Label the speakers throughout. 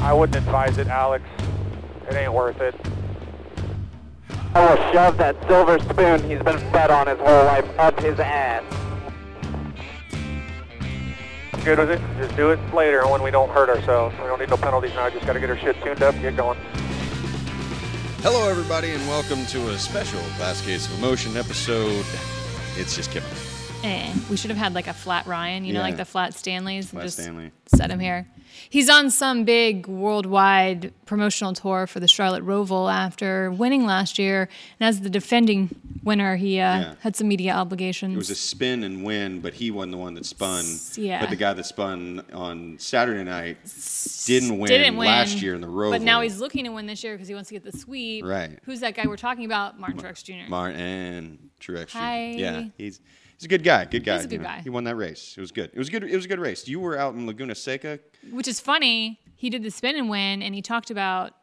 Speaker 1: I wouldn't advise it, Alex. It ain't worth it.
Speaker 2: I will shove that silver spoon he's been fed on his whole life up his ass.
Speaker 1: Good with it. Just do it later when we don't hurt ourselves. We don't need no penalties now. Just got to get our shit tuned up and get going.
Speaker 3: Hello, everybody, and welcome to a special Last Case of Emotion episode. It's just Kevin.
Speaker 4: Eh. We should have had like a flat Ryan, you know,
Speaker 3: Yeah.
Speaker 4: like the flat Stanleys. and
Speaker 3: Flat
Speaker 4: just
Speaker 3: Stanley.
Speaker 4: Set him here. He's on some big worldwide promotional tour for the Charlotte Roval after winning last year. And as the defending winner, he uh,
Speaker 3: Yeah.
Speaker 4: had some media obligations.
Speaker 3: It was a spin and win, but he won the one that spun.
Speaker 4: yeah.
Speaker 3: But the guy that spun on Saturday night didn't win,
Speaker 4: Didn't win,
Speaker 3: last year in the row.
Speaker 4: But now he's looking to win this year because he wants to get the sweep.
Speaker 3: Right.
Speaker 4: Who's that guy we're talking about? Martin Truex Jr.
Speaker 3: Martin Truex. Jr.
Speaker 4: Hi.
Speaker 3: Yeah, he's he's a good guy. Good guy.
Speaker 4: a
Speaker 3: you
Speaker 4: good
Speaker 3: know.
Speaker 4: guy.
Speaker 3: He won that race. It was good. It was good. It was a good race. You were out in Laguna Seca.
Speaker 4: Which is funny. He did the spin and win, and he talked about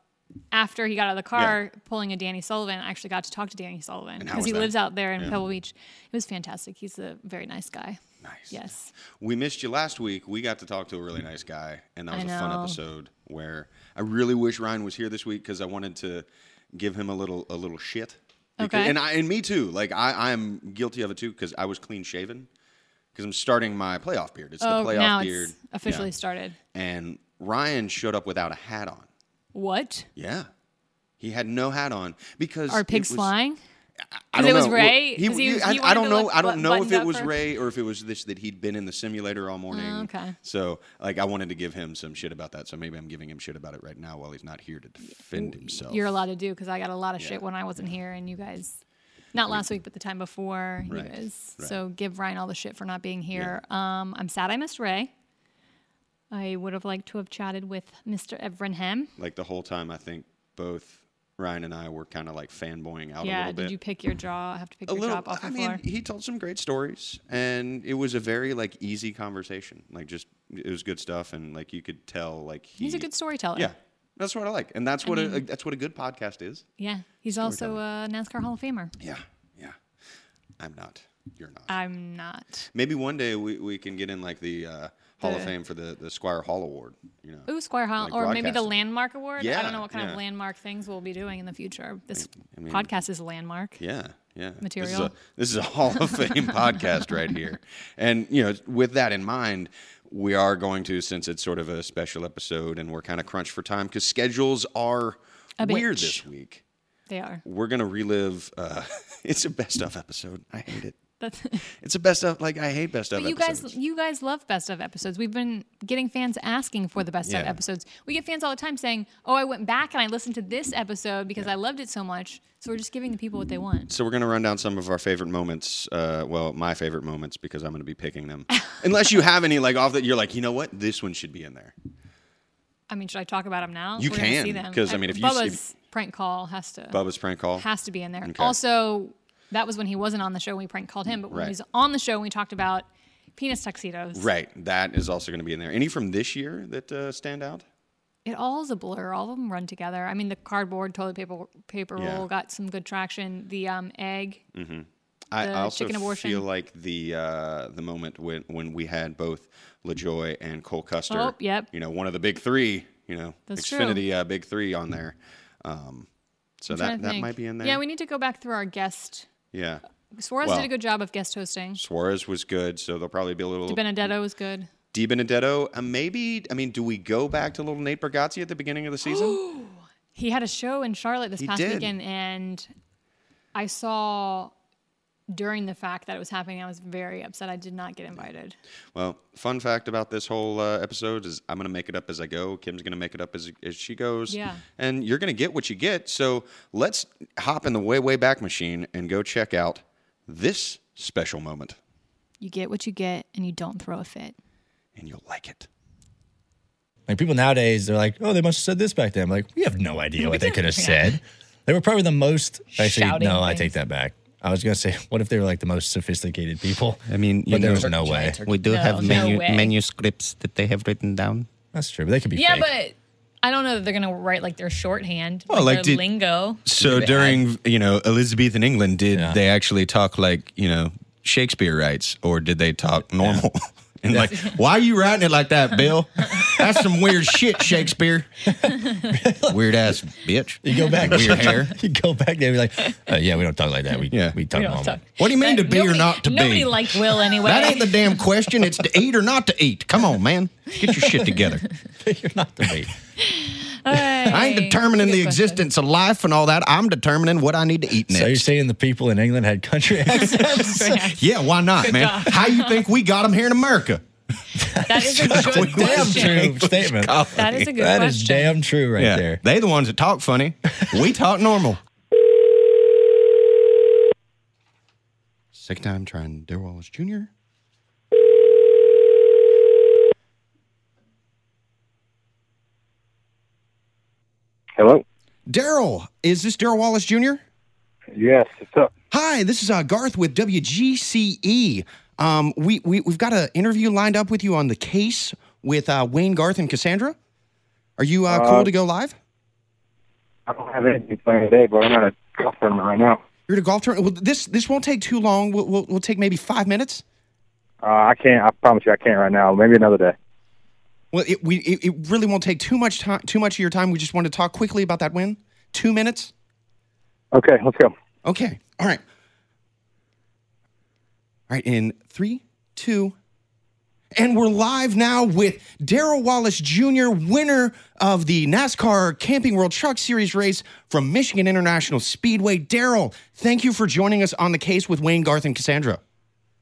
Speaker 4: after he got out of the car pulling a Danny Sullivan. I actually got to talk to Danny Sullivan
Speaker 3: And how
Speaker 4: because
Speaker 3: was
Speaker 4: he
Speaker 3: that?
Speaker 4: lives out there in Pebble Beach. It was fantastic. He's a very nice guy.
Speaker 3: Nice.
Speaker 4: Yes.
Speaker 3: We missed you last week. We got to talk to a really nice guy, and that
Speaker 4: I
Speaker 3: was a fun
Speaker 4: know.
Speaker 3: episode where I really wish Ryan was here this week because I wanted to give him a little a little shit. Because-
Speaker 4: Okay.
Speaker 3: And I and me too. Like I I'm guilty of it too because I was clean shaven because I'm starting my playoff beard. It's
Speaker 4: oh,
Speaker 3: the playoff
Speaker 4: now
Speaker 3: beard.
Speaker 4: it's officially
Speaker 3: Yeah.
Speaker 4: started.
Speaker 3: And Ryan showed up without a hat on.
Speaker 4: What?
Speaker 3: Yeah. He had no hat on because
Speaker 4: Are
Speaker 3: it
Speaker 4: pigs
Speaker 3: was-
Speaker 4: flying?
Speaker 3: I
Speaker 4: 'Cause
Speaker 3: don't
Speaker 4: it was
Speaker 3: know.
Speaker 4: Ray?
Speaker 3: He,
Speaker 4: 'Cause he
Speaker 3: you-
Speaker 4: was-
Speaker 3: I,
Speaker 4: he
Speaker 3: I
Speaker 4: wanted
Speaker 3: don't
Speaker 4: to
Speaker 3: know.
Speaker 4: look
Speaker 3: I don't
Speaker 4: bu-
Speaker 3: know if
Speaker 4: buttoned
Speaker 3: it
Speaker 4: up
Speaker 3: was
Speaker 4: for-
Speaker 3: Ray or if it was this that he'd been in the simulator all morning.
Speaker 4: Oh, okay.
Speaker 3: So, like, I wanted to give him some shit about that. So maybe I'm giving him shit about it right now while he's not here to defend himself.
Speaker 4: You're allowed to do because I got a lot of shit when I wasn't here, and you guys, not last week, but the time before,
Speaker 3: Right,
Speaker 4: you guys.
Speaker 3: right.
Speaker 4: So give Ryan all the shit for not being here. Um, I'm sad I missed Ray. I would have liked to have chatted with Mr. Evrenham.
Speaker 3: like the whole time. I think both Ryan and I were kind of like fanboying out a
Speaker 4: Yeah,
Speaker 3: little bit.
Speaker 4: did you pick your jaw? I have to pick
Speaker 3: a
Speaker 4: your
Speaker 3: little.
Speaker 4: jaw up off the
Speaker 3: I mean,
Speaker 4: floor.
Speaker 3: he told some great stories, and it was a very like easy conversation. Like, just it was good stuff, and like you could tell like he,
Speaker 4: He's a good storyteller.
Speaker 3: Yeah, that's what I like, and that's what a, that's what a good podcast is.
Speaker 4: Yeah. He's also a NASCAR Hall of Famer.
Speaker 3: Yeah, yeah. I'm not. You're not.
Speaker 4: I'm not.
Speaker 3: Maybe one day we, we can get in like the uh, Hall of
Speaker 4: The-
Speaker 3: Fame for the, the Squire Hall Award. You know.
Speaker 4: Ooh, Squire Hall,
Speaker 3: Like
Speaker 4: or maybe the
Speaker 3: broadcasting.
Speaker 4: Landmark Award. I
Speaker 3: Yeah,
Speaker 4: don't know what kind
Speaker 3: yeah.
Speaker 4: of landmark things we'll be doing in the future. This
Speaker 3: I mean-
Speaker 4: podcast is landmark.
Speaker 3: Yeah, yeah. This is
Speaker 4: Material.
Speaker 3: a, this is a Hall of Fame podcast right here, and you know, with that in mind. We are going to, since it's sort of a special episode and we're kind of crunched for time because schedules are
Speaker 4: A
Speaker 3: weird
Speaker 4: bitch.
Speaker 3: this week.
Speaker 4: They are.
Speaker 3: We're going to relive, uh, it's a best of episode. I hate it.
Speaker 4: That's.
Speaker 3: It's a best of, like, I hate best of
Speaker 4: But you
Speaker 3: episodes.
Speaker 4: guys, you guys love best of episodes. We've been getting fans asking for the best of
Speaker 3: Yeah.
Speaker 4: episodes. We get fans all the time saying, "Oh, I went back and I listened to this episode because I loved it so much." So we're just giving the people what they want.
Speaker 3: So we're going to run down some of our favorite moments. Uh, well, my favorite moments because I'm going to be picking them. Unless you have any like off that you're like, you know what, this one should be in there.
Speaker 4: I mean, should I talk about them now?
Speaker 3: You
Speaker 4: We're gonna
Speaker 3: can,
Speaker 4: see them.
Speaker 3: 'cause, I mean, if you- if-
Speaker 4: Bubba's prank call has to
Speaker 3: Bubba's prank call.
Speaker 4: has to be in there.
Speaker 3: Okay.
Speaker 4: Also, that was when he wasn't on the show. when We prank called him, but when
Speaker 3: Right.
Speaker 4: he was on the show, we talked about penis tuxedos.
Speaker 3: Right, that is also going to be in there. Any from this year that uh, stand out?
Speaker 4: It all is a blur. All of them run together. I mean, the cardboard toilet paper paper
Speaker 3: Yeah.
Speaker 4: roll got some good traction. The um, egg.
Speaker 3: Mm-hmm. I, I
Speaker 4: The
Speaker 3: also
Speaker 4: chicken abortion.
Speaker 3: feel like the uh, the moment when when we had both LaJoy and Cole Custer.
Speaker 4: Oh, yep.
Speaker 3: You know, one of the big three. You know,
Speaker 4: That's true.
Speaker 3: Xfinity uh, big three on there. Um, so
Speaker 4: Trying
Speaker 3: that
Speaker 4: to
Speaker 3: that
Speaker 4: think.
Speaker 3: might be in there.
Speaker 4: Yeah, we need to go back through our guest.
Speaker 3: yeah.
Speaker 4: Suarez
Speaker 3: Well-
Speaker 4: did a good job of guest hosting.
Speaker 3: Suarez was good, so there'll probably be a little.
Speaker 4: Benedetto was good.
Speaker 3: Di Benedetto, uh, maybe. I mean, do we go back to little Nate Bargatze at the beginning of the season?
Speaker 4: He had a show in Charlotte this
Speaker 3: He
Speaker 4: past
Speaker 3: did.
Speaker 4: weekend, and I saw during the fact that it was happening, I was very upset. I did not get invited.
Speaker 3: well, fun fact about this whole uh, episode is I'm going to make it up as I go. Kim's going to make it up as, as she goes.
Speaker 4: Yeah.
Speaker 3: And you're going to get what you get. So let's hop in the way, way back machine and go check out this special moment,
Speaker 4: You get what you get, and you don't throw a fit.
Speaker 3: and you'll like it.
Speaker 5: Like people nowadays, they're like, oh, they must have said this back then. I'm like, we have no idea what they could have said. They were probably the most. Actually,
Speaker 4: Shouting
Speaker 5: no, I
Speaker 4: things.
Speaker 5: take that back. I was gonna say, what if they were like the most sophisticated people?
Speaker 6: I mean, you
Speaker 5: but there
Speaker 6: know-
Speaker 5: was no way.
Speaker 6: We do
Speaker 4: No,
Speaker 6: have
Speaker 4: no
Speaker 6: manu-
Speaker 4: way.
Speaker 6: manuscripts that they have written down.
Speaker 5: That's true. But they could be.
Speaker 4: Yeah,
Speaker 5: fake.
Speaker 4: but I don't know that they're gonna write like their shorthand,
Speaker 3: Well,
Speaker 4: like,
Speaker 3: like, like
Speaker 4: their
Speaker 3: their did-
Speaker 4: lingo.
Speaker 3: So during, you know, Elizabethan England, did they actually talk like, you know, Shakespeare writes, or did they talk normal? and like, why are you writing it like that, Bill?
Speaker 7: That's some weird shit, Shakespeare. weird ass bitch.
Speaker 8: You go back,
Speaker 7: Weird hair.
Speaker 8: You go back there, and be like, oh, yeah, we don't talk like that. We
Speaker 7: Yeah.
Speaker 8: we talk
Speaker 4: We don't
Speaker 8: normal.
Speaker 4: talk.
Speaker 7: What do you mean to be or
Speaker 4: Nobody-
Speaker 7: not to
Speaker 4: nobody
Speaker 7: be?
Speaker 4: liked Will anyway.
Speaker 7: that ain't the damn question. It's to eat or not to eat. Come on, man. Get your shit together.
Speaker 8: You're not the me.
Speaker 7: I ain't determining the
Speaker 4: Good question.
Speaker 7: existence of life and all that. I'm determining what I need to eat next.
Speaker 8: So you're saying the people in England had country accents?
Speaker 7: yeah, why not, man?
Speaker 4: job.
Speaker 7: How you think we got them here in America?
Speaker 4: that is a good
Speaker 8: damn
Speaker 4: question.
Speaker 8: true statement. That
Speaker 4: That is a good
Speaker 8: is
Speaker 4: question.
Speaker 8: damn true right
Speaker 7: Yeah,
Speaker 8: there.
Speaker 7: they the ones that talk funny. We talk normal.
Speaker 9: Sick time trying Darrell Wallace Jr.
Speaker 1: Hello?
Speaker 7: Daryl, is this Daryl Wallace Jr.?
Speaker 1: Yes, what's up?
Speaker 7: Hi, this is uh, Garth with WGCE. Um, we, we, we've got an interview lined up with you on the case with uh, Wayne Garth and Cassandra. Are you uh, cool to go live?
Speaker 1: I don't have anything planned today, but I'm at a golf tournament right now.
Speaker 7: You're at a golf tournament. Well, this this won't take too long. We'll, we'll, we'll take maybe five minutes.
Speaker 1: Uh, I can't. I promise you, I can't right now. Maybe another day.
Speaker 7: Well, it, we it, it really won't take too much time. Too much of your time. We just want to talk quickly about that win. Two minutes.
Speaker 1: Okay, let's go.
Speaker 7: Okay. All right. All right. In three, two, and we're live now with Daryl Wallace Jr., winner of the NASCAR Camping World Truck Series race from Michigan International Speedway. Daryl, thank you for joining us on the case with Wayne Garth and Cassandra.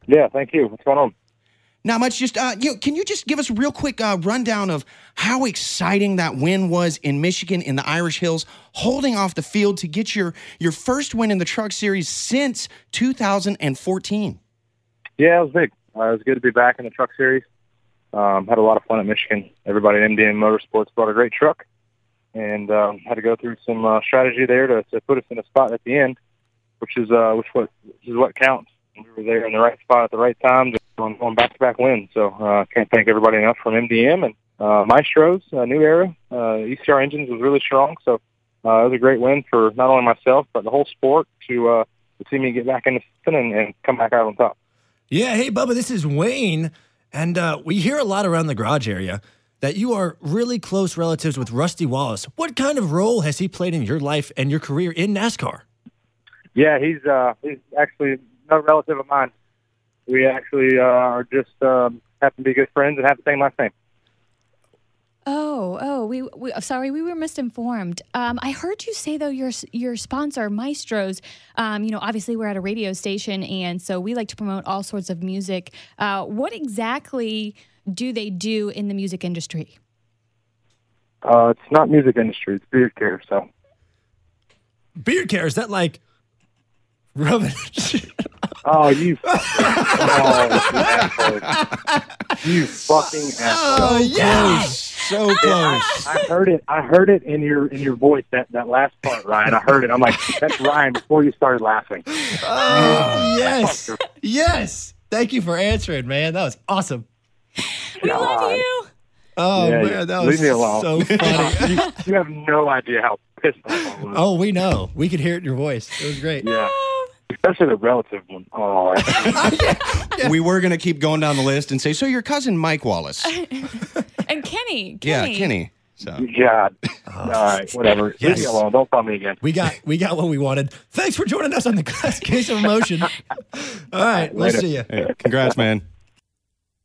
Speaker 1: Yeah, thank you. What's going on?
Speaker 7: Not much. Just uh, you know, can you just give us a real quick uh, rundown of how exciting that win was in Michigan in the Irish Hills, holding off the field to get your your first win in the Truck Series since 2014.
Speaker 1: Yeah, it was big. Uh, it was good to be back in the truck series. Um, had a lot of fun at Michigan. Everybody at MDM Motorsports brought a great truck, and um, had to go through some uh, strategy there to, to put us in a spot at the end, which is uh, which what which is what counts. We were there in the right spot at the right time, just going going back to back wins. So uh, can't thank everybody enough from MDM and uh, Maestros, uh, New Era, uh, ECR Engines was really strong. So uh, it was a great win for not only myself but the whole sport to uh, to see me get back in the season and, and come back out on top.
Speaker 5: Yeah, hey Bubba, this is Wayne, and uh, we hear a lot around the garage area that you are really close relatives with Rusty Wallace. What kind of role has he played in your life and your career in NASCAR?
Speaker 1: Yeah, he's uh, he's actually no relative of mine. We actually uh, are just um, happen to be good friends and have the same last name.
Speaker 4: Oh, oh, we, we sorry, we were misinformed. Um, I heard you say though your your sponsor Maestros. Um, you know, obviously we're at a radio station, and so we like to promote all sorts of music. Uh, what exactly do they do in the music industry?
Speaker 1: Uh, it's not music industry; it's beard care. So
Speaker 5: Beard care is that like rubbing?
Speaker 1: Oh, you! oh, you, asshole. you fucking asshole!
Speaker 7: Oh yes, so close.
Speaker 1: I heard it. I heard it in your in your voice that that last part, Ryan. I heard it. I'm like, that's Ryan before you started laughing.
Speaker 5: yes, yes. Thank you for answering, man. That was awesome.
Speaker 4: We love you.
Speaker 5: Oh
Speaker 1: Yeah,
Speaker 5: man, that
Speaker 1: leave
Speaker 5: was
Speaker 1: me alone.
Speaker 5: so funny. You-
Speaker 1: You have no idea how pissed I was.
Speaker 5: oh, we know. We could hear it in your voice. It was great.
Speaker 1: Yeah, especially the relative one. Oh,
Speaker 9: We were gonna keep going down the list and say, so your cousin Mike Wallace,
Speaker 4: And Kenny,
Speaker 9: yeah,
Speaker 4: Kenny.
Speaker 9: Kenny. So
Speaker 1: God. All right, whatever. Leave me
Speaker 5: Yes.
Speaker 1: alone. Don't call me again.
Speaker 5: We got we got what we wanted. Thanks for joining us on the Glass Case of Emotion. All right, we'll
Speaker 1: Later.
Speaker 5: see you.
Speaker 9: hey, congrats, man.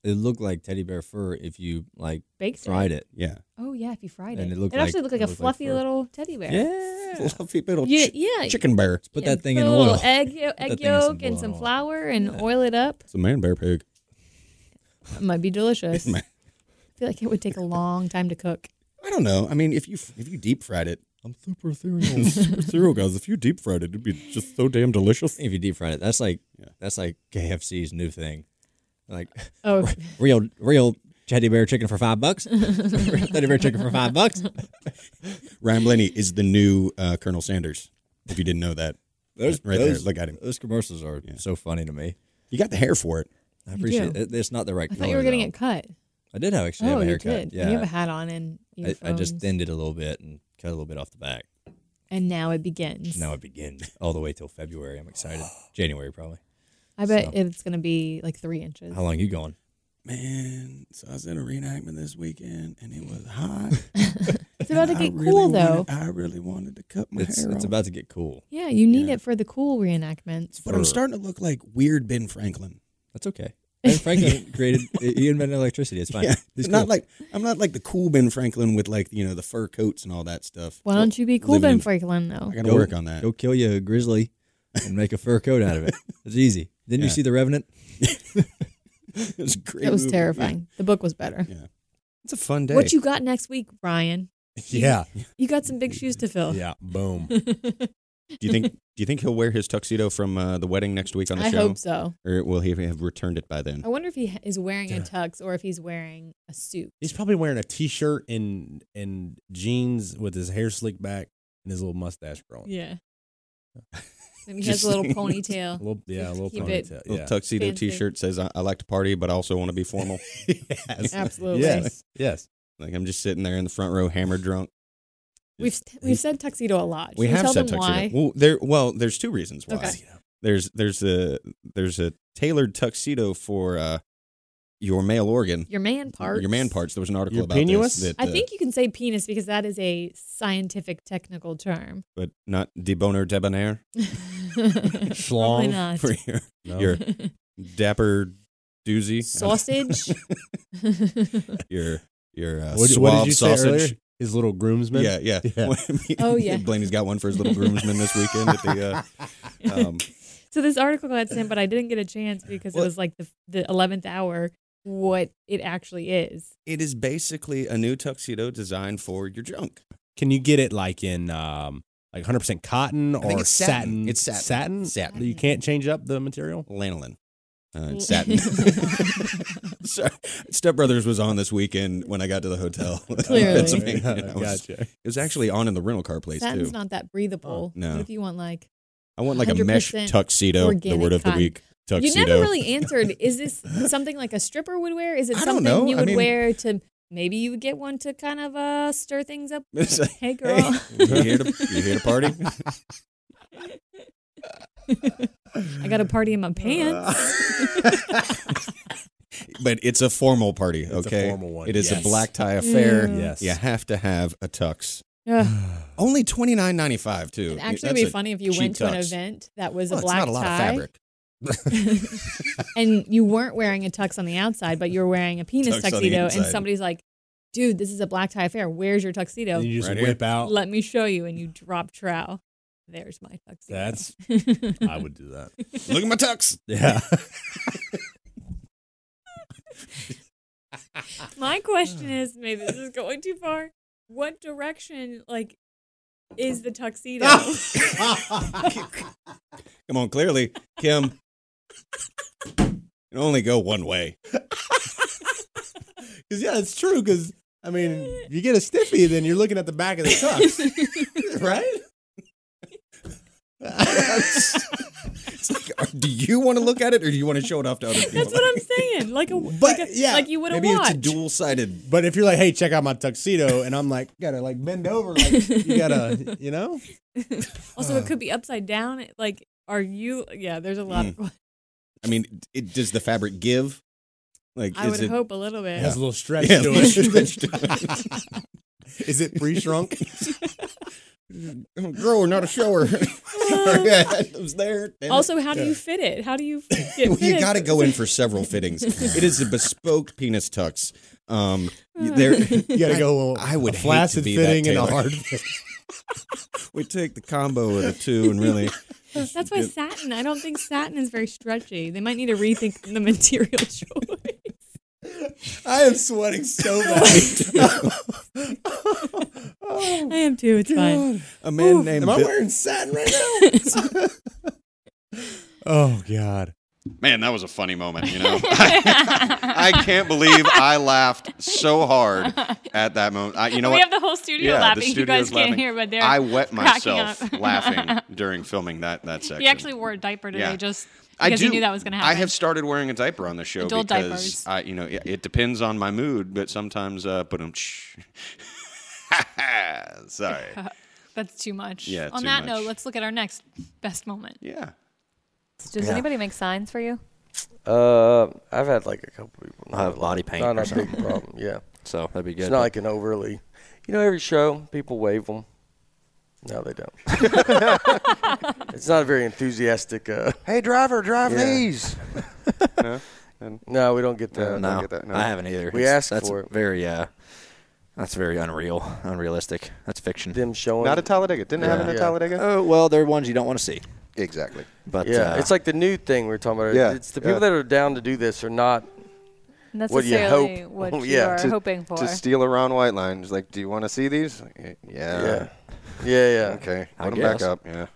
Speaker 3: It looked like teddy bear fur if you like
Speaker 4: Baked it.
Speaker 3: fried it.
Speaker 9: Yeah,
Speaker 4: Oh yeah, if you fried it,
Speaker 3: And it looked
Speaker 4: actually
Speaker 3: like-
Speaker 4: looked like
Speaker 3: it
Speaker 4: a
Speaker 3: looked like
Speaker 4: fluffy
Speaker 3: fur.
Speaker 4: little teddy bear.
Speaker 3: Yeah, fluffy little
Speaker 4: Yeah,
Speaker 3: chi-
Speaker 4: yeah.
Speaker 3: chicken bear. Let's put
Speaker 4: Yeah,
Speaker 3: that thing
Speaker 4: put
Speaker 3: in
Speaker 4: a little
Speaker 3: oil.
Speaker 4: egg yo- egg
Speaker 3: thing in some
Speaker 4: yolk and some
Speaker 3: oil.
Speaker 4: flour and oil it up.
Speaker 3: It's a man bear pig.
Speaker 4: It might be delicious.
Speaker 3: might.
Speaker 4: I feel like it would take a long time to cook.
Speaker 3: I don't know. I mean, if you if you deep fried it, I'm super cereal, super cereal guys. If you deep fried it, it'd be just so damn delicious. If you deep fried it, that's like that's like KFC's new thing, like
Speaker 4: Oh,
Speaker 3: real real teddy bear chicken for five bucks. teddy bear chicken for five bucks.
Speaker 10: Ryan Blaney is the new uh, Colonel Sanders. If you didn't know that,
Speaker 3: Those
Speaker 10: right
Speaker 3: those,
Speaker 10: there. Look at him.
Speaker 3: Those commercials are so funny to me.
Speaker 10: You got the hair for it.
Speaker 3: I appreciate it. It's not the right
Speaker 4: I
Speaker 3: color.
Speaker 4: thought you were getting
Speaker 3: though.
Speaker 4: it cut.
Speaker 3: I did have actually
Speaker 4: Oh,
Speaker 3: have a
Speaker 4: you
Speaker 3: haircut.
Speaker 4: did.
Speaker 3: Yeah,
Speaker 4: You have a hat on and
Speaker 3: I, I just
Speaker 4: earphones.
Speaker 3: thinned it a little bit and cut a little bit off the back.
Speaker 4: And now it begins.
Speaker 3: Now it begins all the way till February. I'm excited. January probably.
Speaker 4: I bet it's gonna be like three inches.
Speaker 3: How long you going? man, so I was in a reenactment this weekend and it was hot.
Speaker 4: It's about to
Speaker 3: I
Speaker 4: get
Speaker 3: really
Speaker 4: cool, though.
Speaker 3: wanted- I really wanted to cut my
Speaker 11: It's
Speaker 3: hair
Speaker 11: it's
Speaker 3: off.
Speaker 11: about to get cool.
Speaker 4: Yeah, you need it for the cool reenactments.
Speaker 3: But I'm starting to look like weird Ben Franklin.
Speaker 11: That's okay. Ben Franklin created he invented electricity. It's fine.
Speaker 3: Yeah,
Speaker 11: He's
Speaker 3: not
Speaker 11: cool.
Speaker 3: like I'm not like the cool Ben Franklin with like you know the fur coats and all that stuff.
Speaker 4: Why don't you be cool,
Speaker 3: Living
Speaker 4: Ben
Speaker 3: in-
Speaker 4: Franklin, though?
Speaker 3: I gotta
Speaker 11: Go-
Speaker 3: work on that.
Speaker 11: Go kill you a grizzly and make a fur coat out of it. It's easy. Didn't you
Speaker 3: Yeah.
Speaker 11: see The Revenant?
Speaker 3: it was a great.
Speaker 4: That was
Speaker 3: movie.
Speaker 4: terrifying. The book was better.
Speaker 3: Yeah.
Speaker 11: It's a fun day.
Speaker 4: What you got next week, Brian?
Speaker 11: Yeah.
Speaker 4: You got some big shoes to fill.
Speaker 11: Yeah,
Speaker 3: boom. Do you think? Do you think he'll wear his tuxedo from uh, the wedding next week on the
Speaker 4: I
Speaker 3: show?
Speaker 4: hope so.
Speaker 3: Or will he have returned it by then?
Speaker 4: I wonder if he is wearing a tux or if he's wearing a suit.
Speaker 5: He's probably wearing a t-shirt and and jeans with his hair slicked back and his little mustache growing.
Speaker 4: Yeah. And he has a little
Speaker 5: Just-
Speaker 4: ponytail.
Speaker 5: A little- yeah, a little
Speaker 4: Keep it
Speaker 5: ponytail.
Speaker 3: Little
Speaker 5: Yeah.
Speaker 3: tuxedo
Speaker 4: Fancy.
Speaker 3: T-shirt says I, I like to party, but I also want to be formal.
Speaker 5: yes.
Speaker 4: Absolutely.
Speaker 5: Yes. Yes.
Speaker 3: Like I'm just sitting there in the front row, hammered drunk.
Speaker 4: We've st- we've said tuxedo a lot. Should
Speaker 3: we have
Speaker 4: tell
Speaker 3: said
Speaker 4: them
Speaker 3: tuxedo.
Speaker 4: why?
Speaker 3: Well, there. Well, there's two reasons why.
Speaker 4: Okay.
Speaker 3: There's there's a there's a tailored tuxedo for uh, your male organ,
Speaker 4: Your man parts.
Speaker 3: Your man parts. There was an article
Speaker 5: Your
Speaker 3: about this.
Speaker 5: penis?
Speaker 3: That,
Speaker 4: I
Speaker 3: uh,
Speaker 4: think you can say penis because that is a scientific technical term.
Speaker 3: but not debonair debonair.
Speaker 4: Probably not.
Speaker 3: for your,
Speaker 4: No.
Speaker 3: your dapper doozy
Speaker 4: Sausage.
Speaker 3: your your uh,
Speaker 5: What- what did
Speaker 3: suave
Speaker 5: you say
Speaker 3: sausage.
Speaker 5: earlier? His little groomsman?
Speaker 3: Yeah, yeah.
Speaker 5: Yeah.
Speaker 4: Oh, yeah.
Speaker 3: Blaney's got one for his little groomsman this weekend at the. Uh, um,
Speaker 4: so this article got sent, but I didn't get a chance because it
Speaker 3: Well-
Speaker 4: was like the the eleventh hour. What it actually is.
Speaker 3: it is basically a new tuxedo designed for your junk.
Speaker 5: Can you get it like in um like 100% cotton
Speaker 3: I think
Speaker 5: or
Speaker 3: it's satin.
Speaker 5: satin?
Speaker 3: It's satin.
Speaker 5: Satin?
Speaker 3: Satin.
Speaker 5: You can't change up the material?
Speaker 3: Lanolin. Uh, it's satin. Sorry. Step Brothers was on this weekend when I got to the hotel. in
Speaker 4: Clearly.
Speaker 3: Pennsylvania. I was-
Speaker 5: Gotcha.
Speaker 3: It was actually on in the rental car place,
Speaker 4: Satin's
Speaker 3: too. Uh,
Speaker 4: not that breathable.
Speaker 3: No.
Speaker 4: What if you want like
Speaker 3: I want like a mesh
Speaker 4: 100%
Speaker 3: tuxedo, the
Speaker 4: organic
Speaker 3: word of the
Speaker 4: cotton.
Speaker 3: week. Tuxedo.
Speaker 4: You never really answered. Is this something like a stripper would wear? Is it
Speaker 3: I
Speaker 4: something
Speaker 3: don't know.
Speaker 4: you
Speaker 3: I
Speaker 4: would
Speaker 3: mean-
Speaker 4: wear to maybe you would get one to kind of uh stir things up?
Speaker 3: It's like,
Speaker 4: hey girl.
Speaker 3: you, here to, you here to party?
Speaker 4: I got a party in my pants.
Speaker 3: but it's a formal party,
Speaker 5: a
Speaker 3: okay?
Speaker 5: formal one,
Speaker 3: It is a
Speaker 5: yes.
Speaker 3: black tie affair.
Speaker 4: Mm.
Speaker 5: Yes.
Speaker 3: You have to have a tux.
Speaker 4: Ugh.
Speaker 3: Only twenty nine ninety five too.
Speaker 4: It'd actually
Speaker 3: That's
Speaker 4: be
Speaker 3: a
Speaker 4: funny if you
Speaker 3: cheap
Speaker 4: went to an
Speaker 3: tux.
Speaker 4: event that was
Speaker 3: Well,
Speaker 4: a black
Speaker 3: it's not a lot
Speaker 4: tie
Speaker 3: of fabric.
Speaker 4: and you weren't wearing a tux on the outside, but you were wearing a
Speaker 3: Tux
Speaker 4: penis
Speaker 3: on the
Speaker 4: tuxedo, and
Speaker 3: inside.
Speaker 4: somebody's like, "Dude, this is a black tie affair. Where's your tuxedo?
Speaker 5: And you just
Speaker 3: Right here.
Speaker 5: whip out.
Speaker 4: Let me show you." And you drop trow. There's my tuxedo.
Speaker 5: That's I would do that.
Speaker 3: Look at my tux.
Speaker 5: Yeah.
Speaker 4: My question is, maybe this is going too far. What direction, like, is the tuxedo?
Speaker 3: Come on, clearly, Kim. it can only go one way.
Speaker 5: Because yeah, it's true. Because I mean, if you get a stiffy, then you're looking at the back of the tux, right?
Speaker 3: It's like, uh, do you want to look at it or do you want to show it off to other people?
Speaker 4: That's what I'm saying. Like a, like,
Speaker 5: But,
Speaker 4: a
Speaker 5: yeah,
Speaker 4: like you would have
Speaker 3: Maybe it's a
Speaker 4: watched.
Speaker 3: dual sided.
Speaker 5: But if you're like, hey, check out my tuxedo, and I'm like, gotta like bend over, like you gotta, uh, you know,
Speaker 4: also,
Speaker 3: uh,
Speaker 4: it could be upside down. Like, are you? Yeah, there's a lot.
Speaker 3: Mm.
Speaker 4: of Of,
Speaker 3: I mean, it, does the fabric give? Like,
Speaker 4: I
Speaker 3: is
Speaker 4: would
Speaker 3: it,
Speaker 4: hope a little bit.
Speaker 5: it has a little stretch
Speaker 3: Yeah,
Speaker 5: to
Speaker 3: a little
Speaker 5: it.
Speaker 3: stretch to
Speaker 5: Is it pre-shrunk?
Speaker 3: I'm a grower, not a shower. Sorry, I was there. damn it.
Speaker 4: Also, how do you fit it? How do you f- get
Speaker 3: well, you
Speaker 4: fitted?
Speaker 3: got to go in for several fittings. it is a bespoke penis tux. Um, y- there,
Speaker 5: You gotta go.
Speaker 3: I would
Speaker 5: a
Speaker 3: hate to
Speaker 5: flaccid
Speaker 3: be that
Speaker 5: fitting and a
Speaker 3: tailor.
Speaker 5: hard fit.
Speaker 3: we take the combo of the two and really.
Speaker 4: That's why satin. I don't think satin is very stretchy. They might need to rethink the material choice.
Speaker 5: I am sweating so bad.
Speaker 12: Oh.
Speaker 4: I am too. It's fine.
Speaker 3: A man
Speaker 4: Oof.
Speaker 3: named
Speaker 5: Am I
Speaker 3: Bill-
Speaker 5: wearing satin right now? oh God.
Speaker 7: Man, that was a funny moment, you know? I can't believe I laughed so hard at that moment. I, you know
Speaker 13: we
Speaker 7: what?
Speaker 13: have the whole studio
Speaker 7: Yeah, the
Speaker 13: laughing. you
Speaker 7: studio's
Speaker 13: guys
Speaker 7: laughing.
Speaker 13: can't hear, but they're
Speaker 7: I wet
Speaker 13: cracking
Speaker 7: myself
Speaker 13: up.
Speaker 7: laughing during filming that, that section.
Speaker 13: He actually wore a diaper today
Speaker 7: Yeah.
Speaker 13: just
Speaker 7: I
Speaker 13: because
Speaker 7: do,
Speaker 13: he knew that was going to happen.
Speaker 7: I have started wearing a diaper on the show
Speaker 13: Adult
Speaker 7: because
Speaker 13: diapers.
Speaker 7: I, you know, it, it depends on my mood, but sometimes, uh, but um, sorry.
Speaker 13: That's too much.
Speaker 7: Yeah,
Speaker 13: On
Speaker 7: too
Speaker 13: that
Speaker 7: much.
Speaker 13: note, let's look at our next best moment.
Speaker 7: Yeah.
Speaker 14: Does anybody make signs for you?
Speaker 15: Uh, I've had like a couple people. I have
Speaker 12: body paint
Speaker 15: Not
Speaker 12: or
Speaker 15: a big
Speaker 12: something.
Speaker 15: problem. Yeah.
Speaker 12: So that'd be
Speaker 15: It's
Speaker 12: good.
Speaker 15: not like an overly. You know, every show people wave them. No, they don't. it's not a very enthusiastic. Uh,
Speaker 12: Hey, driver, drive
Speaker 15: Yeah.
Speaker 12: these.
Speaker 15: no, we don't get that.
Speaker 12: Uh,
Speaker 15: Don't
Speaker 12: no,
Speaker 15: get that,
Speaker 12: I haven't either.
Speaker 15: We
Speaker 12: It's-
Speaker 15: asked
Speaker 12: that's
Speaker 15: for it.
Speaker 12: Very, uh, that's very unreal, unrealistic. That's fiction.
Speaker 15: Them showing
Speaker 12: Not a
Speaker 15: Not at Talladega. Didn't
Speaker 12: it
Speaker 15: it happen at Talladega?
Speaker 12: Oh well, they're ones you don't want to see. Exactly. But
Speaker 15: yeah,
Speaker 12: uh,
Speaker 15: it's like the new thing we were talking about.
Speaker 12: Yeah,
Speaker 15: it's the
Speaker 12: yeah.
Speaker 15: people that are down to do this are not what you
Speaker 4: Necessarily
Speaker 15: hope.
Speaker 4: what you
Speaker 15: yeah,
Speaker 4: are
Speaker 15: to-
Speaker 4: hoping for.
Speaker 12: to
Speaker 3: steal a Ron White line. He's like, "Do you want to see these?" Like, "Y- Yeah.
Speaker 15: Yeah. Yeah, yeah.
Speaker 3: Okay.
Speaker 15: I
Speaker 3: Put them back
Speaker 15: guess.
Speaker 3: up. Yeah.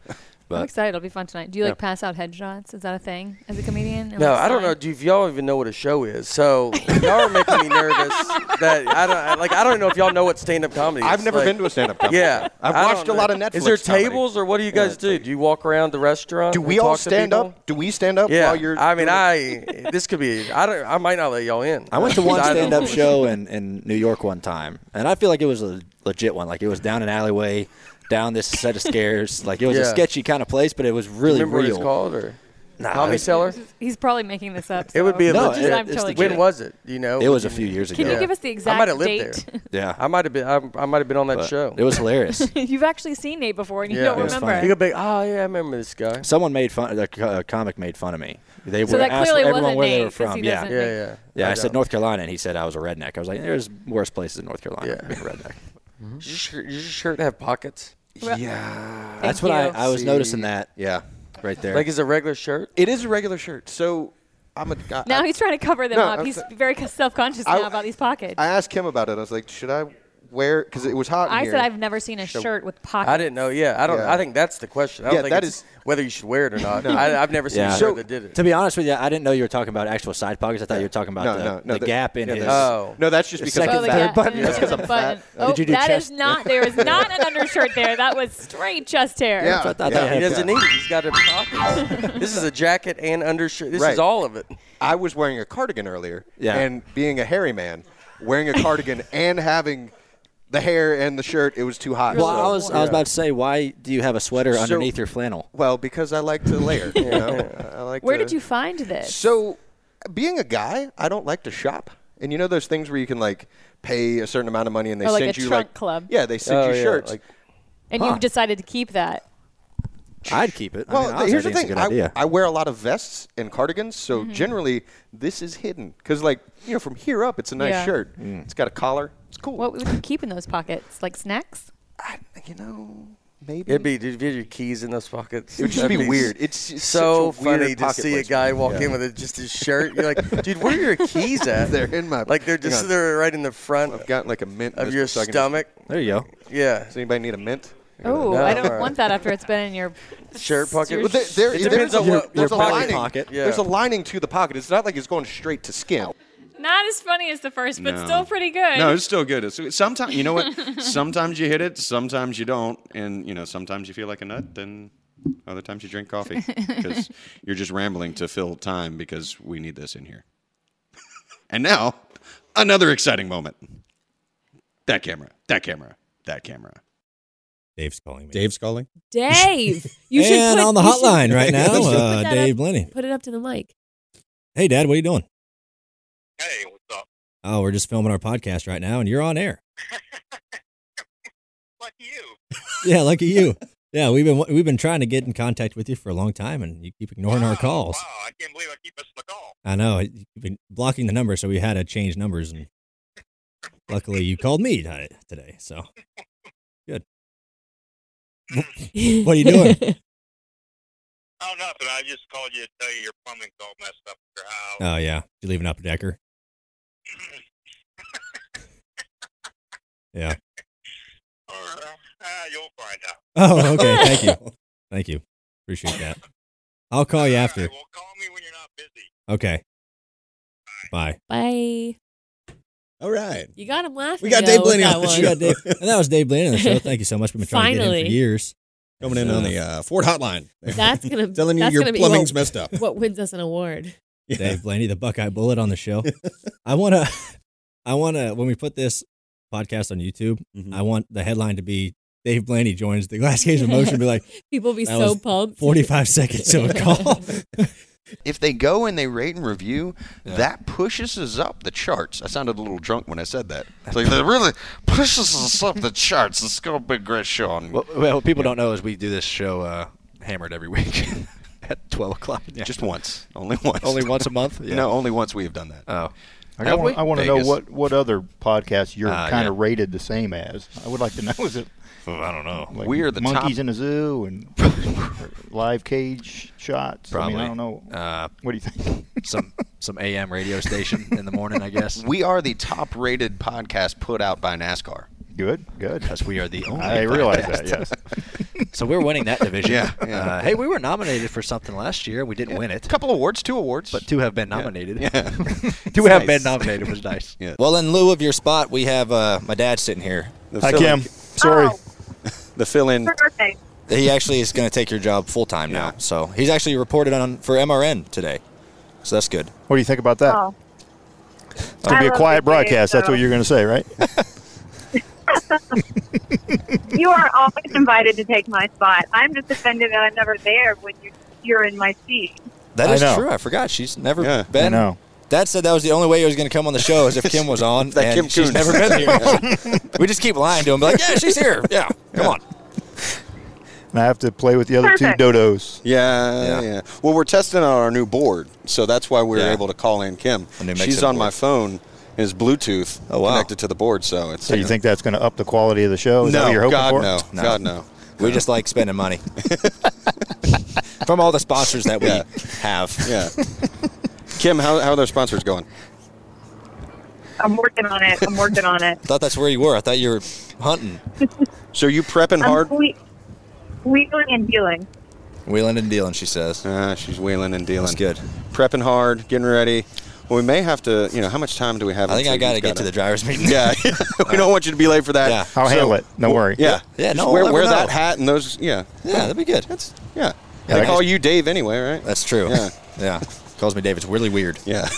Speaker 4: I'm excited. It'll be fun tonight. Do you like pass out headshots? Is that a thing as a comedian? And,
Speaker 15: No,
Speaker 4: like,
Speaker 15: I don't know do you- if y'all even know what a show is. So y'all are making me nervous. That I don't I- like. I don't know if y'all know what stand-up comedy. is.
Speaker 3: I've never
Speaker 15: Like,
Speaker 3: been to a stand-up comedy.
Speaker 15: Yeah,
Speaker 3: I've
Speaker 15: I
Speaker 3: watched
Speaker 15: don't
Speaker 3: a lot
Speaker 15: know.
Speaker 3: of
Speaker 15: Is there
Speaker 3: Netflix comedy.
Speaker 15: tables or what do you guys do? Do you walk around the restaurant?
Speaker 3: Do
Speaker 15: and
Speaker 3: we all
Speaker 15: talk to
Speaker 3: stand
Speaker 15: people?
Speaker 3: up? Do we stand up
Speaker 15: yeah.
Speaker 3: while you're?
Speaker 15: I mean,
Speaker 3: doing it?
Speaker 15: I this could be. I don't. I might not let y'all in.
Speaker 12: I went to one
Speaker 15: I don't-
Speaker 12: stand-up show in, in New York one time, and I feel like it was a legit one. Like it was down an alleyway, down this set of stairs. Like it was a
Speaker 15: Yeah.
Speaker 12: sketchy kind of place, but it was really
Speaker 15: remember what
Speaker 12: real.
Speaker 15: it's called, or
Speaker 12: Nah,
Speaker 15: Comedy
Speaker 12: it was-
Speaker 15: Cellar?
Speaker 4: He's probably making this up.
Speaker 15: It would be a
Speaker 12: No,
Speaker 15: legit.
Speaker 12: it- I'm totally
Speaker 15: when
Speaker 12: kidding.
Speaker 15: was it? Do You know,
Speaker 12: It was a few years
Speaker 4: Can
Speaker 12: ago.
Speaker 4: you give us the exact
Speaker 15: I might have lived
Speaker 4: date?
Speaker 15: there.
Speaker 12: Yeah.
Speaker 15: I might have been. I, I might have been on that
Speaker 12: But
Speaker 15: show.
Speaker 12: It was hilarious.
Speaker 4: You've actually seen Nate before and you
Speaker 12: Yeah.
Speaker 4: don't
Speaker 12: It was
Speaker 4: remember.
Speaker 12: funny.
Speaker 15: You could be. Oh yeah, I remember this guy.
Speaker 12: Someone made fun. A co- a comic made fun of me. They
Speaker 4: So
Speaker 12: were
Speaker 4: that
Speaker 12: asked
Speaker 4: clearly
Speaker 12: everyone
Speaker 4: wasn't
Speaker 12: where
Speaker 4: Nate,
Speaker 12: they were
Speaker 4: 'cause he
Speaker 12: from. Yeah.
Speaker 4: doesn't Yeah, think- yeah.
Speaker 12: Yeah,
Speaker 15: I
Speaker 12: I, said North Carolina, and he said I was a redneck. I was like, "There's worse places in North Carolina than being a redneck."
Speaker 15: Does your shirt- does your shirt have pockets?
Speaker 3: Well, Mm-hmm. Yeah.
Speaker 12: That's what I, I was noticing that.
Speaker 3: Yeah,
Speaker 12: right there.
Speaker 15: Like, is it a regular shirt?
Speaker 3: It is a regular shirt. So I'm a guy.
Speaker 4: Now he's trying to cover them
Speaker 3: No,
Speaker 4: up.
Speaker 3: I'm
Speaker 4: He's
Speaker 3: so-
Speaker 4: very self-conscious
Speaker 3: I-
Speaker 4: now about these pockets.
Speaker 3: I asked him about it. I was like, "Should I wear?" Because it was hot. in
Speaker 4: I
Speaker 3: here.
Speaker 4: said I've never seen a
Speaker 3: So-
Speaker 4: shirt with pockets.
Speaker 15: I didn't know. Yeah, I don't.
Speaker 3: Yeah.
Speaker 15: I think that's the question. I don't
Speaker 3: Yeah,
Speaker 15: think
Speaker 3: that
Speaker 15: it's whether you should wear it or not. I, I've never seen
Speaker 12: Yeah.
Speaker 15: a shirt that did it.
Speaker 12: To be honest with you, I didn't know you were talking about actual side pockets. I thought you were talking about
Speaker 3: No,
Speaker 12: the,
Speaker 3: no, no,
Speaker 12: the
Speaker 3: the-
Speaker 12: gap in
Speaker 3: yeah,
Speaker 12: his.
Speaker 3: that's- Oh. no, that's just
Speaker 12: the
Speaker 3: because
Speaker 12: second,
Speaker 3: Oh, the
Speaker 12: third
Speaker 3: gap.
Speaker 12: button.
Speaker 3: Yeah. That's 'cause I'm
Speaker 4: Button.
Speaker 3: fat.
Speaker 4: Oh, that
Speaker 12: Did you
Speaker 4: is
Speaker 12: do chest?
Speaker 4: not. There is not an undershirt there. That was straight chest hair.
Speaker 12: Yeah. I thought they
Speaker 15: he
Speaker 12: had
Speaker 15: doesn't
Speaker 12: that.
Speaker 15: need it. He's got a pockets. this is a jacket and undershirt. This is
Speaker 3: Right.
Speaker 15: all of it.
Speaker 3: I was wearing a cardigan earlier.
Speaker 15: Yeah.
Speaker 3: And being a hairy man, wearing a cardigan and having the hair and the shirt, it was too hot.
Speaker 12: Well,
Speaker 3: so-
Speaker 12: I was I was
Speaker 3: Yeah.
Speaker 12: about to say, why do you have a sweater
Speaker 3: So-
Speaker 12: underneath your flannel?
Speaker 3: Well, because I like to layer. you know? I like
Speaker 4: Where
Speaker 3: to-
Speaker 4: did you find this?
Speaker 3: So, being a guy, I don't like to shop. And you know those things where you can like pay a certain amount of money and they
Speaker 4: Or Oh, like
Speaker 3: send
Speaker 4: a
Speaker 3: you
Speaker 4: trunk
Speaker 3: like
Speaker 4: club.
Speaker 3: Yeah, they send
Speaker 15: Oh,
Speaker 3: you
Speaker 15: yeah,
Speaker 3: shirts.
Speaker 15: like-
Speaker 4: and
Speaker 3: Huh.
Speaker 4: you decided to keep that.
Speaker 12: I'd keep it.
Speaker 3: Well,
Speaker 12: I mean,
Speaker 3: th-
Speaker 12: honestly,
Speaker 3: here's the
Speaker 12: I think
Speaker 3: thing.
Speaker 12: It's a good
Speaker 3: I,
Speaker 12: idea.
Speaker 3: I wear a lot of vests and cardigans, so
Speaker 4: Mm-hmm.
Speaker 3: generally this is hidden because, like, you know, from here up, it's a nice
Speaker 4: Yeah.
Speaker 3: shirt.
Speaker 12: Mm.
Speaker 3: It's got a collar. It's cool.
Speaker 4: What would you keep in those pockets? Like snacks?
Speaker 3: you know, maybe.
Speaker 15: It'd be dude, if you had your keys in those pockets.
Speaker 3: It would just
Speaker 15: that'd
Speaker 3: be
Speaker 15: s-
Speaker 3: weird. It's- it's
Speaker 15: so
Speaker 3: such a weird
Speaker 15: funny to
Speaker 3: pocket
Speaker 15: see a
Speaker 3: placement.
Speaker 15: guy walk
Speaker 3: Yeah.
Speaker 15: in with a, just his shirt. You're like, dude, where are your keys at?
Speaker 3: They're in my-
Speaker 15: uh, like they're
Speaker 3: hang
Speaker 15: just
Speaker 3: on.
Speaker 15: they're right in the front. I've
Speaker 3: got like a mint
Speaker 15: of
Speaker 3: Mr.
Speaker 15: your
Speaker 3: Sucking-
Speaker 15: stomach.
Speaker 12: There you go.
Speaker 15: Yeah.
Speaker 3: Does anybody need a mint?
Speaker 4: Oh,
Speaker 15: No,
Speaker 4: I don't
Speaker 15: all right.
Speaker 4: want that after it's been in your
Speaker 15: Shirt pocket.
Speaker 4: your
Speaker 3: Well, there, there,
Speaker 15: It
Speaker 3: there's
Speaker 15: depends
Speaker 3: a-
Speaker 15: on what-
Speaker 3: there's
Speaker 15: what
Speaker 3: a
Speaker 15: pocket.
Speaker 3: lining.
Speaker 15: Pocket. Yeah.
Speaker 3: There's a lining to the pocket. It's not like it's going straight to skin.
Speaker 4: Not as funny as the first, but
Speaker 3: No.
Speaker 4: still pretty good.
Speaker 16: No, it's still good. It's, sometimes you know what? sometimes you hit it, sometimes you don't, and you know sometimes you feel like a nut, then other times you drink coffee because you're just rambling to fill time because we need this in here. and now, another exciting moment. That camera. That camera. That camera.
Speaker 5: Dave's calling me. Dave's calling.
Speaker 7: Dave, you should
Speaker 5: And
Speaker 7: put,
Speaker 5: on the
Speaker 7: you should-
Speaker 5: hotline right
Speaker 7: you
Speaker 5: now,
Speaker 7: should put
Speaker 5: uh,
Speaker 7: that
Speaker 5: Dave
Speaker 7: up-
Speaker 5: Lenny.
Speaker 7: Put it up to the mic.
Speaker 5: Hey, Dad, what are you doing?
Speaker 17: Hey, what's up?
Speaker 5: Oh, we're just filming our podcast right now, and you're on air. Yeah, lucky you. Yeah, we've been we've been trying to get in contact with you for a long time, and you keep ignoring our calls.
Speaker 17: Wow, I can't believe I keep missing the call.
Speaker 5: I know you've been blocking the number, so we had to change numbers, and luckily you called me ti- today. So good. what are you doing?
Speaker 17: Oh, nothing. I just called you to tell you your plumbing's all messed up at your house.
Speaker 5: Oh yeah, you leaving up a decker. yeah. Uh,
Speaker 17: Or, uh,
Speaker 5: Oh,
Speaker 17: you'll find out.
Speaker 5: okay. Thank you. Thank you. Appreciate that. I'll call you after. well, call me when you're not busy. Okay. Bye.
Speaker 7: Bye.
Speaker 5: All right.
Speaker 7: You got him laughing.
Speaker 5: We got
Speaker 7: though,
Speaker 5: Dave
Speaker 7: with
Speaker 5: Blaney
Speaker 7: that
Speaker 5: on the
Speaker 7: one.
Speaker 5: show. and that was Dave Blaney on the show. Thank you so much. We've been trying to get him
Speaker 7: Finally.
Speaker 5: for years.
Speaker 18: Coming in on the, uh, Ford hotline.
Speaker 7: That's gonna
Speaker 18: Telling you
Speaker 7: that's
Speaker 18: your
Speaker 7: gonna be-
Speaker 18: plumbing's
Speaker 7: well,
Speaker 18: messed up.
Speaker 7: What wins us an award?
Speaker 5: Dave Blaney, the Buckeye Bullet on the show. I want to, I want to, when we put this podcast on YouTube, I want the headline to be Dave Blaney joins the Glass Cage of Motion. Be like,
Speaker 7: People be
Speaker 5: "That
Speaker 7: so
Speaker 5: was
Speaker 7: pumped."
Speaker 5: 45 seconds of a call.
Speaker 19: If they go and they rate and review,
Speaker 7: Yeah.
Speaker 19: that pushes us up the charts. I sounded a little drunk when I said that. It's like, that really pushes us up the charts. It's going to be a great show. And,
Speaker 5: Well, well, what people don't know is we do this show uh, hammered every week at 12 o'clock.
Speaker 7: Just once. Only once.
Speaker 5: Only once a month? Yeah.
Speaker 7: No, only once we have done that.
Speaker 5: Oh.
Speaker 8: I, want, I want to know
Speaker 7: Vegas.
Speaker 8: what, what other podcasts you're
Speaker 7: Ah,
Speaker 8: kind
Speaker 7: yeah.
Speaker 8: of rated the same as. I would like to know. Is it?
Speaker 7: I don't know.
Speaker 8: Like
Speaker 7: we are the
Speaker 8: monkeys
Speaker 7: top.
Speaker 8: in a zoo and live cage shots. I mean, I don't know.
Speaker 5: Uh,
Speaker 8: what do you think?
Speaker 5: some some AM radio station in the morning, I guess.
Speaker 19: We are the top rated podcast put out by NASCAR.
Speaker 8: Good, good.
Speaker 5: Because we are the only.
Speaker 8: I realize that,
Speaker 5: podcast. so we're winning that division.
Speaker 19: Yeah, yeah.
Speaker 5: Uh, hey, we were nominated for something last year. We didn't win it. A
Speaker 19: couple awards, two awards,
Speaker 5: but two have been nominated.
Speaker 7: Yeah.
Speaker 5: two have been nominated was nice.
Speaker 7: Yeah.
Speaker 5: Well, in lieu of your spot, we have uh, my dad sitting here.
Speaker 7: Hi, Kim.
Speaker 5: Sorry.
Speaker 7: The fill-in.
Speaker 20: Birthday.
Speaker 5: He actually is going to take your job full time now. So he's actually reported on for MRN today. So that's good.
Speaker 8: What do you think about that?
Speaker 20: Oh.
Speaker 8: It's going to
Speaker 20: I
Speaker 8: be a
Speaker 20: love
Speaker 8: quiet
Speaker 20: you,
Speaker 8: broadcast. That's
Speaker 20: so-
Speaker 8: what you're going to say, right?
Speaker 20: You are always invited to take my spot. I'm just offended that I'm never there when you, you're in my seat.
Speaker 5: That
Speaker 8: I
Speaker 5: is
Speaker 8: know.
Speaker 5: true. I forgot. She's never been.
Speaker 8: I know.
Speaker 5: Dad said that was the only way he was going to come on the show is if Kim was on.
Speaker 8: That
Speaker 5: and
Speaker 8: Kim
Speaker 5: she's
Speaker 8: Coons.
Speaker 5: never been here. we just keep lying to him, be like, yeah, she's here. Yeah, come on.
Speaker 8: And I have to play with the other
Speaker 5: Perfect.
Speaker 8: two dodos.
Speaker 7: Yeah, yeah, Well, we're testing out our new board, so that's why we were
Speaker 8: Yeah.
Speaker 7: able to call in Kim.
Speaker 8: new mix
Speaker 7: She's
Speaker 8: of
Speaker 7: on my
Speaker 8: board.
Speaker 7: phone. Is Bluetooth
Speaker 19: Oh,
Speaker 7: connected to the board? So it's
Speaker 8: So you think that's going to up the quality of the show? Is that
Speaker 7: No,
Speaker 8: what you're hoping
Speaker 7: God,
Speaker 8: for?
Speaker 7: no. God, no.
Speaker 5: We just like spending money from all the sponsors that we
Speaker 7: Yeah.
Speaker 5: have.
Speaker 7: Yeah. Kim, how, how are their sponsors going?
Speaker 20: I'm working on it. I'm working on it.
Speaker 5: I thought that's where you were. I thought you were hunting.
Speaker 7: So are you prepping
Speaker 20: I'm whe- wheeling and dealing.
Speaker 5: Wheeling and dealing, she says.
Speaker 7: Ah, she's wheeling and dealing. That's
Speaker 5: good.
Speaker 7: Prepping hard, getting ready. Well, we may have to, you know, how much time do we have?
Speaker 5: I think
Speaker 7: until
Speaker 5: I got to
Speaker 7: you've
Speaker 5: get to the driver's meeting.
Speaker 7: Yeah, we don't want you to be late for that.
Speaker 5: Yeah.
Speaker 8: I'll
Speaker 7: So-
Speaker 8: handle it. No worry.
Speaker 7: Yeah,
Speaker 5: Yeah,
Speaker 7: Just
Speaker 5: no, I'll
Speaker 7: wear,
Speaker 5: let her
Speaker 7: wear
Speaker 5: know.
Speaker 7: that hat and those. Yeah,
Speaker 5: Yeah, that'd be good.
Speaker 7: That's yeah.
Speaker 5: Yeah,
Speaker 7: they
Speaker 5: that
Speaker 7: call
Speaker 5: is-
Speaker 7: you Dave anyway, right?
Speaker 5: That's true.
Speaker 7: Yeah.
Speaker 5: yeah. Calls me Dave. It's really weird.
Speaker 7: Yeah.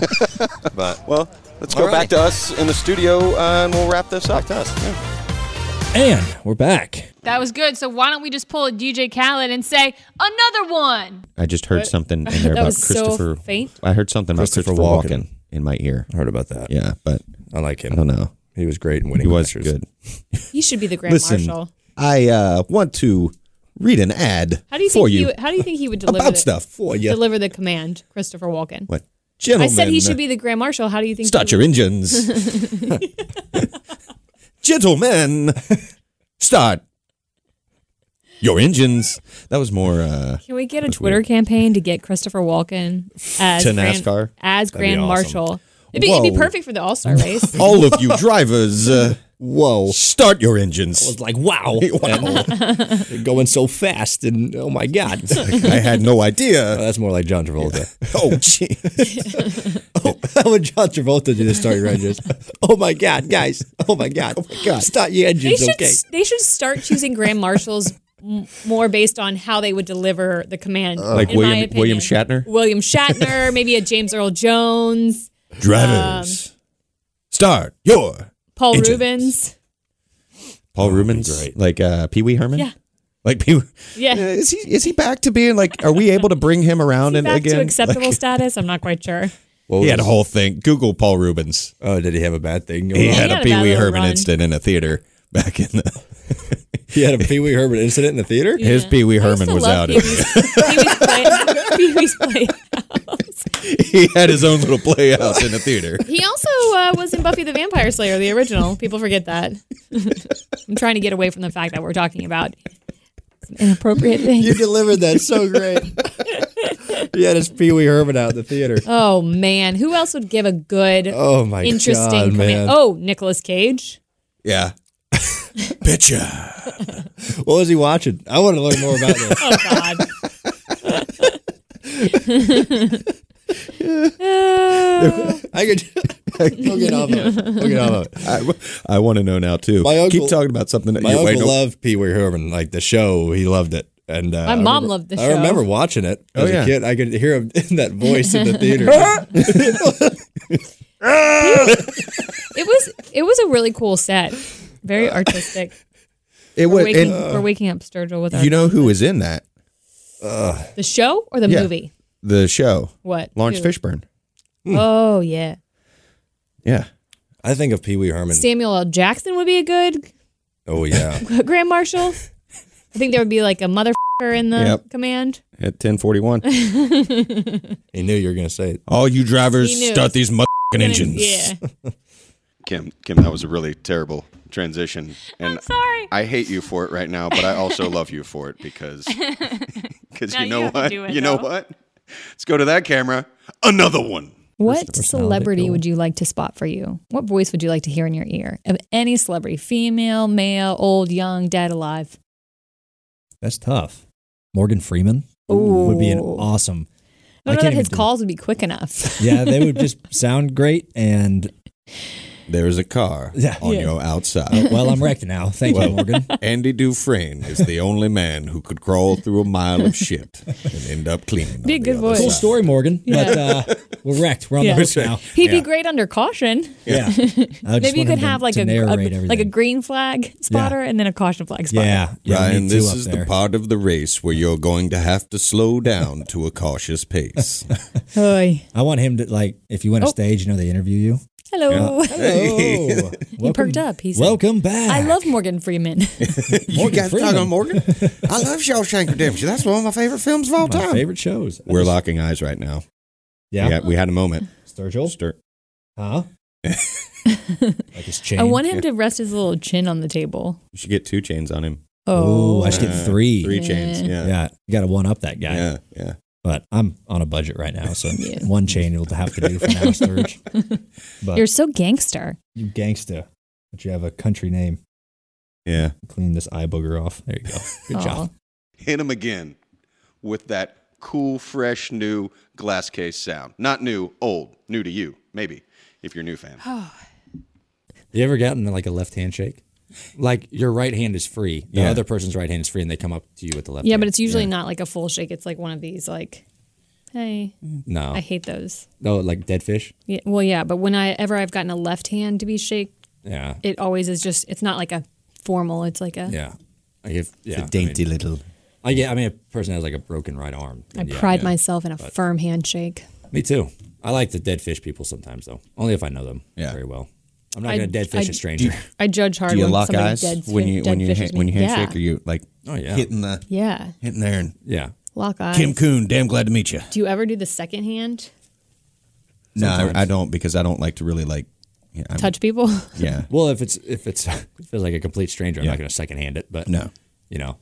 Speaker 5: but
Speaker 7: well, Let's go back to us in the studio uh, and we'll wrap this up. Back to us.
Speaker 21: And we're back.
Speaker 22: That was good. So why don't we just pull a DJ Khaled and say another one?
Speaker 3: I just heard
Speaker 22: What?
Speaker 3: something in there
Speaker 22: That
Speaker 3: about
Speaker 22: was so
Speaker 3: Christopher.
Speaker 22: faint.
Speaker 3: I heard something about
Speaker 21: Christopher
Speaker 3: Christopher
Speaker 21: Walken.
Speaker 3: Walken. in my ear.
Speaker 21: I heard about that.
Speaker 3: Yeah, but
Speaker 21: I like him.
Speaker 3: I don't know.
Speaker 21: He was great in winning.
Speaker 3: He was good.
Speaker 4: He should be the grand
Speaker 3: Listen,
Speaker 4: marshal.
Speaker 3: I uh, want to read an ad
Speaker 4: How do you
Speaker 3: for
Speaker 4: think he
Speaker 3: you
Speaker 4: would, how do you think he would deliver
Speaker 3: about
Speaker 4: the,
Speaker 3: stuff for you.
Speaker 4: deliver the command, Christopher Walken?
Speaker 3: what, gentlemen?
Speaker 4: I said he should be the grand marshal. How do you think?
Speaker 3: Start
Speaker 4: he
Speaker 3: your
Speaker 4: would-
Speaker 3: engines. gentlemen. Start your engines. That was more. Uh,
Speaker 4: Can we get a
Speaker 3: that's
Speaker 4: Twitter
Speaker 3: weird.
Speaker 4: campaign to get Christopher Walken as
Speaker 3: To
Speaker 4: grand,
Speaker 3: NASCAR?
Speaker 4: as
Speaker 3: That'd be
Speaker 4: grand
Speaker 3: awesome.
Speaker 4: marshal? It'd be, it'd be
Speaker 3: Whoa.
Speaker 4: perfect for the All Star race.
Speaker 3: All of you drivers, uh, whoa! Start your engines. I was like, wow,
Speaker 21: They're going so fast, and oh my god, Oh,
Speaker 3: I had no idea.
Speaker 21: that's more like John Travolta.
Speaker 3: oh, gee.
Speaker 21: oh, how would John Travolta do this? Start your engines. Oh my god, guys. Oh my god. Oh my god. Start your
Speaker 4: they
Speaker 21: engines.
Speaker 4: should
Speaker 21: okay.
Speaker 4: they should start choosing grand marshals m- more based on how they would deliver the command.
Speaker 3: Like
Speaker 4: in my
Speaker 3: William-
Speaker 4: opinion.
Speaker 3: William Shatner?
Speaker 4: William Shatner, maybe a James Earl Jones, um,
Speaker 3: Drivers, start your
Speaker 4: Paul
Speaker 3: engine.
Speaker 4: Rubens.
Speaker 3: Paul Rubens, like uh, Pee Wee Herman.
Speaker 4: Yeah.
Speaker 3: like Pee.
Speaker 4: Yeah,
Speaker 3: is he is he back to being like? Are we able to bring him around and
Speaker 4: back
Speaker 3: again?
Speaker 4: to acceptable
Speaker 3: Like,
Speaker 4: status? I'm not quite sure.
Speaker 3: he had a whole thing. Google Paul Rubens. Oh, did he have a bad thing?
Speaker 21: going
Speaker 3: He
Speaker 21: on?
Speaker 3: had
Speaker 21: He had
Speaker 3: a
Speaker 21: a
Speaker 3: Pee
Speaker 21: bad
Speaker 3: Wee
Speaker 21: little
Speaker 3: Herman
Speaker 21: run.
Speaker 3: incident in a theater back in the.
Speaker 21: He had a Pee Wee Herman incident in the theater.
Speaker 3: His Pee Wee Herman was out.
Speaker 21: Pee
Speaker 4: Pee-wee's Play- Pee-wee's Playhouse.
Speaker 3: he had his own little playhouse in a theater.
Speaker 4: He also uh, was in Buffy the Vampire Slayer, the original. People forget that. I'm trying to get away from the fact that we're talking about inappropriate things.
Speaker 21: You delivered that so great. he had his Pee Wee Herman out in the theater.
Speaker 4: Oh man, who else would give a good,
Speaker 21: Oh, my
Speaker 4: interesting
Speaker 21: God,
Speaker 4: command?
Speaker 21: man.
Speaker 4: Oh, Nicolas Cage.
Speaker 3: Yeah. Bitcha.
Speaker 21: what was he watching? I want to learn more about this.
Speaker 4: Oh God. Uh,
Speaker 21: I could. We'll get off of it. We'll get off of it.
Speaker 3: I, want to know now too.
Speaker 21: My uncle-
Speaker 3: Keep talking about something. That
Speaker 21: My
Speaker 3: you're
Speaker 21: uncle
Speaker 3: waiting on.
Speaker 21: loved Pee Wee Herman, like the show. He loved it, and uh,
Speaker 4: My
Speaker 21: I
Speaker 4: mom
Speaker 21: remember-
Speaker 4: loved the
Speaker 21: I
Speaker 4: show.
Speaker 21: remember watching it
Speaker 3: Oh,
Speaker 21: as
Speaker 3: yeah.
Speaker 21: a kid. I could hear him in that voice in the theater.
Speaker 4: it was it was a really cool set, very
Speaker 21: Uh,
Speaker 4: artistic.
Speaker 3: It
Speaker 4: we're
Speaker 3: was.
Speaker 4: waking,
Speaker 3: and
Speaker 4: we're waking up Sturgill with our
Speaker 3: you know who was in that?
Speaker 4: the show or the
Speaker 3: Yeah.
Speaker 4: movie.
Speaker 3: the show.
Speaker 4: What?
Speaker 3: Lawrence
Speaker 4: Who?
Speaker 3: Fishburne.
Speaker 4: Oh yeah.
Speaker 3: Yeah.
Speaker 5: I think of Pee Wee Herman.
Speaker 4: Samuel L. Jackson would be a good
Speaker 5: Oh yeah.
Speaker 4: grand marshal. I think there would be like a motherfucker in the
Speaker 3: Yep.
Speaker 4: command.
Speaker 3: At ten forty one.
Speaker 5: he knew you were gonna say it.
Speaker 3: All
Speaker 4: He
Speaker 3: you drivers
Speaker 4: knew.
Speaker 3: start these motherfucking
Speaker 4: Yeah.
Speaker 3: engines. Kim, Kim, that was a really terrible transition. And
Speaker 1: sorry.
Speaker 3: I hate you for it right now, but I also love you for it because because
Speaker 1: Now
Speaker 3: you
Speaker 1: you
Speaker 3: know
Speaker 1: have to
Speaker 3: what?
Speaker 1: do it,
Speaker 3: you know
Speaker 1: though.
Speaker 3: what? Let's go to that camera. Another one.
Speaker 4: What celebrity would you like to spot for you? What voice would you like to hear in your ear? Of any celebrity, female, male, old, young, dead, alive.
Speaker 23: That's tough. Morgan Freeman would be an awesome.
Speaker 4: I don't know that
Speaker 23: even
Speaker 4: his
Speaker 23: do-
Speaker 4: calls would be quick enough.
Speaker 23: Yeah, they would just sound great. And
Speaker 3: There's a car
Speaker 23: Yeah.
Speaker 3: on
Speaker 4: Yeah.
Speaker 3: your outside.
Speaker 23: Oh, well, I'm wrecked now. Thank you, Morgan.
Speaker 3: Andy Dufresne is the only man who could crawl through a mile of shit and end up clean.
Speaker 4: be a good voice.
Speaker 23: Cool story, Morgan. But
Speaker 4: Yeah.
Speaker 23: uh, we're wrecked. We're on
Speaker 4: Yeah.
Speaker 23: the hook now.
Speaker 4: He'd be great under caution.
Speaker 23: Yeah. I just want
Speaker 4: Maybe you
Speaker 23: him
Speaker 4: could
Speaker 23: to-
Speaker 4: have like
Speaker 23: to
Speaker 4: a,
Speaker 23: narrate
Speaker 4: a like a
Speaker 23: everything.
Speaker 4: green flag spotter and then a caution flag spotter.
Speaker 23: yeah, we
Speaker 3: Ryan,
Speaker 23: need two
Speaker 3: this
Speaker 23: up
Speaker 3: is
Speaker 23: there.
Speaker 3: the part of the race where you're going to have to slow down to a cautious pace.
Speaker 23: I want him to like if you went to
Speaker 4: Oh.
Speaker 23: stage, you know they interview you.
Speaker 4: Hello.
Speaker 23: Yeah. Hello.
Speaker 4: He
Speaker 23: Welcome-
Speaker 4: perked up. He said,
Speaker 23: Welcome back.
Speaker 4: I love Morgan Freeman.
Speaker 3: you guys
Speaker 4: Freeman.
Speaker 3: talking on Morgan?
Speaker 4: I love
Speaker 3: Shawshank Redemption. That's one of my favorite films of all
Speaker 5: My favorite shows.
Speaker 3: We're locking eyes right now.
Speaker 5: Yeah.
Speaker 3: We had, we had a moment.
Speaker 23: Sturgill?
Speaker 3: Stir.
Speaker 23: Huh?
Speaker 3: Like his
Speaker 4: I want him to rest his little chin on the table.
Speaker 3: You should get two chains on him.
Speaker 4: Oh.
Speaker 23: Ooh, I should
Speaker 3: Uh,
Speaker 23: get three.
Speaker 3: Three chains. Yeah.
Speaker 23: Yeah. You got to one up that guy.
Speaker 3: Yeah. Yeah.
Speaker 23: But I'm on a budget right now, so one chain will have to do for now, Sturge. But
Speaker 4: You're so gangster.
Speaker 23: you gangsta, but you have a country name.
Speaker 3: Yeah.
Speaker 23: Clean this eye booger off. There you go. Good job.
Speaker 3: Hit him again with that cool, fresh, new glass case sound. Not new, old. New to you, maybe, if you're a new fan.
Speaker 23: You ever gotten like a left handshake?
Speaker 5: Like your right hand is free. The
Speaker 3: Yeah.
Speaker 5: other person's right hand is free, and they come up to you with the left.
Speaker 4: yeah,
Speaker 5: hand.
Speaker 4: but it's usually not like a full shake. It's like one of these, like, hey.
Speaker 5: No.
Speaker 4: I hate those.
Speaker 5: Oh, like dead fish.
Speaker 4: Yeah, well, yeah, but whenever I've gotten a left hand to be shaked,
Speaker 5: Yeah.
Speaker 4: it always is just, it's not like a formal, it's like a.
Speaker 5: Yeah. I give yeah,
Speaker 4: a
Speaker 5: dainty little. I yeah. I mean, a person has like a broken right arm.
Speaker 4: I
Speaker 5: and yeah,
Speaker 4: pride
Speaker 5: yeah.
Speaker 4: myself in a
Speaker 5: But-
Speaker 4: firm handshake.
Speaker 5: Me too. I like the dead fish people sometimes though. Only if I know them very well. I'm not
Speaker 4: I-
Speaker 5: gonna dead fish
Speaker 4: I-
Speaker 5: a stranger.
Speaker 4: I judge hard
Speaker 5: Do you
Speaker 4: when
Speaker 5: lock
Speaker 4: somebody
Speaker 5: eyes
Speaker 4: dead, fi-
Speaker 5: when you-
Speaker 4: dead
Speaker 5: when you
Speaker 4: fishes
Speaker 5: ha- when
Speaker 4: me.
Speaker 5: you handshake
Speaker 4: yeah.
Speaker 5: or
Speaker 3: You like
Speaker 5: Oh, yeah.
Speaker 3: hitting the
Speaker 4: Yeah.
Speaker 3: hitting there and
Speaker 5: yeah.
Speaker 4: Lock eyes.
Speaker 3: Kim Coon, damn glad to meet you.
Speaker 4: Do you ever do the second hand?
Speaker 3: No,
Speaker 5: Sometimes.
Speaker 3: I, I don't because I don't like to really like yeah, I'm-
Speaker 4: Touch people?
Speaker 3: Yeah.
Speaker 5: Well, if it's if it's if it's like a complete stranger, I'm not gonna second hand it. But
Speaker 3: No.
Speaker 5: you know,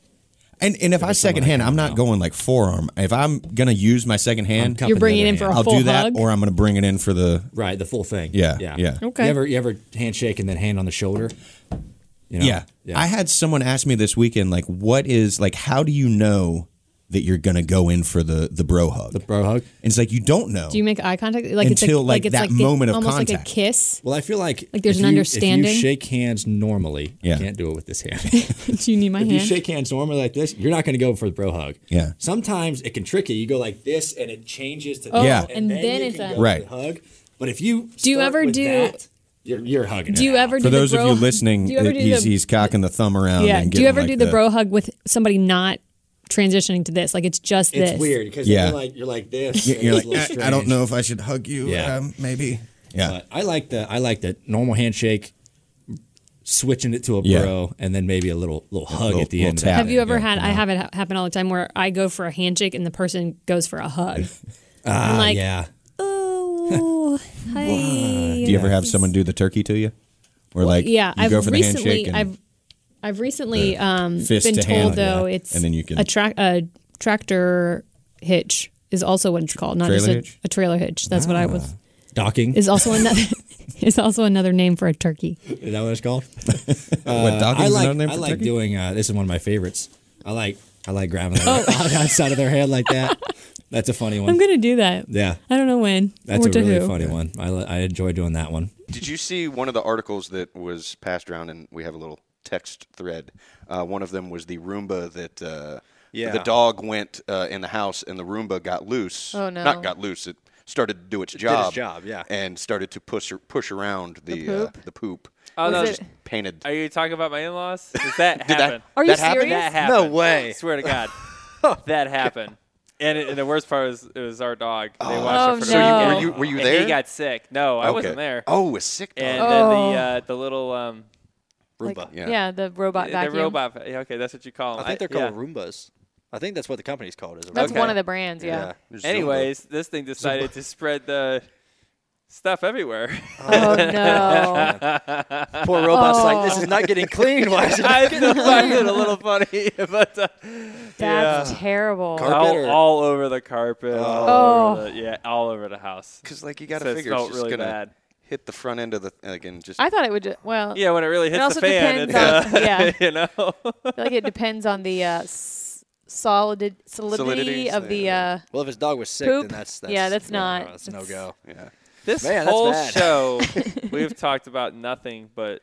Speaker 3: And and if I second hand, I'm not going like forearm. If I'm gonna use my second hand,
Speaker 4: cupping You're bringing the other in for a
Speaker 3: I'll
Speaker 4: full
Speaker 3: do that,
Speaker 4: hug?
Speaker 3: or I'm gonna bring it in for the
Speaker 5: right, the full thing.
Speaker 3: Yeah,
Speaker 5: yeah,
Speaker 3: yeah.
Speaker 4: Okay.
Speaker 5: You ever you ever handshake and then hand on the shoulder? You know?
Speaker 3: yeah. I had someone ask me this weekend, like, what is like, how do you know that you're gonna go in for the the bro hug? The
Speaker 5: bro hug.
Speaker 3: And it's like you don't know.
Speaker 4: Do you make eye contact? Like it's
Speaker 3: Until, like,
Speaker 4: like, it's
Speaker 3: that
Speaker 4: like
Speaker 3: moment
Speaker 4: it's
Speaker 3: of
Speaker 4: almost like
Speaker 3: contact.
Speaker 4: a kiss.
Speaker 5: Well, I feel like
Speaker 4: Like there's
Speaker 5: if
Speaker 4: an
Speaker 5: you-
Speaker 4: understanding.
Speaker 5: If you shake hands normally,
Speaker 3: Yeah.
Speaker 5: you can't do it with this hand.
Speaker 4: Do you need my
Speaker 5: if you
Speaker 4: hand?
Speaker 5: shake hands normally like this, you're not going to go for the bro hug.
Speaker 3: Yeah.
Speaker 5: Sometimes it can trick you. You go like this, and it changes to
Speaker 4: Oh,
Speaker 5: this,
Speaker 4: Yeah. and then
Speaker 5: you
Speaker 4: it's
Speaker 5: can
Speaker 4: a-
Speaker 5: go for
Speaker 3: Right.
Speaker 5: the hug. But if you
Speaker 4: Do you
Speaker 5: start
Speaker 4: ever
Speaker 5: with
Speaker 4: do-
Speaker 5: that, you're, you're hugging.
Speaker 4: Do
Speaker 5: it
Speaker 4: you
Speaker 5: out.
Speaker 4: ever do
Speaker 3: for
Speaker 4: the
Speaker 3: those
Speaker 4: bro,
Speaker 3: of you listening,
Speaker 4: Do you ever
Speaker 3: it-
Speaker 4: do
Speaker 3: he's
Speaker 4: the,
Speaker 3: he's cocking the thumb around.
Speaker 4: yeah.
Speaker 3: and
Speaker 4: Do you
Speaker 3: getting,
Speaker 4: ever
Speaker 3: like,
Speaker 4: do the, bro hug with somebody not transitioning to this? Like it's just
Speaker 5: It's
Speaker 4: this.
Speaker 5: weird because
Speaker 3: Yeah.
Speaker 5: you're like you're like this.
Speaker 3: Yeah,
Speaker 5: and
Speaker 3: you're
Speaker 5: it's a
Speaker 3: like, "Eh,
Speaker 5: little
Speaker 3: "I- I don't
Speaker 5: strange."
Speaker 3: know if I should hug you,
Speaker 5: Yeah.
Speaker 3: um, maybe. Yeah.
Speaker 5: But I like the I like the normal handshake, switching it to a
Speaker 3: Yeah.
Speaker 5: bro, and then maybe a little little hug
Speaker 3: little-
Speaker 5: at the
Speaker 3: little
Speaker 5: end. of
Speaker 3: tap.
Speaker 5: it.
Speaker 4: Have you ever
Speaker 5: Yeah.
Speaker 4: had? I have it ha- happen all the time where I go for a handshake and the person goes for a hug.
Speaker 5: Ah,
Speaker 4: I'm like,
Speaker 5: yeah.
Speaker 4: oh, hi.
Speaker 3: Do you ever have someone do the turkey to you, or like
Speaker 4: yeah,
Speaker 3: you
Speaker 4: I've
Speaker 3: go for the
Speaker 4: recently,
Speaker 3: handshake? And,
Speaker 4: I've I've recently um,
Speaker 3: fist
Speaker 4: been
Speaker 3: to
Speaker 4: told
Speaker 3: hand,
Speaker 4: though
Speaker 3: yeah.
Speaker 4: it's
Speaker 3: And then you can-
Speaker 4: a, tra- a tractor hitch is also what it's called, not
Speaker 5: Trailer
Speaker 4: just a,
Speaker 5: hitch?
Speaker 4: a trailer hitch. That's
Speaker 3: Ah.
Speaker 4: what I was.
Speaker 5: Docking
Speaker 4: Is also another is also another name for a turkey.
Speaker 5: Is that what it's called?
Speaker 3: What,
Speaker 5: Uh,
Speaker 3: Dawkins
Speaker 5: I
Speaker 3: is
Speaker 5: like,
Speaker 3: another name
Speaker 5: I
Speaker 3: for
Speaker 5: like
Speaker 3: turkey?
Speaker 5: doing. Uh, this is one of my favorites. I like. I like grabbing the
Speaker 3: Oh.
Speaker 5: outside of their head like that. That's a funny one.
Speaker 4: I'm gonna do that.
Speaker 5: Yeah.
Speaker 4: I don't know when.
Speaker 5: That's
Speaker 4: or
Speaker 5: a
Speaker 4: to
Speaker 5: really
Speaker 4: who.
Speaker 5: funny one. I, li- I enjoy doing that one.
Speaker 24: Did you see one of the articles that was passed around, and we have a little text thread? Uh, one of them was the Roomba that uh,
Speaker 3: Yeah.
Speaker 24: the dog went uh, in the house, and the Roomba got loose.
Speaker 3: Oh,
Speaker 24: Not
Speaker 3: no.
Speaker 24: got loose. It started to do its
Speaker 3: did its
Speaker 24: job.
Speaker 3: job, yeah.
Speaker 24: And started to push push around the
Speaker 21: The
Speaker 24: Uh,
Speaker 21: poop?
Speaker 24: the poop.
Speaker 21: Oh,
Speaker 24: and
Speaker 21: no.
Speaker 24: just painted.
Speaker 21: Are you talking about my in-laws? Did that
Speaker 24: Did that-
Speaker 21: happen?
Speaker 24: Are you that happened? serious?
Speaker 21: That
Speaker 24: No
Speaker 21: happened.
Speaker 24: way.
Speaker 25: Oh,
Speaker 21: swear to God, that happened. And, it, and the worst part was it was our dog. They
Speaker 25: Oh.
Speaker 21: watched
Speaker 25: Oh,
Speaker 21: it for
Speaker 25: So you-
Speaker 21: the
Speaker 25: were you- were you
Speaker 21: and
Speaker 25: there?
Speaker 21: He got sick. No, I wasn't
Speaker 25: Okay.
Speaker 21: there.
Speaker 25: Oh, a sick dog.
Speaker 21: And
Speaker 26: Oh.
Speaker 21: then the uh, the little um,
Speaker 27: Roomba.
Speaker 26: yeah. yeah, the robot
Speaker 21: the
Speaker 26: vacuum.
Speaker 21: robot. va- Yeah, okay, that's what you call
Speaker 27: I
Speaker 21: them.
Speaker 27: think they're called Roombas. I think that's what the company's called. Is a Roomba.
Speaker 26: That's one of the brands, yeah. Yeah.
Speaker 21: yeah. Anyways, this thing decided to spread the stuff everywhere.
Speaker 26: Oh, no.
Speaker 27: Poor robot's like, "This is not getting clean. Why is it not
Speaker 21: I
Speaker 27: getting
Speaker 21: find it
Speaker 27: clean?"
Speaker 21: a little funny, but uh,
Speaker 26: That's
Speaker 21: yeah.
Speaker 26: terrible.
Speaker 21: All-
Speaker 26: Carpet or-
Speaker 21: all, over the carpet. All
Speaker 26: Oh.
Speaker 21: over the, yeah, all over the house.
Speaker 25: Because like you got to
Speaker 21: So it
Speaker 25: figure
Speaker 21: smelled
Speaker 25: it's just
Speaker 21: really
Speaker 25: gonna
Speaker 21: bad.
Speaker 25: hit the front end of the like and just.
Speaker 26: I thought it would. Ju- well,
Speaker 21: Yeah, when it really hits the
Speaker 26: also
Speaker 21: fan,
Speaker 26: depends
Speaker 21: it's,
Speaker 26: on,
Speaker 21: uh,
Speaker 26: yeah,
Speaker 21: you know?
Speaker 26: I feel like it depends on the uh, s- solid solidity, of the. Uh,
Speaker 27: well, if his dog was sick,
Speaker 26: poop.
Speaker 27: then that's, that's
Speaker 26: yeah, that's
Speaker 27: no,
Speaker 26: not.
Speaker 27: That's no go.
Speaker 25: Yeah.
Speaker 21: This
Speaker 27: Man, that's
Speaker 21: whole
Speaker 27: bad.
Speaker 21: show, we've talked about nothing but.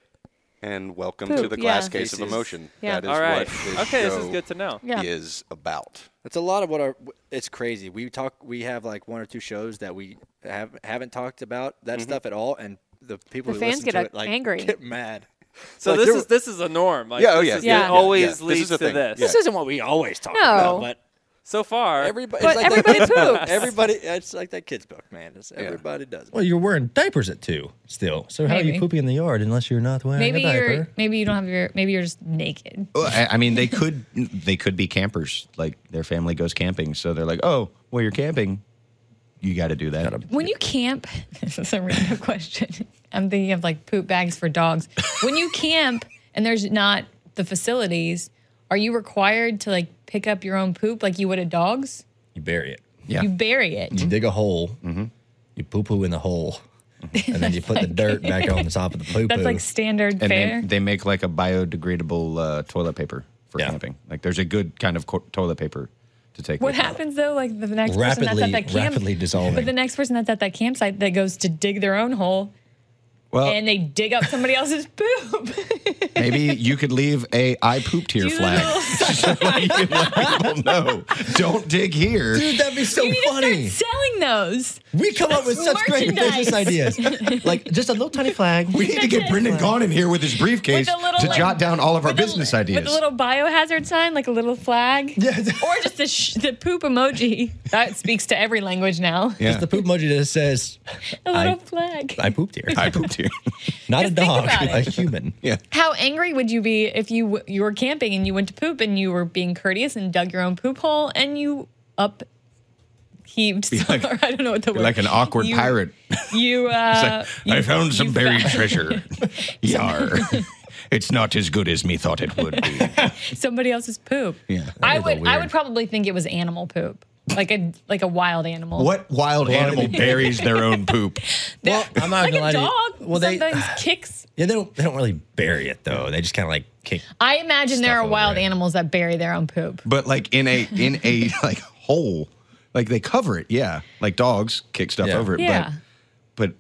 Speaker 25: And welcome to
Speaker 21: Poop,
Speaker 25: the
Speaker 21: yeah.
Speaker 25: glass case of
Speaker 21: Feces.
Speaker 25: emotion.
Speaker 21: Yeah.
Speaker 25: That is
Speaker 21: All
Speaker 25: what
Speaker 21: right.
Speaker 25: this
Speaker 21: Okay, this is
Speaker 25: show
Speaker 21: good to know.
Speaker 26: Yeah.
Speaker 25: Is about.
Speaker 27: That's a lot of what our. It's crazy. We talk. We have like one or two shows that we have haven't talked about that
Speaker 21: Mm-hmm.
Speaker 27: stuff at all, and the people
Speaker 26: The
Speaker 27: who
Speaker 26: fans
Speaker 27: listen
Speaker 26: get,
Speaker 27: to
Speaker 26: like,
Speaker 27: it, like,
Speaker 26: angry.
Speaker 27: get uh, mad.
Speaker 21: So
Speaker 27: Like,
Speaker 21: this
Speaker 27: there
Speaker 21: is
Speaker 27: were-
Speaker 21: this is a norm. Like,
Speaker 27: Yeah, oh,
Speaker 21: this
Speaker 27: yeah.
Speaker 21: is-
Speaker 27: Yeah.
Speaker 21: It always
Speaker 27: Yeah, this
Speaker 21: leads
Speaker 27: is the
Speaker 21: to
Speaker 27: thing.
Speaker 21: this.
Speaker 27: Yeah. This isn't what we always talk
Speaker 26: No. about,
Speaker 27: but-
Speaker 21: so far,
Speaker 27: everybody.
Speaker 26: But
Speaker 27: it's like that-
Speaker 26: everybody poops.
Speaker 27: Everybody. It's like that kids book, man. It's, everybody does. it.
Speaker 21: Well,
Speaker 5: you're wearing diapers at two still. So how are
Speaker 4: Maybe.
Speaker 5: you pooping in the yard unless you're not wearing
Speaker 4: Maybe
Speaker 5: a diaper?
Speaker 4: you're maybe you don't have your maybe you're just naked.
Speaker 3: Well, Oh, I, I mean, they could they could be campers. Like their family goes camping, so they're like, "Oh, well, you're camping. You got to do that."
Speaker 4: When you camp, this is a random question. I'm thinking of like poop bags for dogs. When you camp and there's not the facilities, are you required to like pick up your own poop like you would a dog's?
Speaker 5: You bury it.
Speaker 4: You bury it.
Speaker 5: You dig a hole.
Speaker 3: Mm-hmm.
Speaker 5: You poo poo in the hole, and then you put the dirt back on the top of the poo
Speaker 4: That's
Speaker 5: poo.
Speaker 4: like standard
Speaker 3: and
Speaker 4: fare.
Speaker 3: they, they make like a biodegradable uh, toilet paper for camping. Like there's a good kind of co- toilet paper to take.
Speaker 4: What
Speaker 3: with you.
Speaker 4: happens though? Like the next person that's
Speaker 3: Rapidly-
Speaker 4: at that camp,
Speaker 3: rapidly dissolving.
Speaker 4: But the next person that's at that campsite that goes to dig their own hole,
Speaker 3: Well-
Speaker 4: and they dig up somebody else's poop.
Speaker 3: Maybe you could leave a "I pooped here" flag. so you let people know, don't dig here.
Speaker 5: Dude, that'd be so
Speaker 4: you need
Speaker 5: funny.
Speaker 4: To start selling those.
Speaker 5: We come up with
Speaker 4: That's
Speaker 5: such great business
Speaker 4: merchandise.
Speaker 5: ideas. like just a little tiny flag.
Speaker 3: We need to get Brendan Gaughan in here with his briefcase
Speaker 4: With a little,
Speaker 3: to
Speaker 4: like-
Speaker 3: jot down all of our
Speaker 4: with a-
Speaker 3: business
Speaker 4: With a
Speaker 3: ideas.
Speaker 4: little biohazard sign, like a little flag, or just the, sh- the poop emoji that speaks to every language now.
Speaker 5: It's the poop emoji that says,
Speaker 4: A little
Speaker 5: I,
Speaker 4: flag.
Speaker 5: I pooped here.
Speaker 3: I pooped here.
Speaker 5: Not a dog,
Speaker 4: about
Speaker 5: a
Speaker 4: it.
Speaker 5: human.
Speaker 3: Yeah.
Speaker 4: How angry would you be if you w- you were camping and you went to poop and you were being courteous and dug your own poop hole and you up heaved?
Speaker 3: Be like-
Speaker 4: or I don't know what the word.
Speaker 3: like an awkward
Speaker 4: You-
Speaker 3: pirate.
Speaker 4: You. Uh,
Speaker 3: It's
Speaker 4: you
Speaker 3: like, I found some buried treasure. Yar. it's not as good as me thought it would be.
Speaker 4: somebody else's poop.
Speaker 3: Yeah.
Speaker 4: I would. I would probably think it was animal poop, like a like a wild animal.
Speaker 3: What wild
Speaker 5: Well, I
Speaker 3: animal
Speaker 5: mean-
Speaker 3: buries their own poop?
Speaker 5: Well, I'm not
Speaker 4: like
Speaker 5: gonna
Speaker 4: a
Speaker 5: lie to you.
Speaker 4: dog
Speaker 5: Well, they
Speaker 4: sometimes kicks.
Speaker 5: yeah, they don't they don't really bury it though. They just kind of like kick.
Speaker 4: I imagine there are wild animals that bury their own poop.
Speaker 3: But like in a in a like hole, like they cover it. Yeah, like dogs kick stuff over it.
Speaker 4: yeah.
Speaker 3: But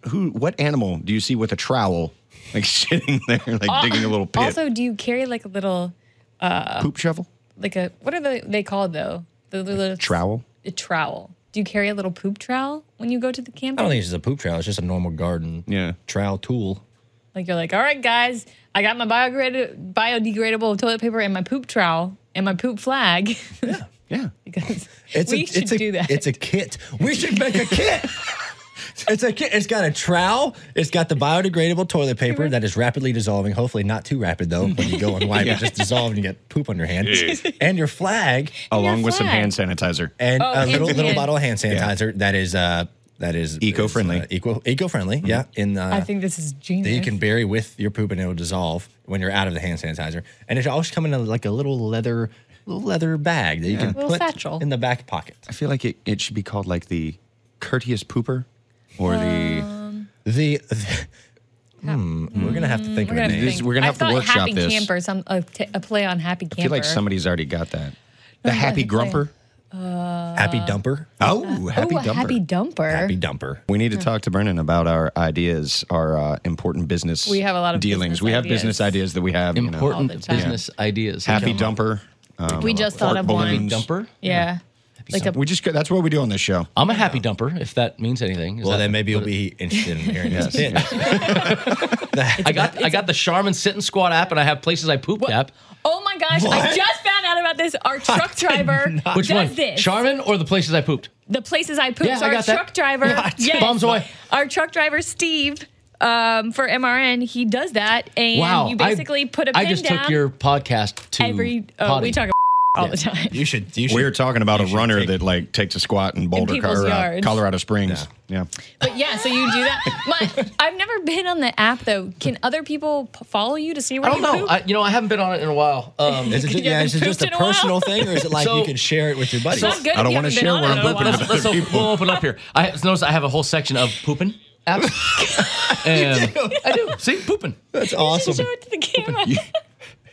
Speaker 3: but who? What animal do you see with a trowel like sitting there like
Speaker 4: Al-
Speaker 3: digging a little pit?
Speaker 4: Ah, Also, do you carry like a little uh,
Speaker 3: poop shovel,
Speaker 4: like a what are they they called though? The little
Speaker 3: trowel.
Speaker 4: a trowel. Do you carry a little poop trowel when you go to the
Speaker 5: I
Speaker 4: camping?
Speaker 5: don't think it's just a poop trowel. It's just a normal garden
Speaker 3: yeah
Speaker 5: trowel tool.
Speaker 4: like you're like, all right, guys, I got my biodegrad- biodegradable toilet paper and my poop trowel and my poop flag. Yeah,
Speaker 3: yeah.
Speaker 4: because
Speaker 5: It's
Speaker 4: we
Speaker 5: a,
Speaker 4: should
Speaker 5: it's a,
Speaker 4: do that.
Speaker 5: It's a kit. We should make a kit. It's a kit. It's got a trowel. It's got the biodegradable toilet paper that is rapidly dissolving. Hopefully, not too rapid though. When you go and wipe,
Speaker 3: Yeah.
Speaker 5: it just dissolves and you get poop on your hand.
Speaker 3: Yeah.
Speaker 5: And your flag,
Speaker 3: along with some hand sanitizer
Speaker 5: and
Speaker 3: Oh,
Speaker 5: a
Speaker 3: hand
Speaker 5: little
Speaker 3: to
Speaker 5: little
Speaker 3: hand.
Speaker 5: bottle of hand sanitizer that is uh that is eco friendly. eco eco friendly.
Speaker 3: Mm-hmm.
Speaker 5: Yeah. In uh,
Speaker 4: I think this is genius.
Speaker 5: that you can bury with your poop and it'll dissolve when you're out of the hand sanitizer. And it should always come in a, like a little leather little leather bag that you
Speaker 3: Yeah.
Speaker 5: can
Speaker 3: Little
Speaker 5: put
Speaker 3: satchel.
Speaker 5: in the back pocket.
Speaker 3: I feel like it, it should be called like the courteous pooper or the
Speaker 5: the. hmm, we're gonna have to think
Speaker 4: We're
Speaker 5: of
Speaker 4: gonna,
Speaker 5: a name.
Speaker 3: This- we're gonna
Speaker 4: I
Speaker 3: have to
Speaker 4: thought
Speaker 3: workshop
Speaker 4: happy
Speaker 3: this.
Speaker 4: Camper, some a, t- a play on happy
Speaker 3: I
Speaker 4: camper.
Speaker 3: feel like somebody's already got that. The happy grumper.
Speaker 4: Uh,
Speaker 5: dumper.
Speaker 3: Oh, happy
Speaker 4: ooh, a
Speaker 3: dumper.
Speaker 4: happy dumper. Hmm.
Speaker 5: dumper.
Speaker 3: We need to talk to Brennan about our ideas, our uh, important business.
Speaker 4: We have a lot of
Speaker 3: dealings.
Speaker 4: business
Speaker 3: we have
Speaker 4: ideas.
Speaker 3: business ideas that we have. you know.
Speaker 4: Important All the time. business
Speaker 5: ideas.
Speaker 3: Happy
Speaker 5: Come
Speaker 3: dumper. um,
Speaker 5: uh,
Speaker 4: we just
Speaker 3: fart
Speaker 4: thought of one.
Speaker 3: balloons.
Speaker 4: Yeah. Like a
Speaker 3: We just got- that's what we do on this show.
Speaker 5: I'm
Speaker 3: a
Speaker 5: happy
Speaker 3: dumper, if that means anything.
Speaker 5: Well, then maybe you'll be interested in hearing this.
Speaker 3: Yes.
Speaker 5: pitch.
Speaker 26: I got I got the Charmin Sit and Squat app, and I have places I poop app.
Speaker 4: Oh my gosh! I
Speaker 26: What?
Speaker 4: just found out about this. Our truck driver
Speaker 26: Which
Speaker 4: does
Speaker 26: one?
Speaker 4: this.
Speaker 26: Charmin or the places I pooped?
Speaker 4: the places I pooped.
Speaker 26: Yeah,
Speaker 4: so
Speaker 26: I
Speaker 4: our
Speaker 26: got that.
Speaker 4: truck driver,
Speaker 26: What?
Speaker 4: yes.
Speaker 26: Bombs away.
Speaker 4: Our truck driver Steve um, for MRN, he does that, and
Speaker 26: wow.
Speaker 4: you
Speaker 26: I-
Speaker 4: basically put a
Speaker 26: I
Speaker 4: pin
Speaker 26: just
Speaker 4: down
Speaker 26: took your podcast to
Speaker 4: every. Oh,
Speaker 26: potty.
Speaker 4: we talk about all the time.
Speaker 26: You should. You should.
Speaker 3: We were talking about a runner that like takes a squat in Boulder,
Speaker 4: people's
Speaker 3: Col- or, uh,
Speaker 4: yards.
Speaker 3: Colorado Springs. Yeah.
Speaker 4: But yeah, so you do that. My, I've never been on the app though. Can other people p- follow you to see where
Speaker 26: I don't
Speaker 4: you
Speaker 26: know.
Speaker 4: poop?
Speaker 26: I, you know, I haven't been on it in a while. Um,
Speaker 4: Is it ju- You yeah, haven't is it just pooped a in a while? personal thing, or is it like you can
Speaker 26: share it with your
Speaker 4: buddies? It's not good I if don't you wanna haven't been share on where it in I'm a pooping while. with
Speaker 26: Let's, let's op- we'll open up here. I have- notice I have a whole section of pooping apps. and I do. See, pooping. That's awesome.
Speaker 4: show it to the camera.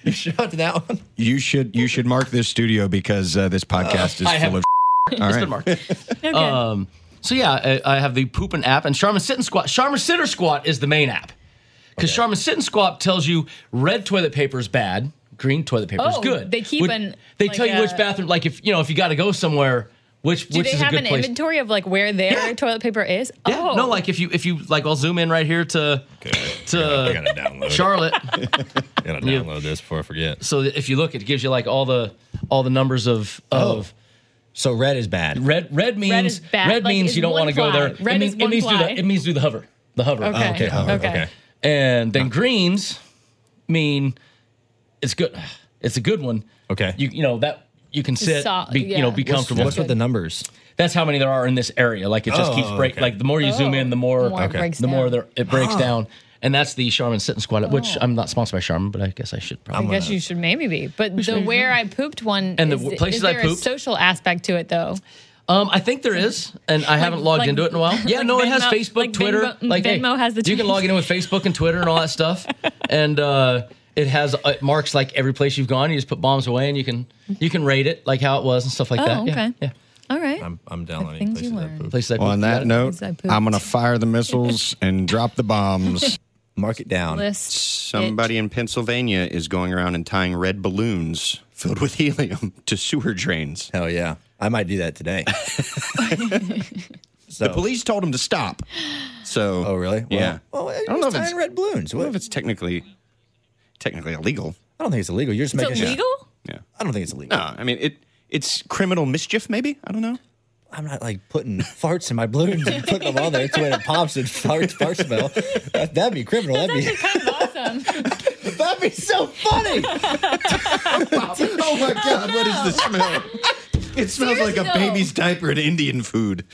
Speaker 26: You shout out to that one.
Speaker 3: You should you should mark this studio because uh, this podcast
Speaker 26: I
Speaker 3: is
Speaker 26: have
Speaker 3: full of.
Speaker 26: It's
Speaker 3: All
Speaker 26: been
Speaker 3: right.
Speaker 26: marked. Um, so yeah, I, I have the pooping app and Charmin sit and squat. Charmin sit or squat is the main app because Charmin sit and squat tells you red toilet paper is bad, green toilet paper is
Speaker 4: Oh,
Speaker 26: good.
Speaker 4: they keep
Speaker 26: Would-
Speaker 4: an-
Speaker 26: They
Speaker 4: like
Speaker 26: tell you
Speaker 4: a-
Speaker 26: which bathroom, like if you know if you got to go somewhere, which
Speaker 4: do
Speaker 26: which
Speaker 4: they
Speaker 26: is a
Speaker 4: have
Speaker 26: good
Speaker 4: an
Speaker 26: place.
Speaker 4: inventory of like where their toilet paper is?
Speaker 26: Yeah,
Speaker 4: oh,
Speaker 26: no, like if you if you like, I'll zoom in right here to to Charlotte. gotta download this before I forget. So if you look, it gives you like all the all the numbers of of. So red is bad. Red red means red,
Speaker 4: is bad, like,
Speaker 26: means
Speaker 4: is
Speaker 26: you don't
Speaker 4: one
Speaker 26: want to go
Speaker 4: ply.
Speaker 26: there.
Speaker 4: Red
Speaker 26: it
Speaker 4: is
Speaker 26: means,
Speaker 4: one
Speaker 26: it means do
Speaker 4: ply.
Speaker 26: the it means do the hover the hover.
Speaker 4: Okay. Oh, okay, hover, Okay. okay.
Speaker 26: And then greens mean it's good. It's a good one. Okay. You you know that you can
Speaker 8: It's
Speaker 26: sit
Speaker 8: solid,
Speaker 26: be, you know
Speaker 8: yeah.
Speaker 26: be
Speaker 8: What's-
Speaker 26: comfortable.
Speaker 8: what's with the
Speaker 26: numbers? That's how many there are in this area. Like it just
Speaker 8: Oh,
Speaker 26: keeps break.
Speaker 8: okay.
Speaker 26: Like the more you zoom in, the more,
Speaker 8: More it Okay. breaks
Speaker 26: the more
Speaker 8: down.
Speaker 26: there, it breaks
Speaker 8: Huh.
Speaker 26: down. And that's the Charmin sit and squat, which I'm not sponsored by Charmin, but I guess I should
Speaker 4: Oh. I
Speaker 26: probably.
Speaker 4: guess you should maybe be. But
Speaker 26: We
Speaker 4: the
Speaker 26: should.
Speaker 4: where I pooped one
Speaker 26: And the
Speaker 4: is,
Speaker 26: w- places
Speaker 4: is there
Speaker 26: I pooped?
Speaker 4: a social aspect to it though?
Speaker 26: Um, I think there is, and I haven't logged
Speaker 4: like-
Speaker 26: into it in a while. Yeah,
Speaker 4: like
Speaker 26: no, it has
Speaker 4: Venmo-
Speaker 26: Facebook,
Speaker 4: like
Speaker 26: Twitter.
Speaker 4: Venmo-
Speaker 26: like hey,
Speaker 4: Venmo has the
Speaker 26: You can log in
Speaker 4: Twitter.
Speaker 26: with Facebook and Twitter and all that stuff, and uh, it has uh, it marks like every place you've gone. You just put bombs away, and you can you can rate it like how it was and stuff like
Speaker 4: oh,
Speaker 26: that. Yeah.
Speaker 4: okay. All right.
Speaker 26: I'm, I'm
Speaker 4: downloading Things you learn.
Speaker 26: Places I
Speaker 3: On
Speaker 26: pooped.
Speaker 3: that
Speaker 26: Got it.
Speaker 3: note,
Speaker 4: Places I
Speaker 3: I'm gonna fire the missiles and drop the bombs. Mark it down.
Speaker 4: List
Speaker 3: Somebody in Pennsylvania is going around and tying red balloons filled with helium to sewer drains. Hell yeah. I might do that today. The police told him to stop. So Oh really? yeah.
Speaker 5: Well,
Speaker 3: I don't know if it's
Speaker 5: red balloons.
Speaker 3: I don't know if it's technically technically illegal.
Speaker 5: I don't think it's illegal. You're just making
Speaker 3: Yeah.
Speaker 5: I don't think it's illegal.
Speaker 3: No, I mean it it's criminal mischief maybe? I don't know.
Speaker 5: I'm not like putting farts in my balloons and putting them on there so when it pops and farts fart smell. That, that'd be criminal. That'd be
Speaker 26: That'd be so funny.
Speaker 3: oh my god, what is the smell? It smells like
Speaker 4: Seriously,
Speaker 3: a
Speaker 4: though.
Speaker 3: baby's diaper and Indian food.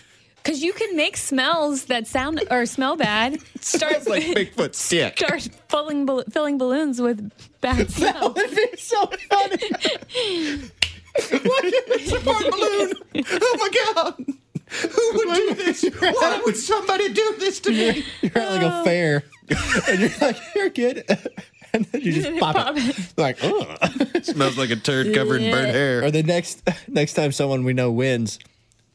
Speaker 4: Because you can make smells that sound or smell bad. Start
Speaker 3: Like Bigfoot's stick.
Speaker 4: start filling bal- filling balloons with bad smell. That would be so funny.
Speaker 3: it's a fart balloon. Oh my god. Who would do this? Why would somebody do this to me?
Speaker 5: You're at like
Speaker 7: Oh.
Speaker 5: a fair, and you're like, "Here, kid," and then you just pop, it. Like, oh,
Speaker 3: smells like a turd covered in burnt hair.
Speaker 5: Or the next next time someone we know wins,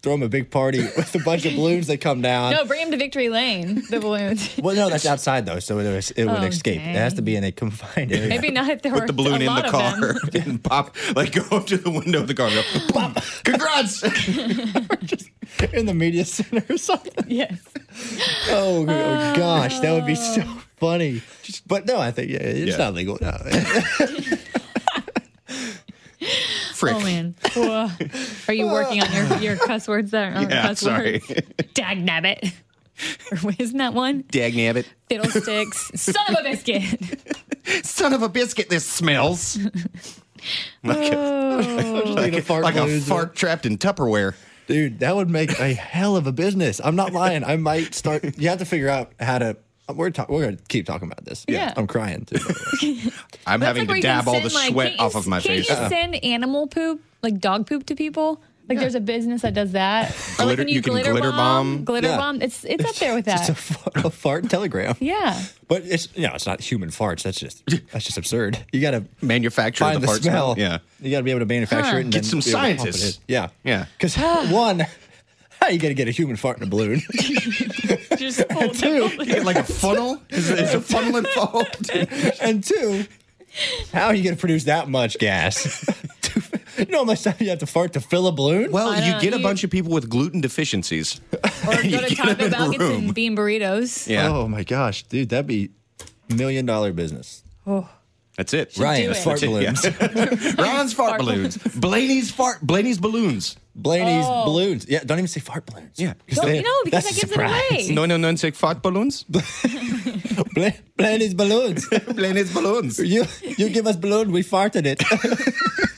Speaker 5: throw them a big party with a bunch of balloons that come down.
Speaker 4: no, bring him to Victory Lane. The balloons.
Speaker 5: Well, no, that's outside though, so it, was, it would escape. It has to be in a confined area.
Speaker 4: Oh, Maybe not if there were
Speaker 5: Put the balloon
Speaker 4: a
Speaker 5: in the
Speaker 4: lot of
Speaker 5: car.
Speaker 4: them.
Speaker 3: and pop, like go up to the window of the car. and
Speaker 4: Oh,
Speaker 3: Go, pop. Congrats.
Speaker 5: in the media center or something.
Speaker 4: Yes. Uh,
Speaker 5: Oh, g- oh, gosh, that would be so funny. But no, I think yeah, it's
Speaker 3: Yeah.
Speaker 5: not legal. No.
Speaker 3: Frick.
Speaker 4: Oh man. Whoa. Are you working on your, your cuss words that aren't
Speaker 3: Yeah,
Speaker 4: cuss
Speaker 3: sorry.
Speaker 4: words? Dag nabbit. Or what- Isn't that one?
Speaker 3: Dag nabbit.
Speaker 4: Fiddlesticks. Son of a biscuit.
Speaker 3: Son of a biscuit, this smells. Like a,
Speaker 4: Oh.
Speaker 3: like a fart, trapped in Tupperware.
Speaker 5: Dude, that would make a hell of a business. I'm not lying. I might start. You have to figure out how to. We're talk, we're gonna keep talking about this.
Speaker 4: Yeah.
Speaker 5: I'm crying too.
Speaker 3: I'm
Speaker 4: That's like where you can send, like, can't you- can't you
Speaker 5: Uh-huh.
Speaker 4: send animal poop, like dog poop, to people? Like there's a business that does that. Or like
Speaker 5: Glitter-
Speaker 4: when you,
Speaker 5: you can
Speaker 4: glitter,
Speaker 5: glitter
Speaker 4: bomb,
Speaker 5: bomb.
Speaker 4: glitter
Speaker 5: Yeah.
Speaker 4: bomb. It's it's up there with
Speaker 5: Just
Speaker 4: that.
Speaker 5: a, fart, a fart telegram.
Speaker 4: yeah.
Speaker 5: But it's you know, it's not human farts. That's just that's just absurd. You got to
Speaker 3: manufacture
Speaker 5: find
Speaker 3: the fart smell. Yeah.
Speaker 5: you got to be able to manufacture
Speaker 3: Huh.
Speaker 5: it. And
Speaker 3: Get
Speaker 5: then
Speaker 3: some
Speaker 5: be able to pump it
Speaker 3: scientists.
Speaker 5: in. Yeah,
Speaker 3: yeah.
Speaker 5: Because one, how you going to get a human fart in a balloon?
Speaker 4: Just
Speaker 5: and two,
Speaker 3: You get like a funnel. Is, is a funnel involved?
Speaker 5: and two, how are you going to produce that much gas? you know how much time you have to fart to fill a balloon?
Speaker 3: Well,
Speaker 4: I
Speaker 3: you
Speaker 4: don't-
Speaker 3: get a
Speaker 4: you-
Speaker 3: bunch of people with gluten deficiencies.
Speaker 4: Or go to Taco Bell get some bean burritos.
Speaker 5: Oh my gosh, dude, that'd be million dollar business.
Speaker 4: Oh.
Speaker 3: That's it.
Speaker 7: Ryan's fart
Speaker 3: That's it, yeah.
Speaker 7: balloons.
Speaker 3: Ron's fart
Speaker 7: balloons.
Speaker 3: Blaney's fart. Blaney's balloons.
Speaker 5: Blaney's
Speaker 7: Oh.
Speaker 5: balloons. Yeah, don't even say fart balloons.
Speaker 3: Yeah.
Speaker 5: Because they-
Speaker 7: no, because that gives it away.
Speaker 5: No, no, no, say fart balloons. Blaney's balloons.
Speaker 3: Blaney's balloons.
Speaker 5: You you give us balloon, we farted it.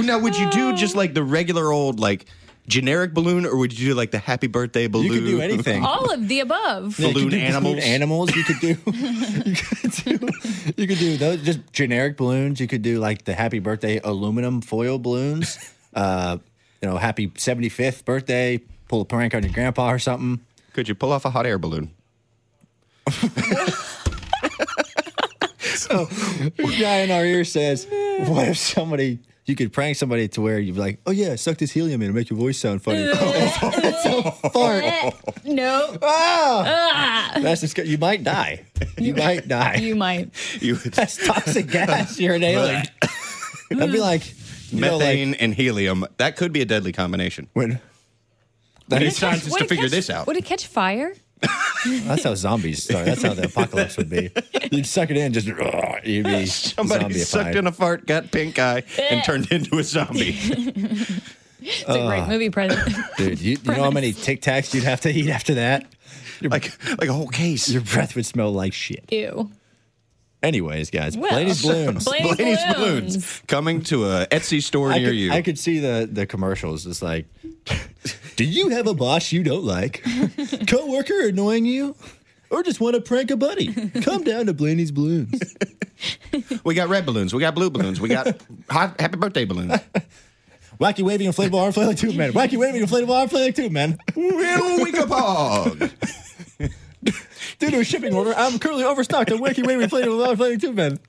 Speaker 3: Now, would you
Speaker 28: Uh.
Speaker 3: do just like the regular old like generic balloon, or would you do like the happy birthday balloon?
Speaker 5: could do anything.
Speaker 28: All of the above.
Speaker 5: Yeah, you could
Speaker 3: Balloon
Speaker 5: do
Speaker 3: animals.
Speaker 5: animals. You could do. you could do those just generic balloons. You could do like the happy birthday aluminum foil balloons. Uh, you know, happy 75th birthday. Pull a prank on your grandpa or something.
Speaker 3: Could you pull off a hot air balloon?
Speaker 5: so, a guy in our ear says, "What if somebody?" You could prank somebody to where you'd be like, "Oh yeah, suck this helium in and make your voice sound funny."
Speaker 28: no.
Speaker 5: Ah!
Speaker 28: Ah!
Speaker 5: That's disgusting. You might die. You might die.
Speaker 28: You might.
Speaker 3: You
Speaker 5: That's toxic gas. You're an alien. That'd be like you know, like-
Speaker 3: Methane and helium. That could be a deadly combination.
Speaker 5: When
Speaker 3: we
Speaker 5: Would
Speaker 3: need
Speaker 5: it catch-
Speaker 3: scientists
Speaker 5: would
Speaker 3: to
Speaker 5: it
Speaker 3: figure
Speaker 5: catch-
Speaker 3: this out.
Speaker 28: Would it catch fire?
Speaker 5: That's how zombies start. That's how the apocalypse would be. You'd suck it in, just you'd be
Speaker 3: Somebody sucked in a fart, got pink eye, and turned into a zombie.
Speaker 28: It's a
Speaker 5: Uh.
Speaker 28: great movie present.
Speaker 5: Dude, you, you know how many Tic Tacs you'd have to eat after that? like
Speaker 3: like a whole case.
Speaker 5: Your breath would smell like shit.
Speaker 28: Ew.
Speaker 5: Anyways, guys,
Speaker 28: Well,
Speaker 5: Blaney's balloons.
Speaker 28: Blaney's Blaney's balloons. balloons.
Speaker 3: coming to a Etsy store
Speaker 5: I
Speaker 3: near
Speaker 5: could,
Speaker 3: you.
Speaker 5: I could see the the commercials. It's like, do you have a boss you don't like? Coworker annoying you? Or just want to prank a buddy? Come down to Blaney's balloons.
Speaker 3: we got red balloons. We got blue balloons. We got hot, happy birthday balloons.
Speaker 5: Wacky waving inflatable arm flailing tube man. Wacky waving inflatable arm flailing tube man.
Speaker 3: Winkapog.
Speaker 5: Due to a shipping order, I'm currently overstocked on wacky waving inflatable arm flailing tube man.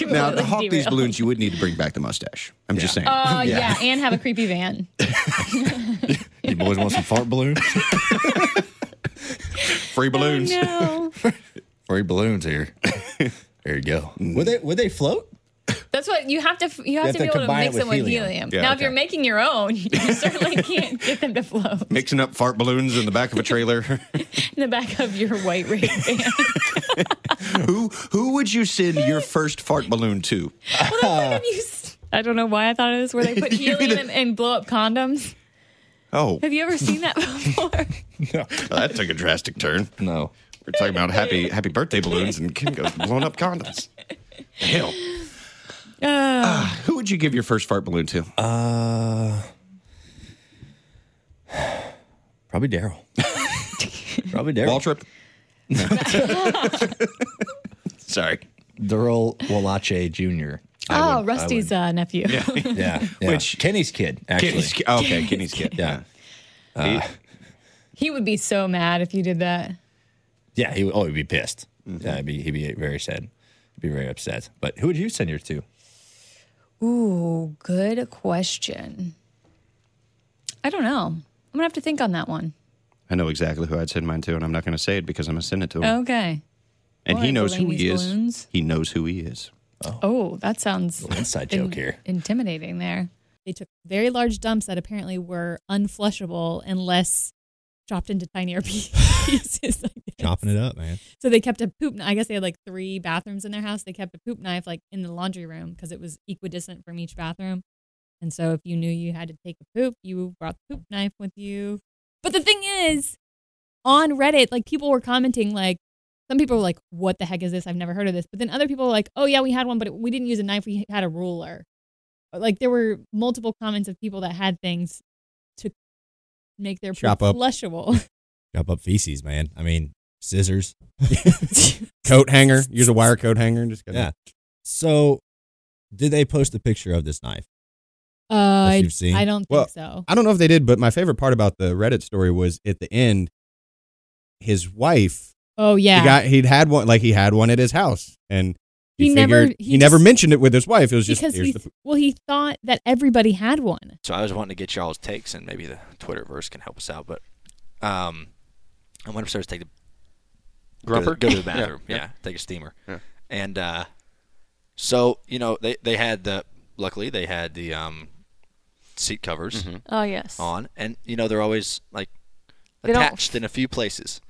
Speaker 3: Now, to hawk these balloons, you would need to bring back the mustache. I'm just saying.
Speaker 28: Oh, yeah. And have a creepy van.
Speaker 5: You boys want some fart balloons?
Speaker 3: Free balloons.
Speaker 28: Oh, No.
Speaker 5: Free balloons here. There you go. Would they would they float?
Speaker 28: That's what you have to. f- You have,
Speaker 5: have
Speaker 28: to
Speaker 5: to
Speaker 28: be able to
Speaker 5: combine it
Speaker 28: mix
Speaker 5: with
Speaker 28: them with
Speaker 5: helium.
Speaker 28: helium.
Speaker 3: Yeah,
Speaker 28: now, if
Speaker 3: okay.
Speaker 28: you're making your own, you certainly can't get them to float
Speaker 3: Mixing up fart balloons in the back of a trailer.
Speaker 28: in the back of your white rig van.
Speaker 3: who who would you send your first fart balloon to?
Speaker 28: Have you s- I don't know why I thought it was where they put
Speaker 3: Uh. You
Speaker 28: helium
Speaker 3: either-
Speaker 28: and, and blow up condoms.
Speaker 3: oh,
Speaker 28: Have you ever seen that before?
Speaker 3: Well, Oh, that took a drastic turn.
Speaker 5: No.
Speaker 3: We're talking about happy happy birthday balloons and Kim goes blown up condoms. Hell. Ah,
Speaker 28: Uh,
Speaker 3: Who would you give your first fart balloon to?
Speaker 5: Uh probably Daryl. probably Daryl.
Speaker 3: Waltrip. Sorry.
Speaker 5: Daryl Walache Jr.
Speaker 28: oh, Rusty's uh, nephew.
Speaker 5: Yeah. yeah. Which Kenny's kid, actually.
Speaker 3: Kenny's ki- oh, okay, Kenny's kid.
Speaker 5: Yeah.
Speaker 3: He-
Speaker 5: Uh,
Speaker 28: He would be so mad if you did that.
Speaker 5: yeah, he would oh he'd be pissed. Yeah, he'd be he'd be very sad. He'd be very upset. But who would you send yours to?
Speaker 28: Ooh, good question. I don't know. I'm gonna have to think on that one.
Speaker 3: I know exactly who I'd send mine to, and I'm not going to say it because I'm going to send it to him.
Speaker 28: Okay.
Speaker 3: and he
Speaker 28: Alright,
Speaker 3: knows who
Speaker 28: Delaney's
Speaker 3: he is.
Speaker 28: Oh, balloons.
Speaker 3: He knows who he is.
Speaker 28: Oh, that sounds
Speaker 5: inside
Speaker 28: in- Intimidating there.
Speaker 4: They took very large dumps that apparently were unflushable unless chopped into tinier pieces. I guess.
Speaker 5: Chopping it up, man.
Speaker 4: So they kept a poop. kn- I guess they had like three bathrooms in their house. They kept a poop knife like in the laundry room because it was equidistant from each bathroom. And so if you knew you had to take a poop, you brought the poop knife with you. But the thing is, on Reddit, like people were commenting like. Some people were like, "What the heck is this? I've never heard of this." But then other people were like, "Oh yeah, we had one, but it, we didn't use a knife. We had a ruler." Like there were multiple comments of people that had things to make their
Speaker 5: Chop
Speaker 4: poop
Speaker 5: up.
Speaker 4: flushable.
Speaker 5: Chop up feces, man. I mean,
Speaker 29: scissors, coat hanger. Use a wire coat hanger and just kinda-
Speaker 5: Yeah.
Speaker 29: So, did they post a picture of this knife?
Speaker 4: Uh, I,
Speaker 29: that you've seen?
Speaker 4: I don't think
Speaker 29: Well,
Speaker 4: so.
Speaker 29: I don't know if they did, but my favorite part about the Reddit story was at the end, his wife.
Speaker 4: Oh yeah.
Speaker 29: He got he'd had one like he had one at his house, and he,
Speaker 4: He never-
Speaker 29: figured-
Speaker 4: he
Speaker 29: he, never
Speaker 4: just-
Speaker 29: mentioned it with his wife. It was just
Speaker 4: because
Speaker 29: here's
Speaker 4: he,
Speaker 29: the,
Speaker 4: well, he thought that everybody had one.
Speaker 11: So I was wanting to get y'all's takes, and maybe the Twitterverse can help us out. But um, I went upstairs to take the go to-
Speaker 15: Grumper?
Speaker 11: Go to the
Speaker 15: Yeah,
Speaker 11: bathroom. yeah,
Speaker 15: yeah.
Speaker 11: take a steamer.
Speaker 15: Yeah.
Speaker 11: And uh, so you know they they had the luckily they had the um seat covers.
Speaker 21: Oh, yes.
Speaker 11: On and you know they're always like
Speaker 21: They don't-
Speaker 11: attached in a few places.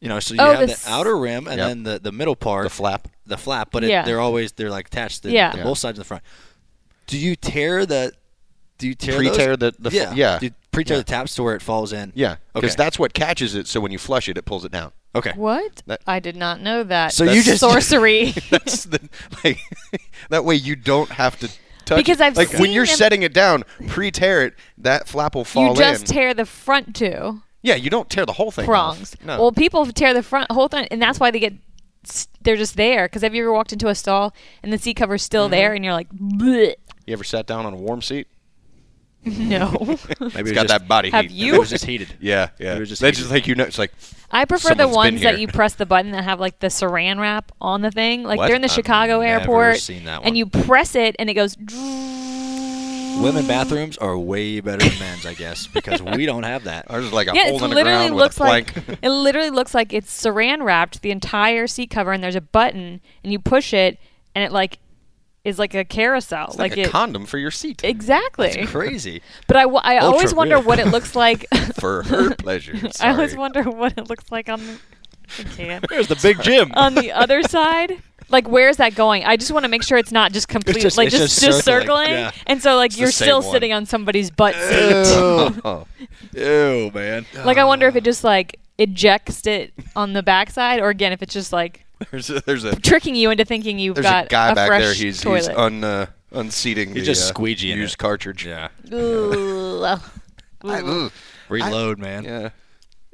Speaker 5: You know, so you
Speaker 26: Oh,
Speaker 5: have
Speaker 26: the
Speaker 5: the,
Speaker 26: s-
Speaker 5: outer rim and
Speaker 30: Yep.
Speaker 5: then the, the middle part, the flap, the flap. But it,
Speaker 26: Yeah.
Speaker 5: they're always they're like attached to
Speaker 26: Yeah.
Speaker 5: the
Speaker 26: Yeah.
Speaker 5: both sides of the front. Do you tear the? Do you tear those?
Speaker 3: Pre-tear the- the f-
Speaker 5: yeah
Speaker 3: yeah.
Speaker 5: Do you pre-tear
Speaker 3: Yeah.
Speaker 5: the taps to where it falls in?
Speaker 3: Yeah,
Speaker 5: okay.
Speaker 3: because that's what catches it. So when you flush it, it pulls it down.
Speaker 5: Okay.
Speaker 4: What?
Speaker 3: That-
Speaker 4: I did not know that.
Speaker 3: So you just-
Speaker 4: sorcery.
Speaker 3: That's the, like, that way you don't have to touch.
Speaker 4: Because
Speaker 3: it.
Speaker 4: I've
Speaker 3: like when
Speaker 4: seen
Speaker 3: you're
Speaker 4: them-
Speaker 3: setting it down, pre-tear it. That flap will fall
Speaker 4: you just
Speaker 3: in.
Speaker 4: tear the front two
Speaker 3: yeah, you don't tear the whole thing. off.
Speaker 4: prongs.
Speaker 3: No.
Speaker 4: Well, people tear the front whole thing, and that's why they get. s- They're just there. Because have you ever walked into a stall and the seat cover's
Speaker 5: Mm-hmm.
Speaker 4: still there, and you're like, Bleh.
Speaker 3: you ever sat down on a warm seat?
Speaker 4: no.
Speaker 3: Maybe
Speaker 5: was
Speaker 3: it's got
Speaker 5: just-
Speaker 3: that body
Speaker 4: Have
Speaker 3: heat.
Speaker 4: you? It was just
Speaker 5: heated.
Speaker 3: Yeah, yeah.
Speaker 5: It was just
Speaker 3: they
Speaker 5: heated.
Speaker 3: just like you know. It's like
Speaker 4: I prefer the
Speaker 3: someone's been
Speaker 4: ones that you
Speaker 3: here.
Speaker 4: press the button that have like the saran wrap on the thing. Like
Speaker 5: What?
Speaker 4: they're in the
Speaker 5: I've
Speaker 4: Chicago
Speaker 5: never
Speaker 4: airport,
Speaker 5: seen that one.
Speaker 4: and you press it, and it goes.
Speaker 5: Women bathrooms are way better than men's, I guess, because we don't have that.
Speaker 3: Ours is like
Speaker 4: yeah, it literally looks like it literally looks like it's saran wrapped the entire seat cover, and there's a button, and you push it, and it like is like a carousel,
Speaker 3: It's like, a
Speaker 4: it,
Speaker 3: condom for your seat.
Speaker 4: Exactly.
Speaker 3: That's crazy.
Speaker 4: But I, wa- I
Speaker 3: Ultra
Speaker 4: always wonder
Speaker 3: weird.
Speaker 4: what it looks like.
Speaker 3: for her pleasure.
Speaker 4: I always
Speaker 3: Sorry.
Speaker 4: wonder what it looks like on. The, I can't.
Speaker 5: There's the big Sorry. gym.
Speaker 4: on the other side. Like where is that going? I just want to make sure it's not just complete,
Speaker 5: just-
Speaker 4: like
Speaker 5: it's
Speaker 4: just
Speaker 5: just
Speaker 4: just circling.
Speaker 5: circling, yeah.
Speaker 4: And so like
Speaker 5: It's the
Speaker 4: you're still
Speaker 5: same one.
Speaker 4: sitting on somebody's butt seat.
Speaker 3: Ew. Ew, man.
Speaker 4: like I wonder if it just like ejects it on the backside, or again if it's just like
Speaker 3: There's a, there's a
Speaker 4: tricking you into thinking you've
Speaker 3: there's
Speaker 4: got
Speaker 3: a guy back
Speaker 4: fresh
Speaker 3: there. He's
Speaker 4: toilet.
Speaker 3: he's un, uh, unseating
Speaker 5: He's
Speaker 3: the
Speaker 5: just
Speaker 3: uh,
Speaker 5: squeegeeing
Speaker 3: used
Speaker 5: it.
Speaker 3: cartridge. Yeah.
Speaker 4: Ooh.
Speaker 3: I,
Speaker 4: Ooh.
Speaker 3: ugh.
Speaker 5: Reload,
Speaker 3: I-
Speaker 5: man.
Speaker 3: Yeah.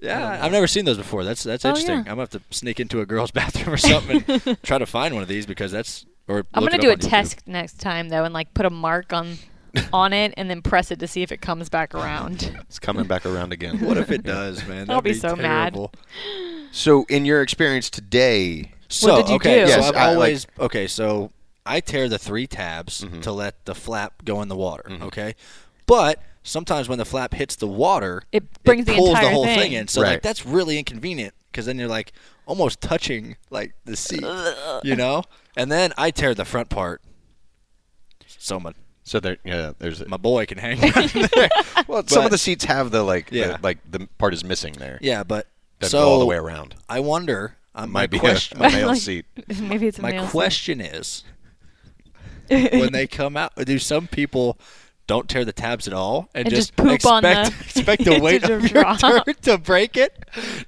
Speaker 5: Yeah, I've never seen those before. That's that's
Speaker 4: Oh,
Speaker 5: interesting.
Speaker 4: yeah.
Speaker 5: I'm gonna have to sneak into a girl's bathroom or something and try to find one of these because that's. Or
Speaker 4: I'm
Speaker 5: look
Speaker 4: gonna
Speaker 5: it
Speaker 4: do a
Speaker 5: up on YouTube.
Speaker 4: test next time though, and like put a mark on on it, and then press it to see if it comes back around.
Speaker 3: It's coming back around again.
Speaker 5: What if it does, man?
Speaker 4: I'll
Speaker 5: That'd
Speaker 4: be so mad.
Speaker 5: terrible.
Speaker 3: So, in your experience today,
Speaker 5: So okay, so
Speaker 3: Yes,
Speaker 5: I've
Speaker 3: I, like-
Speaker 5: always okay. So I tear the three tabs
Speaker 3: Mm-hmm.
Speaker 5: to let the flap go in the water. Okay, but sometimes when the flap hits the water,
Speaker 4: It brings the
Speaker 5: pulls the,
Speaker 4: entire
Speaker 5: whole
Speaker 4: thing.
Speaker 5: thing, in. So
Speaker 3: Right.
Speaker 5: like that's really inconvenient because then you're like almost touching like the seat, you know. And then I tear the front part. So my
Speaker 3: so there, yeah, there's a,
Speaker 5: my boy can hang. Down there.
Speaker 3: well, some of
Speaker 5: But-
Speaker 3: the seats have the like, the-
Speaker 5: Yeah.
Speaker 3: like the part is missing there.
Speaker 5: yeah, but
Speaker 3: Doesn't
Speaker 5: so
Speaker 3: go all the way around.
Speaker 5: I wonder. Uh, my
Speaker 3: Might be a-
Speaker 5: question,
Speaker 3: a male Like, seat.
Speaker 4: maybe it's a
Speaker 5: my
Speaker 4: male seat.
Speaker 5: question is, when they come out, do some people don't tear the tabs at all and,
Speaker 4: And just
Speaker 5: just,
Speaker 4: poop on
Speaker 5: expect,
Speaker 4: the-
Speaker 5: expect
Speaker 4: to
Speaker 5: the weight of
Speaker 4: just
Speaker 5: your
Speaker 4: drop.
Speaker 5: turn to break it?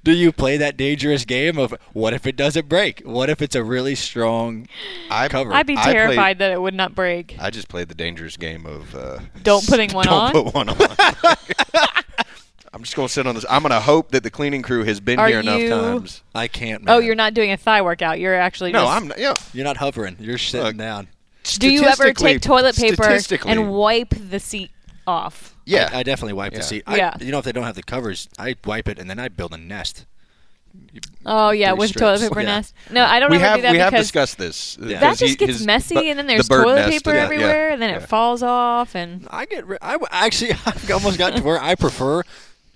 Speaker 5: Do you play that dangerous game of what if it doesn't break? What if it's a really strong
Speaker 3: I,
Speaker 5: cover?
Speaker 4: I'd be
Speaker 3: I played-
Speaker 4: terrified that it would not break.
Speaker 3: I just played the dangerous game of uh,
Speaker 4: Don't putting one on?
Speaker 3: Don't put one on. I'm just gonna sit on this. I'm gonna hope that the cleaning crew has been
Speaker 4: Are
Speaker 3: here
Speaker 4: you-
Speaker 3: enough times.
Speaker 5: I can't.
Speaker 4: Oh,
Speaker 5: man.
Speaker 4: you're not doing a thigh workout. You're actually
Speaker 3: No,
Speaker 4: just-
Speaker 3: I'm not. Yeah.
Speaker 5: You're not hovering. You're sitting
Speaker 3: Look,
Speaker 5: down.
Speaker 4: Do you ever
Speaker 3: statistically-
Speaker 4: take toilet paper
Speaker 3: statistically-
Speaker 4: and wipe the seat off?
Speaker 3: Yeah.
Speaker 5: I, I definitely wipe
Speaker 3: Yeah.
Speaker 5: the seat. I,
Speaker 4: Yeah.
Speaker 5: You know, if they don't have the covers, I wipe it and then I build a nest.
Speaker 4: Oh yeah,
Speaker 5: Three
Speaker 4: with
Speaker 5: strips.
Speaker 4: toilet paper
Speaker 5: Yeah.
Speaker 4: nest. No, I don't
Speaker 3: we
Speaker 4: ever
Speaker 3: have
Speaker 4: do that
Speaker 3: we have
Speaker 4: because
Speaker 3: discussed this.
Speaker 5: Yeah.
Speaker 4: that
Speaker 3: 'cause he-
Speaker 4: just gets
Speaker 3: his-
Speaker 4: messy,
Speaker 3: bu-
Speaker 4: and then
Speaker 3: the
Speaker 4: there's
Speaker 3: bird
Speaker 4: toilet
Speaker 3: nest
Speaker 4: paper
Speaker 3: and- yeah,
Speaker 4: everywhere,
Speaker 3: yeah,
Speaker 4: and then it
Speaker 3: yeah.
Speaker 4: falls off, and
Speaker 5: I get. Ri- I w- actually I've almost got to where I prefer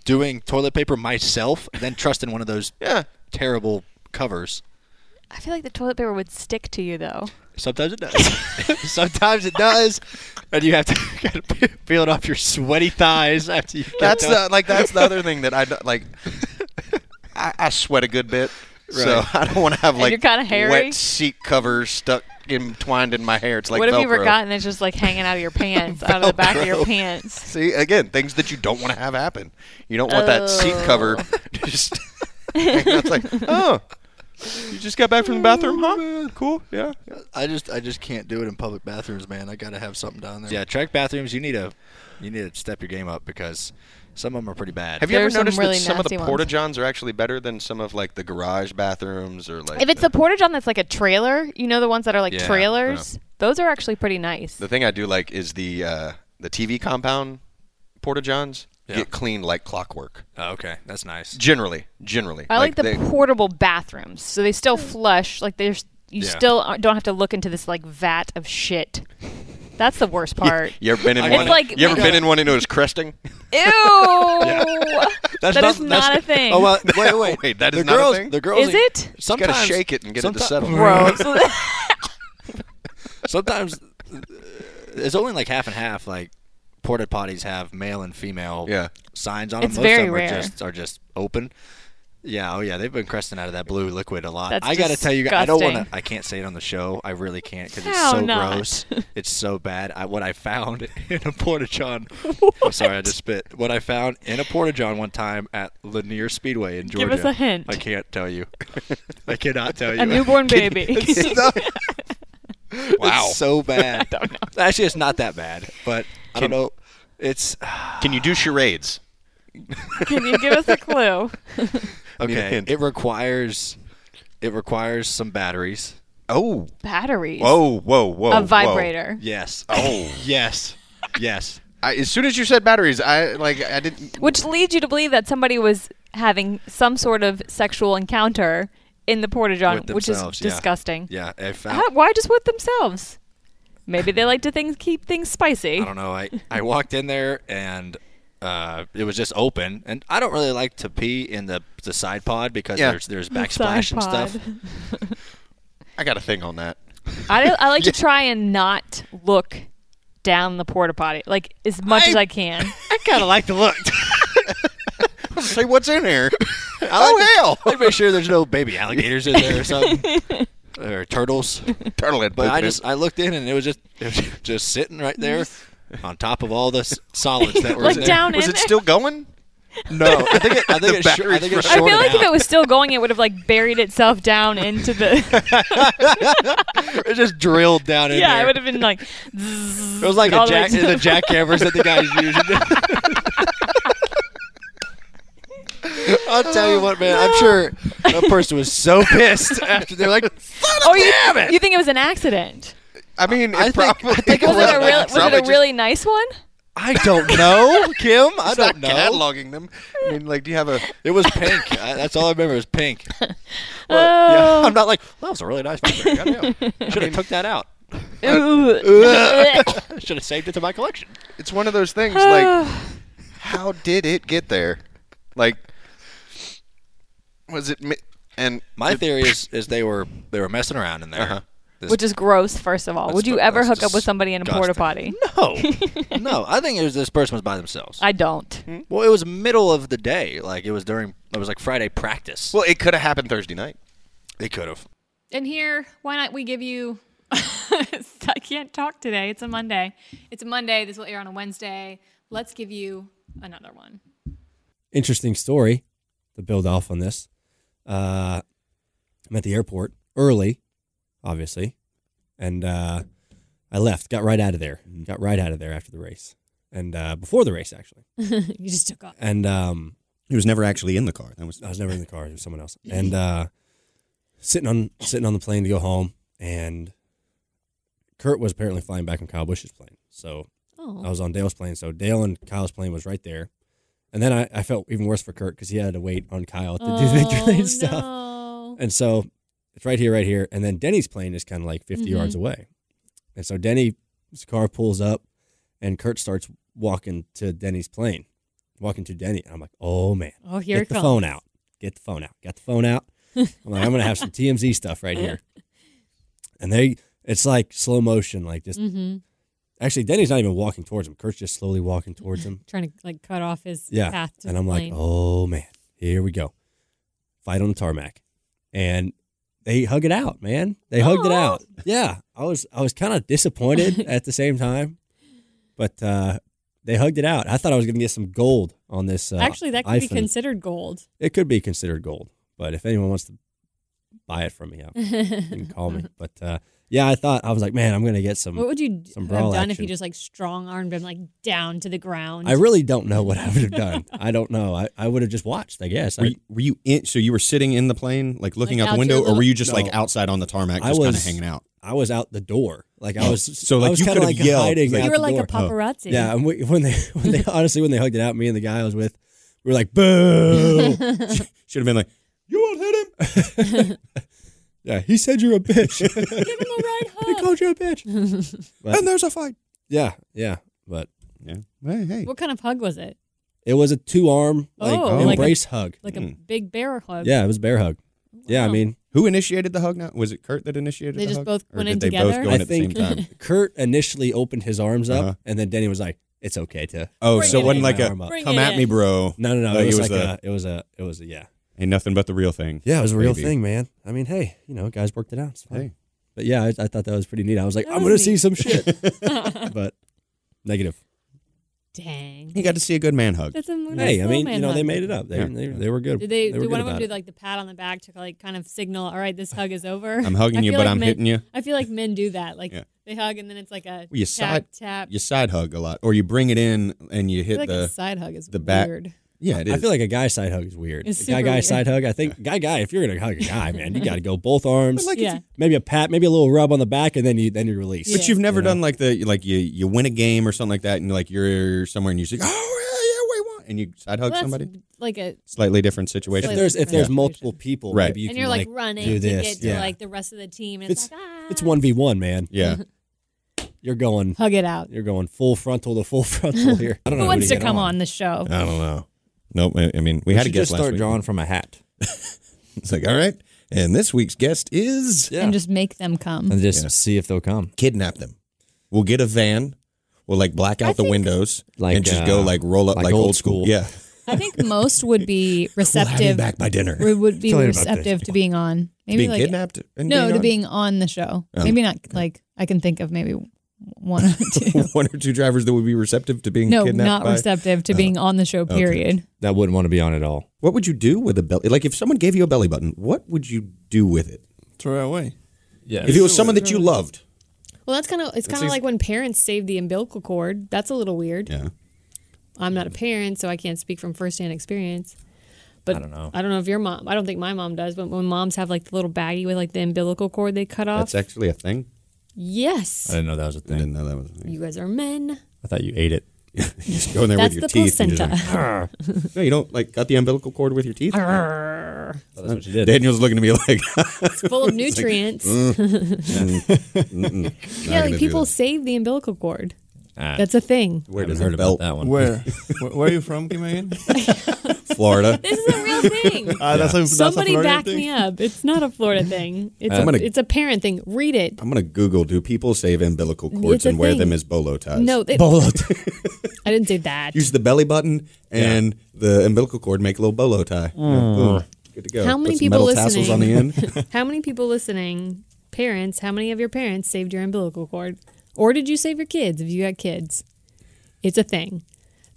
Speaker 5: doing toilet paper myself than trusting one of those
Speaker 3: Yeah.
Speaker 5: terrible covers.
Speaker 4: I feel like the toilet paper would stick to you though.
Speaker 5: Sometimes it does. Sometimes it does, and you have to kind of peel it off your sweaty thighs after you. Get
Speaker 3: That's the
Speaker 5: done.
Speaker 3: like that's the other thing that I don't- like. I, I sweat a good bit, so
Speaker 5: Right.
Speaker 3: I don't want to have
Speaker 4: And you're
Speaker 3: like
Speaker 4: kinda hairy.
Speaker 3: wet seat covers stuck entwined in my hair. It's like
Speaker 4: what have you
Speaker 3: Velcro.
Speaker 4: forgotten? It's just like hanging out of your pants, out of the back of your
Speaker 3: Velcro.
Speaker 4: pants.
Speaker 3: See again, things that you don't want to have happen. You don't want that seat
Speaker 4: Oh.
Speaker 3: cover. Just it's like, oh, you just got back from the bathroom, huh? Cool, yeah.
Speaker 5: I just I just can't do it in public bathrooms, man. I gotta have something down there. Yeah, track bathrooms. You need to you need to step your game up because some of them are pretty bad.
Speaker 3: Have you
Speaker 4: There's
Speaker 3: ever
Speaker 4: some
Speaker 3: noticed
Speaker 4: really
Speaker 3: that some of the
Speaker 4: nasty ones.
Speaker 3: porta johns are actually better than some of like the garage bathrooms or like
Speaker 4: If it's
Speaker 3: the,
Speaker 4: a porta john that's like a trailer, you know the ones that are like
Speaker 3: Yeah,
Speaker 4: trailers. Those are actually pretty nice.
Speaker 3: the thing I do like is the uh, the TV compound porta johns get cleaned like clockwork.
Speaker 5: Oh, okay, that's nice.
Speaker 3: Generally, generally.
Speaker 4: I like, the
Speaker 3: they-
Speaker 4: portable bathrooms, so they still flush. Like there's, you
Speaker 3: Yeah.
Speaker 4: still aren't- don't have to look into this like vat of shit. That's the worst part.
Speaker 3: You ever been in
Speaker 4: It's
Speaker 3: one?
Speaker 4: like-
Speaker 3: you ever been in one and it was cresting?
Speaker 4: Ew!
Speaker 3: That's
Speaker 4: That
Speaker 3: not-
Speaker 4: is not
Speaker 3: that's-
Speaker 4: a thing.
Speaker 5: Oh well, wait, wait,
Speaker 3: Wait, that
Speaker 5: the
Speaker 3: is not a
Speaker 5: girls,
Speaker 3: thing?
Speaker 5: The girls
Speaker 4: Is it?
Speaker 3: Just gotta
Speaker 5: Sometimes-
Speaker 3: shake it and get it to
Speaker 5: someti-
Speaker 3: settle.
Speaker 5: sometimes uh, it's only like half and half. Like porta potties have male and female
Speaker 3: Yeah.
Speaker 5: signs on
Speaker 4: It's
Speaker 5: them. Most
Speaker 4: very
Speaker 5: of them
Speaker 4: rare.
Speaker 5: are just are just open.
Speaker 21: Yeah, oh yeah, they've been cresting out of that blue liquid a lot.
Speaker 4: That's
Speaker 21: I gotta tell you, guys, I don't want
Speaker 4: disgusting.
Speaker 21: to. I can't say it on the show. I really can't because it's
Speaker 4: How
Speaker 21: so
Speaker 4: not?
Speaker 21: gross. It's so bad. I, what I found in a porta john. I'm sorry, I just spit. What I found in a porta john one time at Lanier Speedway in Georgia.
Speaker 4: Give us a hint.
Speaker 21: I can't tell you. I cannot tell you.
Speaker 4: A newborn
Speaker 21: Can-
Speaker 4: baby.
Speaker 21: It's wow, so bad.
Speaker 4: I don't know.
Speaker 21: Actually, it's not that bad, but I
Speaker 31: Can-
Speaker 21: don't know. It's.
Speaker 31: Can you do charades?
Speaker 4: Can you give us a clue?
Speaker 21: Okay. it requires it requires some batteries.
Speaker 31: Oh.
Speaker 4: Batteries.
Speaker 31: Whoa, whoa, whoa.
Speaker 4: A vibrator.
Speaker 21: Yes.
Speaker 31: Oh.
Speaker 21: yes. Yes.
Speaker 31: I, as soon as you said batteries, I like I didn't
Speaker 4: Which leads you to believe that somebody was having some sort of sexual encounter in the porta john,
Speaker 21: With
Speaker 4: which is
Speaker 21: themselves, yeah.
Speaker 4: disgusting.
Speaker 21: Yeah, I found-
Speaker 4: How- why just with themselves? Maybe they like to things keep things spicy.
Speaker 21: I don't know. I, I walked in there and uh, it was just open, and I don't really like to pee in the the side pod because
Speaker 31: Yeah.
Speaker 21: there's there's
Speaker 4: The
Speaker 21: backsplash
Speaker 4: side
Speaker 21: and stuff.
Speaker 31: I got a thing on that.
Speaker 4: I, don't- I like to try and not look down the porta potty like as much as I can.
Speaker 21: I kind of like to look.
Speaker 31: Say what's in here?
Speaker 21: oh hell! I make sure there's no baby alligators in there or something, or turtles.
Speaker 31: Turtle head.
Speaker 21: But I
Speaker 31: pooping
Speaker 21: just I looked in and it was just it was just sitting right there on top of all the s- solids that were
Speaker 4: Like
Speaker 21: in there.
Speaker 4: down Was in it there? still
Speaker 31: going?
Speaker 21: No, I think it, I think it, sh- I think it
Speaker 4: I feel
Speaker 21: shorted
Speaker 4: like
Speaker 21: out.
Speaker 4: if it was still going, it would have like buried itself down into the.
Speaker 21: it just drilled down in
Speaker 4: yeah,
Speaker 21: there.
Speaker 4: it would have been like.
Speaker 21: It was like
Speaker 4: all
Speaker 21: the,
Speaker 4: the way
Speaker 21: jack,
Speaker 4: to
Speaker 21: the
Speaker 4: the-
Speaker 21: jackhammers that the guys used. I'll tell you what, man. I'm sure that person was so pissed after they're like,
Speaker 4: oh, you,
Speaker 21: damn it!
Speaker 4: you think it was an accident?
Speaker 31: I mean,
Speaker 21: I think, I think
Speaker 4: Was it a real? Was it
Speaker 21: probably
Speaker 4: a
Speaker 21: just-
Speaker 4: really nice one?
Speaker 21: I don't know, Kim. I
Speaker 31: It's not
Speaker 21: don't know.
Speaker 31: cataloging them. I mean, like, do you have a?
Speaker 21: It was pink. I, that's all I remember. It was pink. Well,
Speaker 4: Oh.
Speaker 21: yeah, I'm not like that was a really nice. Should have took that out. Should have saved it to my collection.
Speaker 31: It's one of those things. Like, how did it get there? Like, was it? Mi- and Uh-huh.
Speaker 21: My theory is is they were they were messing around in there. This-
Speaker 4: Which is gross. First of all,
Speaker 21: That's
Speaker 4: would you
Speaker 21: fu-
Speaker 4: ever
Speaker 21: that's
Speaker 4: hook up with somebody in a porta potty?
Speaker 21: No, no, I think it was this person was by themselves.
Speaker 4: I don't.
Speaker 21: Well, it was middle of the day. Like it was during it was like Friday practice.
Speaker 31: Well, it could have happened Thursday night.
Speaker 21: It could have.
Speaker 4: And here, why not we give you? I can't talk today. It's a Monday. It's a Monday. This will air on a Wednesday. Let's give you another one.
Speaker 5: interesting story to build off on this. Uh, I'm at the airport early, obviously, and uh, I left, got right out of there,
Speaker 31: Mm-hmm.
Speaker 5: got right out of there after the race, and uh, before the race actually.
Speaker 26: you just took off.
Speaker 5: And um,
Speaker 3: He was never actually in the car. That was
Speaker 5: I was never in the car; it was someone else. And uh, sitting on sitting on the plane to go home, and Kurt was apparently flying back on Kyle Bush's plane, so
Speaker 26: Oh.
Speaker 5: I was on Dale's plane. So Dale and Kyle's plane was right there, and then I, I felt even worse for Kurt because he had to wait on Kyle to do the
Speaker 26: Oh,
Speaker 5: interrelated stuff. And so it's right here, right here, and then Denny's plane is kind of like 50 yards
Speaker 26: Mhm.
Speaker 5: away, and so Denny's car pulls up, and Kurt starts walking to Denny's plane, walking to Denny, and I'm like, oh man,
Speaker 26: Oh, here
Speaker 5: get
Speaker 26: it
Speaker 5: the
Speaker 26: comes.
Speaker 5: phone out, get the phone out, got the phone out. I'm like, I'm gonna have some TMZ stuff right here, and they it's like slow motion, like just
Speaker 26: Mhm.
Speaker 5: actually Denny's not even walking towards him. Kurt's just slowly walking towards him.
Speaker 26: Trying to like cut off his
Speaker 5: yeah,
Speaker 26: path. To
Speaker 5: and
Speaker 26: the
Speaker 5: I'm like,
Speaker 26: plane.
Speaker 5: oh man, here we go, fight on the tarmac, and they hug it out, man. They hugged it out. Yeah, I was I was kind of disappointed at the same time, but uh, they hugged it out. I thought I was gonna get some gold on this. Uh,
Speaker 26: Actually, that could be
Speaker 5: iPhone.
Speaker 26: considered gold.
Speaker 5: It could be considered gold, but if anyone wants to buy it from me, I'll, you can call me. But uh, yeah, I thought I was like, man, I'm gonna get some.
Speaker 26: what would you d-
Speaker 5: some
Speaker 26: have
Speaker 5: brawl
Speaker 26: done if
Speaker 5: action.
Speaker 26: you just like strong armed him like down to the ground?
Speaker 5: I really don't know what I would have done. I don't know. I, I would have just watched. I guess.
Speaker 3: Were
Speaker 5: I-
Speaker 3: you, were you in? So you were sitting in the plane, like looking
Speaker 5: Like
Speaker 3: out
Speaker 5: out
Speaker 3: the window,
Speaker 5: your
Speaker 3: or were
Speaker 5: little-
Speaker 3: you just
Speaker 5: No.
Speaker 3: like outside on the tarmac,
Speaker 5: I
Speaker 3: just kind of
Speaker 5: was-
Speaker 3: hanging out?
Speaker 5: I was out the door. Like I was
Speaker 3: So, like,
Speaker 5: I was
Speaker 3: you
Speaker 5: kinda,
Speaker 3: could have
Speaker 5: like
Speaker 3: yelled,
Speaker 5: hiding.
Speaker 3: like- Oh.
Speaker 5: out
Speaker 3: You were
Speaker 5: the
Speaker 26: like a
Speaker 5: door.
Speaker 26: paparazzi.
Speaker 5: Yeah, and we, when they when they honestly when they hugged it out, me and the guy I was with, we were like boo.
Speaker 3: Should have been like,
Speaker 5: you won't hit him. yeah, he said you're a bitch. Give him a
Speaker 26: right
Speaker 5: hug. He called you a bitch. But-
Speaker 3: and there's a fight.
Speaker 5: yeah, yeah, but
Speaker 3: yeah, hey, hey.
Speaker 26: What kind of hug was it?
Speaker 5: It was a two arm like
Speaker 26: oh, like
Speaker 5: embrace
Speaker 26: a,
Speaker 5: hug. Hmm.
Speaker 26: like a big bear hug.
Speaker 5: Yeah, it was a bear hug. Yeah, I
Speaker 26: Wow.
Speaker 5: mean,
Speaker 3: who initiated the hug? Now was it Kurt that initiated?
Speaker 26: They
Speaker 3: the
Speaker 26: just
Speaker 3: hug?
Speaker 26: both
Speaker 3: Or
Speaker 26: went
Speaker 3: did
Speaker 26: in
Speaker 3: they
Speaker 26: together?
Speaker 3: Both go in
Speaker 5: I
Speaker 3: at
Speaker 5: think
Speaker 3: the same time.
Speaker 5: Kurt initially opened his arms up,
Speaker 3: Uh-huh.
Speaker 5: and then Denny was like, "It's okay to."
Speaker 3: Oh, so it
Speaker 5: Bring
Speaker 3: wasn't like
Speaker 5: my
Speaker 3: a,
Speaker 5: arm up."
Speaker 3: "Come at me, bro."
Speaker 5: No, no, no.
Speaker 3: Like,
Speaker 5: it was,
Speaker 3: it was
Speaker 5: like
Speaker 3: a-
Speaker 5: a, It was a. It was a. Yeah.
Speaker 3: Ain't nothing but the real thing.
Speaker 29: Yeah, it was a real
Speaker 3: baby.
Speaker 29: thing, man. I mean, hey, you know, guys worked it out. It's fine.
Speaker 3: Hey.
Speaker 29: But yeah, I, I thought that was pretty neat. I was like,
Speaker 5: That
Speaker 29: I'm
Speaker 5: was
Speaker 29: going to see
Speaker 5: neat.
Speaker 29: some shit. but negative.
Speaker 4: Dang.
Speaker 3: You got to see a good man hug.
Speaker 4: That's a nice
Speaker 29: hey, I
Speaker 4: little
Speaker 29: mean,
Speaker 4: man
Speaker 29: you know,
Speaker 4: hug.
Speaker 29: they made it up. They,
Speaker 3: Yeah.
Speaker 29: they, they were good.
Speaker 4: Did they,
Speaker 29: were
Speaker 4: do one
Speaker 29: good
Speaker 4: of them
Speaker 29: about
Speaker 4: do
Speaker 29: it.
Speaker 4: like the pat on the back to like kind of signal, all right, this hug is over?
Speaker 3: I'm hugging
Speaker 4: I
Speaker 3: you,
Speaker 4: feel
Speaker 3: but
Speaker 4: like
Speaker 3: I'm
Speaker 4: men-
Speaker 3: hitting you.
Speaker 4: I feel like men do that. Like
Speaker 3: Yeah.
Speaker 4: they hug and then it's like a
Speaker 3: Well, you
Speaker 4: tap,
Speaker 3: side
Speaker 4: tap.
Speaker 3: you side hug a lot, or you bring it in and you
Speaker 4: I feel
Speaker 3: hit
Speaker 4: like
Speaker 3: the
Speaker 4: a side hug is
Speaker 3: the back.
Speaker 4: weird.
Speaker 3: Yeah, it
Speaker 29: I
Speaker 3: is.
Speaker 29: feel like a guy side hug is weird.
Speaker 4: It's
Speaker 29: A guy
Speaker 4: super
Speaker 29: guy
Speaker 4: weird.
Speaker 29: side hug. I think guy guy. If you're gonna hug a guy, man, you got to go both arms.
Speaker 3: But like
Speaker 4: if Yeah. you-
Speaker 29: Maybe a pat, maybe a little rub on the back, and then you then you release.
Speaker 3: But you've never done like the like you you win a game or something like that, and like you're somewhere and you say, oh yeah, yeah, wait, what? and you side
Speaker 4: Well,
Speaker 3: hug
Speaker 4: that's
Speaker 3: somebody.
Speaker 4: Like a
Speaker 3: Slightly different situation.
Speaker 4: If there's-
Speaker 29: if there's
Speaker 3: Yeah.
Speaker 29: multiple people,
Speaker 3: right?
Speaker 29: maybe you
Speaker 4: and
Speaker 29: can,
Speaker 4: you're like,
Speaker 29: like,
Speaker 4: running
Speaker 29: do
Speaker 4: to
Speaker 29: this,
Speaker 4: get to
Speaker 29: yeah.
Speaker 4: like the rest of the team, and it's,
Speaker 29: It's
Speaker 4: like ah,
Speaker 29: it's one v one, man.
Speaker 3: Yeah.
Speaker 29: You're going
Speaker 4: hug it out.
Speaker 29: You're going full frontal to full frontal here. I don't
Speaker 4: who
Speaker 29: know
Speaker 4: wants
Speaker 29: do
Speaker 4: to
Speaker 29: you
Speaker 4: come
Speaker 29: get
Speaker 4: on the show?
Speaker 3: I don't know. Nope. I, I mean, we, had a
Speaker 29: should
Speaker 3: guest
Speaker 29: just
Speaker 3: last
Speaker 29: start
Speaker 3: week.
Speaker 29: drawing from a hat.
Speaker 3: it's like all right, and this week's guest is
Speaker 4: And just make them come.
Speaker 3: just
Speaker 29: see if they'll come.
Speaker 3: Kidnap them. We'll get a van. We'll like black out the windows
Speaker 29: Like,
Speaker 3: and just go
Speaker 29: uh,
Speaker 3: like roll up
Speaker 29: like
Speaker 3: like,
Speaker 29: old
Speaker 3: old school.
Speaker 29: school.
Speaker 3: Yeah.
Speaker 4: I think most would be receptive.
Speaker 3: back by dinner.
Speaker 4: Would, would be
Speaker 3: Tell her about
Speaker 4: receptive to being on. Maybe
Speaker 3: being
Speaker 4: like
Speaker 3: kidnapped and
Speaker 4: no,
Speaker 3: being
Speaker 4: to
Speaker 3: on?
Speaker 4: being on the show.
Speaker 3: Oh.
Speaker 4: Maybe not. Like I can think of maybe one or two.
Speaker 3: One or two drivers that would be receptive to being
Speaker 4: no,
Speaker 3: kidnapped.
Speaker 4: not
Speaker 3: by- Uh,
Speaker 4: receptive to being on the show.
Speaker 3: Okay.
Speaker 4: Period.
Speaker 29: That wouldn't want to be on at all.
Speaker 3: What would you do with a belly? Like if someone gave you a belly button, what would you do with it?
Speaker 32: Throw it away.
Speaker 3: Yeah. If it was someone that you loved.
Speaker 4: Well, that's kind of it's
Speaker 3: That's
Speaker 4: kind of
Speaker 3: easy.
Speaker 4: like when parents save the umbilical cord. That's a little weird.
Speaker 3: Yeah.
Speaker 4: I'm not a parent, so I can't speak from firsthand experience. But I don't
Speaker 29: know.
Speaker 4: I don't know if your mom. I don't think my mom does. But when moms have like the little baggie with like the umbilical cord they cut off.
Speaker 3: That's actually a thing.
Speaker 4: yes.
Speaker 29: know that was a thing.
Speaker 3: I didn't know that was a thing.
Speaker 4: You guys are men.
Speaker 29: I thought you ate it.
Speaker 3: you just go in there
Speaker 4: That's
Speaker 3: with your
Speaker 4: the
Speaker 3: teeth. and just
Speaker 4: placenta.
Speaker 3: like, no, you don't like cut the umbilical cord with your teeth.
Speaker 4: Arrgh.
Speaker 3: That's what you did. Daniel's looking at me like it's
Speaker 4: full of
Speaker 3: like,
Speaker 4: nutrients.
Speaker 3: mm, mm, mm-mm, not
Speaker 4: yeah,
Speaker 3: gonna
Speaker 4: like
Speaker 3: do
Speaker 4: people
Speaker 3: that.
Speaker 4: save the umbilical cord.
Speaker 3: Ah.
Speaker 4: That's a thing.
Speaker 3: Where does
Speaker 29: heard
Speaker 3: it
Speaker 29: about
Speaker 3: belt
Speaker 29: that one.
Speaker 32: Where? where, where are you from, Kimayan?
Speaker 3: Florida.
Speaker 4: This is a real thing.
Speaker 32: Ah, that's a- that's a
Speaker 4: Somebody
Speaker 32: Florida
Speaker 4: back
Speaker 32: thing?
Speaker 4: me up. It's not a Florida thing. It's
Speaker 3: I'm
Speaker 4: a,
Speaker 3: gonna-
Speaker 4: it's a parent thing. Read it.
Speaker 3: I'm gonna Google. Do people save umbilical cords
Speaker 4: It's a
Speaker 3: and wear
Speaker 4: thing.
Speaker 3: them as bolo ties?
Speaker 4: No, they-
Speaker 3: bolo.
Speaker 4: I didn't say that.
Speaker 3: Use the belly button and the umbilical cord make a little bolo tie.
Speaker 4: Mm.
Speaker 3: Boom. Good to go.
Speaker 4: How many
Speaker 3: Put some
Speaker 4: people listening?
Speaker 3: metal tassels on the end.
Speaker 4: how many people listening? Parents, how many of your parents saved your umbilical cord? Or did you save your kids if you got kids? It's a thing.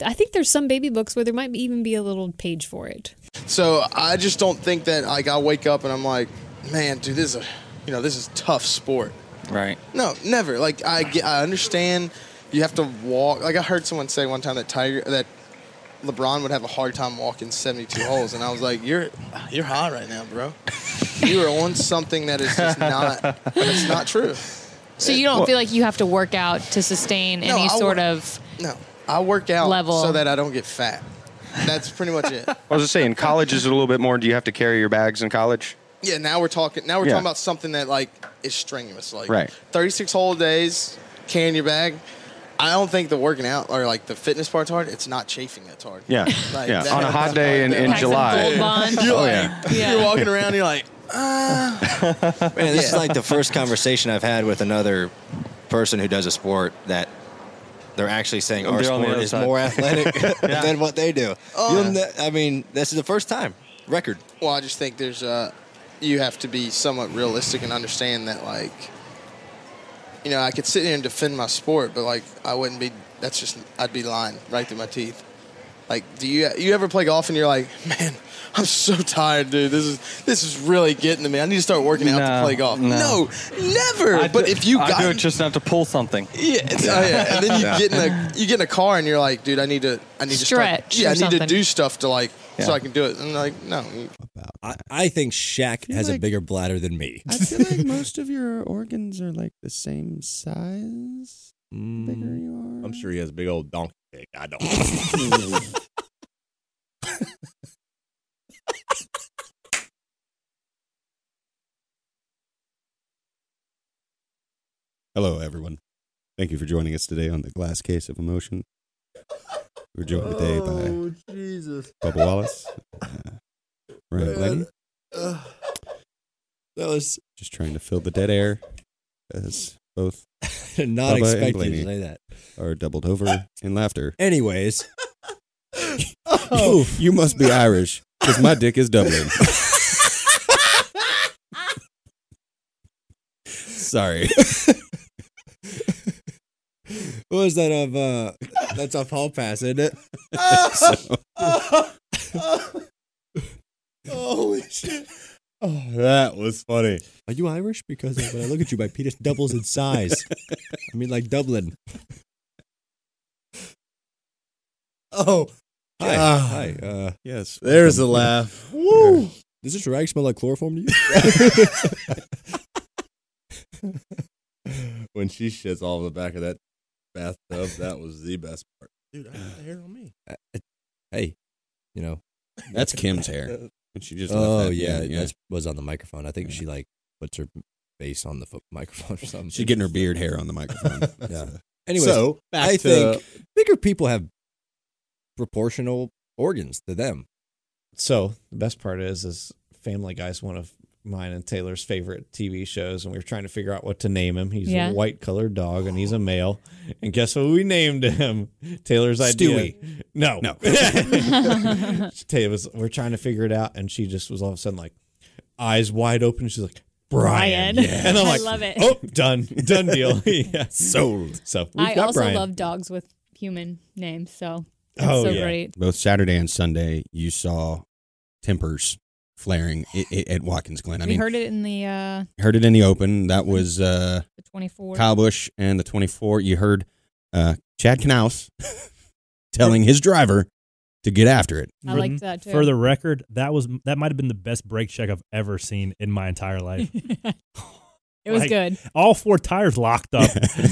Speaker 4: I think there's some baby books where there might even be a little page for it.
Speaker 11: So I just don't think that like I wake up and I'm like, man, dude, this is a, you know, this is tough sport.
Speaker 21: Right.
Speaker 11: No, never. Like I get, I understand you have to walk. Like I heard someone say one time that Tiger that LeBron would have a hard time walking 72 holes, and I was like, you're you're high right now, bro. You are on something that is just not. it's not true.
Speaker 28: So you don't feel like you have to work out to sustain
Speaker 11: No,
Speaker 28: any
Speaker 11: I
Speaker 28: sort
Speaker 11: work-
Speaker 28: of
Speaker 11: no. I work out
Speaker 28: level.
Speaker 11: so that I don't get fat. That's pretty much it.
Speaker 12: I was just saying, college is a little bit more. Do you have to carry your bags in college?
Speaker 11: Yeah, now we're talking. Now we're
Speaker 12: Yeah.
Speaker 11: talking about something that like is strenuous, like
Speaker 12: Right.
Speaker 11: thirty-six whole days carrying your bag. I don't think the working out or like the fitness part's hard. It's not chafing that's hard.
Speaker 12: Yeah,
Speaker 11: Like,
Speaker 12: yeah.
Speaker 11: that-
Speaker 12: On a hot day in, in
Speaker 11: Pack some
Speaker 12: July.
Speaker 11: Gold Bond. You're
Speaker 12: oh
Speaker 11: like-
Speaker 12: yeah.
Speaker 11: You're walking around. and You're like, ah.
Speaker 21: Man, this is
Speaker 11: Yeah.
Speaker 21: like the first conversation I've had with another person who does a sport that they're actually saying our
Speaker 11: They're on the
Speaker 21: sport
Speaker 11: other
Speaker 21: is
Speaker 11: side.
Speaker 21: more athletic
Speaker 11: Yeah.
Speaker 21: than what they do.
Speaker 11: Oh.
Speaker 21: You'll ne- I mean, this is the first time record.
Speaker 11: Well, I just think there's uh you have to be somewhat realistic and understand that like, you know, I could sit here and defend my sport, but like I wouldn't be. That's just I'd be lying right through my teeth. Like, do you you ever play golf and you're like, man, I'm so tired, dude. This is this is really getting to me. I need to start working out to
Speaker 21: No,
Speaker 11: play golf.
Speaker 21: no.
Speaker 11: No, never.
Speaker 21: I
Speaker 11: but
Speaker 21: do-
Speaker 11: if you
Speaker 21: I
Speaker 11: got
Speaker 21: do it just enough to pull something.
Speaker 11: yeah, it's- oh, yeah. And then you
Speaker 21: Yeah.
Speaker 11: get in a you get in a car and you're like, dude, I need to I need to
Speaker 21: Stretch
Speaker 11: start, yeah,
Speaker 21: or
Speaker 11: I need to
Speaker 21: something.
Speaker 11: do stuff to like so
Speaker 21: Yeah.
Speaker 11: I can do it. And like, no,
Speaker 29: I, I think Shaq has a bigger bladder than me.
Speaker 3: I feel like most of your organs are like the same size. Bigger you
Speaker 32: I'm sure he has big old donkey dick. I don't.
Speaker 3: Hello, everyone. Thank you for joining us today on the Glass Case of Emotion. We're joined today by
Speaker 32: Jesus.
Speaker 3: Bubba Wallace, uh, Ryan Glennie,
Speaker 29: That was
Speaker 3: just trying to fill the dead air as both
Speaker 29: did not
Speaker 3: Bubba and
Speaker 29: expect you
Speaker 3: Blaney
Speaker 29: to say that.
Speaker 3: are doubled over in laughter.
Speaker 29: Anyways,
Speaker 4: Oh.
Speaker 3: you must be Irish.
Speaker 5: Because my dick is doubling. Sorry. what was that of? uh That's off Hall Pass, isn't it? Holy shit. Oh, that was funny. Are you Irish? Because when I look at you, my penis doubles in size. I mean, like Dublin. Oh,
Speaker 32: Hi.
Speaker 5: Ah.
Speaker 32: Hi, uh,
Speaker 5: yes.
Speaker 32: there's a laugh.
Speaker 5: Woo! Does this rag smell like chloroform to you? when she shits all over the back of that bathtub, that was the best part.
Speaker 32: Dude, I got the hair on me.
Speaker 5: Hey, you know,
Speaker 3: That's Kim's hair. But she just left
Speaker 5: oh
Speaker 3: that
Speaker 5: yeah,
Speaker 3: in, yeah.
Speaker 5: that was on the microphone. I think she like puts her face on the fo- microphone or something.
Speaker 3: She's getting her beard hair on the microphone.
Speaker 5: yeah.
Speaker 3: That's-
Speaker 5: Anyway,
Speaker 3: So, back
Speaker 5: I
Speaker 3: to-
Speaker 5: think bigger people have proportional organs to them.
Speaker 21: So the best part is, is Family Guy's one of mine and Taylor's favorite TV shows, and we were trying to figure out what to name him. He's
Speaker 4: Yeah.
Speaker 21: a white colored dog, and he's a male. And guess what we named him? Taylor's idea.
Speaker 32: Stewie.
Speaker 21: No,
Speaker 32: No.
Speaker 21: Taylor was. We're trying to figure it out, and she just was all of a sudden like, eyes wide open. She's like. Brian,
Speaker 4: Brian.
Speaker 21: and I'm
Speaker 4: I
Speaker 21: like,
Speaker 4: love it.
Speaker 21: oh, done, done deal, yeah,
Speaker 5: sold.
Speaker 21: So we've
Speaker 4: I
Speaker 21: got
Speaker 4: also
Speaker 21: Brian. Oh,
Speaker 4: love dogs with human names, so that's
Speaker 29: Oh,
Speaker 4: so great.
Speaker 3: Both Saturday and Sunday, you saw tempers flaring i i at Watkins Glen. I
Speaker 4: we
Speaker 3: mean,
Speaker 4: heard it in the uh,
Speaker 3: heard it in the open. That was uh,
Speaker 4: The 24.
Speaker 3: Kyle Busch and the 24. You heard uh, Chad Knaus telling his driver to get after it.
Speaker 4: I liked that, too.
Speaker 8: For the record, that was that might have been the best brake check I've ever seen in my entire life.
Speaker 4: It was
Speaker 8: Like,
Speaker 4: good.
Speaker 8: All four tires locked up,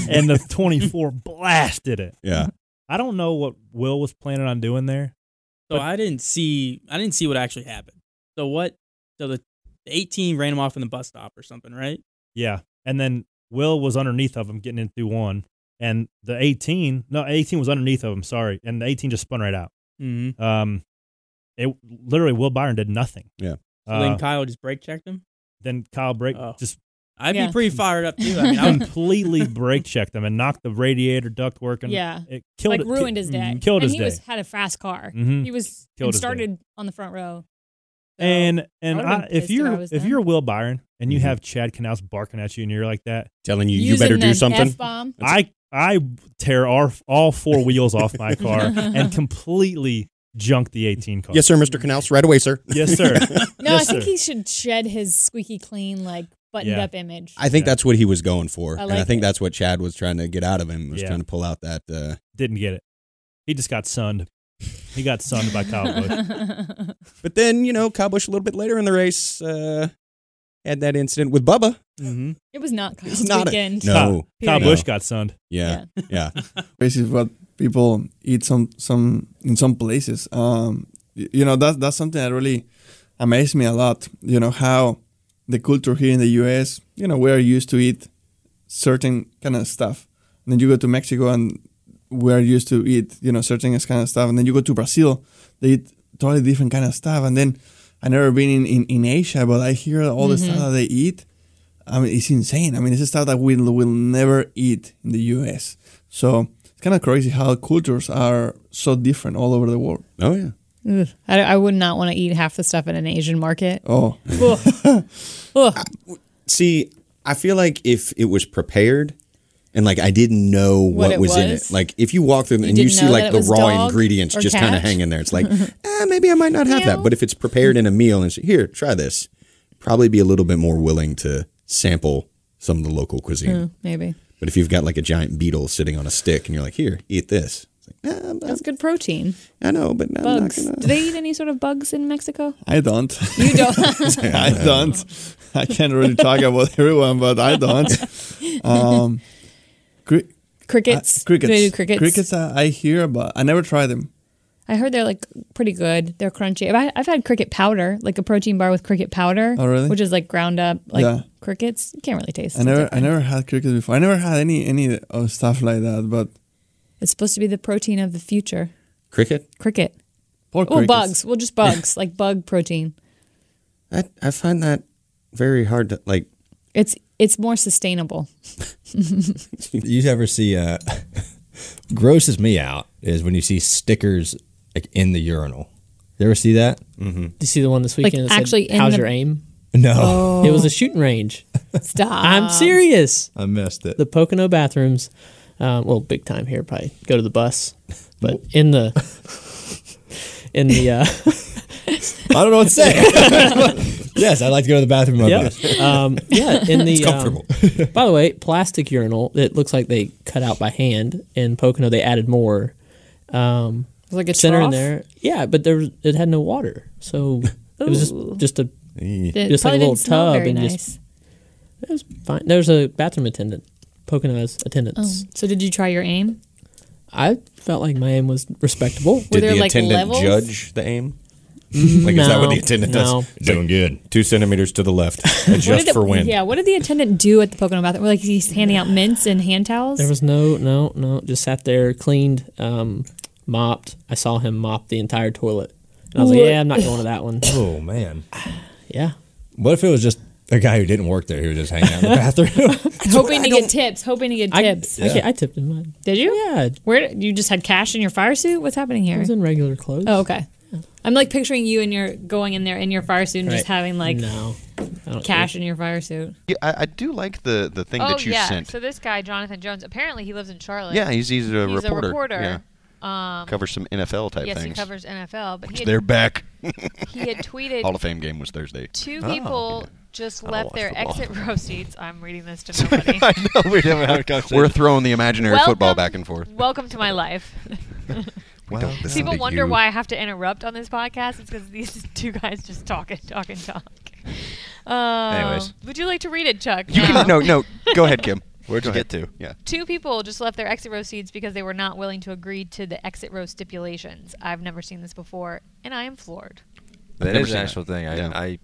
Speaker 8: and the 24 blasted it.
Speaker 3: Yeah.
Speaker 8: I don't know what Will was planning on doing there.
Speaker 31: So I didn't see I didn't see what actually happened. So what? So the the 18 ran him off in the bus stop or something, right?
Speaker 8: Yeah. And then Will was underneath of him getting in through one. And the 18, no, 18 was underneath of him, sorry. And the 18 just spun right out.
Speaker 31: Mhm.
Speaker 4: Mm-hmm.
Speaker 8: Um, it literally, Will Byron did nothing.
Speaker 3: Yeah.
Speaker 31: So
Speaker 8: Uh.
Speaker 31: then Kyle just brake checked him.
Speaker 8: Then Kyle brake just.
Speaker 31: Oh. I'd be pretty fired up too. I mean, I would-
Speaker 8: completely brake checked him and knocked the radiator duct work and
Speaker 4: yeah,
Speaker 8: it killed
Speaker 4: like
Speaker 8: it-
Speaker 4: ruined his day.
Speaker 8: Mhm. Killed
Speaker 4: and
Speaker 8: his
Speaker 4: he
Speaker 8: day.
Speaker 4: was had a fast car.
Speaker 8: Mhm.
Speaker 4: He was
Speaker 8: Killed
Speaker 4: and
Speaker 8: his day.
Speaker 4: started on the front row.
Speaker 8: and and
Speaker 4: would've been
Speaker 8: I, if
Speaker 4: pissed if I
Speaker 8: you're
Speaker 4: was
Speaker 8: if,
Speaker 4: them.
Speaker 8: you're Will Byron and you
Speaker 31: Mm-hmm.
Speaker 8: have Chad Knaus barking at you and you're like that,
Speaker 3: telling you
Speaker 8: you
Speaker 4: Using better do the something. F-bomb.
Speaker 8: I I tear our, all four wheels off my car and completely junk the 18 car.
Speaker 3: Yes, sir, Mr. Knaus. Right away, sir.
Speaker 8: Yes, sir.
Speaker 4: No,
Speaker 8: Yes,
Speaker 4: I think
Speaker 8: sir.
Speaker 4: he should shed his squeaky clean, like buttoned up image.
Speaker 3: I think that's what he was going for,
Speaker 4: I
Speaker 3: and I
Speaker 4: like
Speaker 3: think that's what Chad was trying to get out of him. Was
Speaker 8: Yeah.
Speaker 3: trying to pull out that. Uh,
Speaker 8: didn't get it. He just got sunned. He got sunned by Kyle Busch.
Speaker 3: but then you know, Kyle Busch a little bit later in the race uh, had that incident with Bubba.
Speaker 8: Mm-hmm.
Speaker 4: It was not Kyle's
Speaker 3: It's not a-
Speaker 4: weekend.
Speaker 3: No.
Speaker 8: Kyle
Speaker 3: No.
Speaker 8: Busch got sunned.
Speaker 3: Yeah, yeah.
Speaker 33: Basically, what people eat some some in some places. Um, y- you know that's that's something that really amazed me a lot. You know how the culture here in the U.S. You know we are used to eat certain kind of stuff, and then you go to Mexico and we are used to eat you know certain kind of stuff, and then you go to Brazil, they eat totally different kind of stuff, and then I never been in in, in Asia, but I hear all
Speaker 4: Mm-hmm.
Speaker 33: the stuff
Speaker 34: Mhm.
Speaker 33: that they eat. I mean, it's insane. I mean, it's stuff that we will never eat in the U.S. So it's kind of crazy how cultures are so different all over the world.
Speaker 3: Oh yeah.
Speaker 4: Ugh, I, I would not want to eat half the stuff in an Asian market.
Speaker 33: Oh.
Speaker 4: Ugh. Ugh.
Speaker 3: See, I feel like if it was prepared and like I didn't know
Speaker 4: What
Speaker 3: what,
Speaker 4: it
Speaker 3: was, in
Speaker 4: was?
Speaker 3: it, like if you walk through
Speaker 4: You
Speaker 3: and you
Speaker 4: didn't
Speaker 3: see
Speaker 4: know
Speaker 3: like
Speaker 4: that
Speaker 3: the
Speaker 4: it was
Speaker 3: raw
Speaker 4: dog
Speaker 3: ingredients
Speaker 4: or
Speaker 3: just kind
Speaker 4: cat?
Speaker 3: of hanging there, it's like eh, maybe I might not have that. But if it's prepared in a meal and say, here, try this, probably be a little bit more willing to sample some of the local cuisine.
Speaker 4: Mm, maybe
Speaker 3: But if you've got like a giant beetle sitting on a stick and you're like, here, eat this.
Speaker 4: that's good protein.
Speaker 3: I know, but no, I'm not
Speaker 4: bugs. Do they eat any sort of bugs in Mexico?
Speaker 33: I don't.
Speaker 4: You don't.
Speaker 33: I don't. I can't really talk about everyone, but I don't. Um, cri-
Speaker 4: Crickets.
Speaker 33: uh, crickets.
Speaker 4: Do they do crickets?
Speaker 33: Crickets. uh, I, I hear, but I never try them.
Speaker 4: I heard they're like pretty good. They're crunchy. I, I've had cricket powder, like a protein bar with cricket powder.
Speaker 33: Oh, really?
Speaker 4: Which is like ground up, like
Speaker 33: Yeah.
Speaker 4: crickets. You can't really taste.
Speaker 33: I
Speaker 4: it.
Speaker 33: never. I never had crickets before. I never had any any of stuff like that. But
Speaker 4: It's supposed to be the protein of the future.
Speaker 3: Cricket?
Speaker 4: Cricket.
Speaker 33: Poor
Speaker 4: Oh,
Speaker 33: crickets.
Speaker 4: bugs. Well, just bugs, like bug protein.
Speaker 3: I, I find that very hard to like.
Speaker 4: It's it's more sustainable.
Speaker 5: you ever see uh grosses me out is when you see stickers like in the urinal
Speaker 35: You ever see that?
Speaker 21: Mm-hmm.
Speaker 31: Did you see the one this
Speaker 4: Like,
Speaker 31: weekend? that said,
Speaker 4: actually in
Speaker 31: how's
Speaker 4: the-
Speaker 31: your aim?
Speaker 35: No.
Speaker 31: it was a shooting range.
Speaker 4: Stop.
Speaker 31: I'm serious.
Speaker 35: I missed it.
Speaker 31: The Pocono bathrooms. Um, well, big time here. Probably go to the bus, but in the in the. Uh,
Speaker 35: I don't know what to say. yes, I'd like to go to the bathroom.
Speaker 31: yeah. Um, yeah. In the
Speaker 35: It's comfortable.
Speaker 31: um, by the way, plastic urinal. It looks like they cut out by hand. In Pocono, they added more. Um,
Speaker 4: It's like a
Speaker 31: center in
Speaker 4: trough?
Speaker 31: there. Yeah, but there was, it had no water, so it was
Speaker 4: Ooh.
Speaker 31: just just a
Speaker 4: It
Speaker 31: just like
Speaker 4: probably
Speaker 31: a little
Speaker 4: didn't smell
Speaker 31: tub
Speaker 4: very
Speaker 31: and
Speaker 4: nice.
Speaker 31: just. It was fine. There was a bathroom attendant. Pocono's attendants.
Speaker 4: Oh. So did you try your aim?
Speaker 31: I felt like my aim was respectable.
Speaker 4: Were Did there, the like, attendant levels?
Speaker 35: judge the aim?
Speaker 31: Mm,
Speaker 35: like, is that what the
Speaker 31: no,
Speaker 35: attendant
Speaker 31: no.
Speaker 35: does? Doing good. Two centimeters to the left. Adjust
Speaker 4: did
Speaker 35: for
Speaker 4: the,
Speaker 35: wind.
Speaker 4: Yeah, what did the attendant do at the Pocono bathroom? Like he's handing out mints and hand towels.
Speaker 31: There was no, no, no. Just sat there, cleaned, um, mopped. I saw him mop the entire toilet. And I was like,
Speaker 35: What?
Speaker 31: yeah, I'm not going to that one.
Speaker 35: Oh man.
Speaker 31: Yeah.
Speaker 35: What if it was just a guy who didn't work there who was just hanging out in the bathroom?
Speaker 4: hoping to get tips. Hoping to get
Speaker 31: I,
Speaker 4: tips.
Speaker 31: I, I tipped him. I
Speaker 4: Did you?
Speaker 31: Yeah.
Speaker 4: Where you just had cash in your fire suit? What's happening here?
Speaker 31: was in regular clothes.
Speaker 4: Oh, okay. I'm like picturing you and your going in there in your fire suit and just
Speaker 31: Right.
Speaker 4: having like
Speaker 31: No.
Speaker 4: cash in your fire suit.
Speaker 3: Yeah, I, I do like the the thing that you
Speaker 4: Oh, yeah.
Speaker 3: sent.
Speaker 4: So this guy, Jonathan Jones, apparently he lives in Charlotte.
Speaker 3: Yeah, he's- he's a
Speaker 4: he's
Speaker 3: reporter,
Speaker 4: A reporter.
Speaker 3: yeah.
Speaker 4: Um,
Speaker 3: Covers some NFL type
Speaker 4: yes,
Speaker 3: things.
Speaker 4: he covers NFL. But
Speaker 3: Which
Speaker 4: he had,
Speaker 3: they're back.
Speaker 4: he had tweeted.
Speaker 3: Hall of Fame game was Thursday.
Speaker 4: Two
Speaker 3: Oh,
Speaker 4: people just
Speaker 3: I don't
Speaker 4: left
Speaker 3: watch
Speaker 4: their
Speaker 3: football.
Speaker 4: exit row seats. I'm reading this to nobody.
Speaker 3: I know, we haven't had a conversation. We're throwing the imaginary football back and forth.
Speaker 4: Welcome to my life.
Speaker 3: We don't listen
Speaker 4: People
Speaker 3: to
Speaker 4: wonder
Speaker 3: you.
Speaker 4: why I have to interrupt on this podcast. It's because these two guys just talk and talk and talk. Um,
Speaker 3: Anyways.
Speaker 4: would you like to read it, Chuck?
Speaker 3: You
Speaker 4: now?
Speaker 3: can, no, no, go ahead, Kim. Where'd you
Speaker 5: ahead.
Speaker 3: get to? Yeah.
Speaker 4: Two people just left their exit row seats because they were not willing to agree to the exit row stipulations. I've never seen this before, and I am floored.
Speaker 5: That
Speaker 3: Never
Speaker 5: is an
Speaker 3: seen
Speaker 5: actual thing. I,
Speaker 3: Yeah.
Speaker 5: I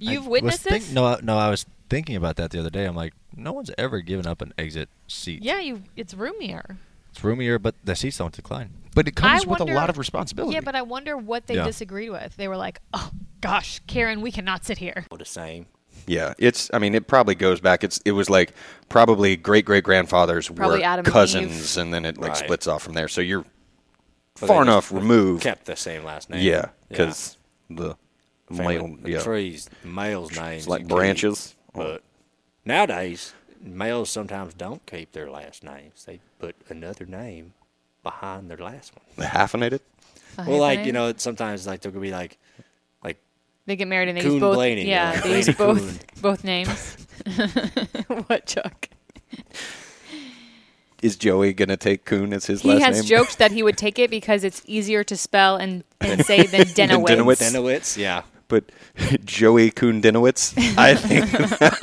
Speaker 4: You've
Speaker 5: I
Speaker 4: witnessed
Speaker 5: was think-
Speaker 4: this?
Speaker 5: No, I- no, I was thinking about that the other day. I'm like, no one's ever given up an exit seat.
Speaker 4: Yeah, you. It's roomier.
Speaker 5: It's roomier, but the seats don't decline.
Speaker 3: But it
Speaker 4: I wonder- Yeah, but I wonder what they
Speaker 5: Yeah.
Speaker 4: disagreed with. They were like, "Oh gosh, Karen, we cannot sit here."
Speaker 5: the same.
Speaker 3: Yeah, it's. I mean, it probably goes back. It's. It was like probably great great grandfathers were
Speaker 4: Probably Adam and
Speaker 3: cousins, and, then it like
Speaker 5: Right.
Speaker 3: splits off from there. So you're
Speaker 5: But they
Speaker 3: far
Speaker 5: just
Speaker 3: enough removed.
Speaker 5: kept the same last name.
Speaker 3: Yeah,
Speaker 5: Yeah.
Speaker 3: because the male.
Speaker 5: the
Speaker 3: yeah.
Speaker 5: trees, male's names.
Speaker 3: It's like
Speaker 5: you keep,
Speaker 3: branches.
Speaker 5: But nowadays, males sometimes don't keep their last names. They put another name behind their last one.
Speaker 3: They hyphenated.
Speaker 5: Well, like you know, sometimes like there could be like like
Speaker 4: They get married and they
Speaker 5: Coon
Speaker 4: use both.
Speaker 5: Blaney,
Speaker 4: yeah,
Speaker 5: yeah.
Speaker 4: they use
Speaker 5: Blaney
Speaker 4: both
Speaker 5: Coon.
Speaker 4: both names. what Chuck?
Speaker 3: Is Joey gonna take Coon as his
Speaker 4: He
Speaker 3: last
Speaker 4: has
Speaker 3: name?
Speaker 4: joked that he would take it because it's easier to spell and, and say than
Speaker 3: Than
Speaker 4: Denowitz.
Speaker 5: Denowitz, yeah.
Speaker 3: But Joey Coon Denowitz, I think.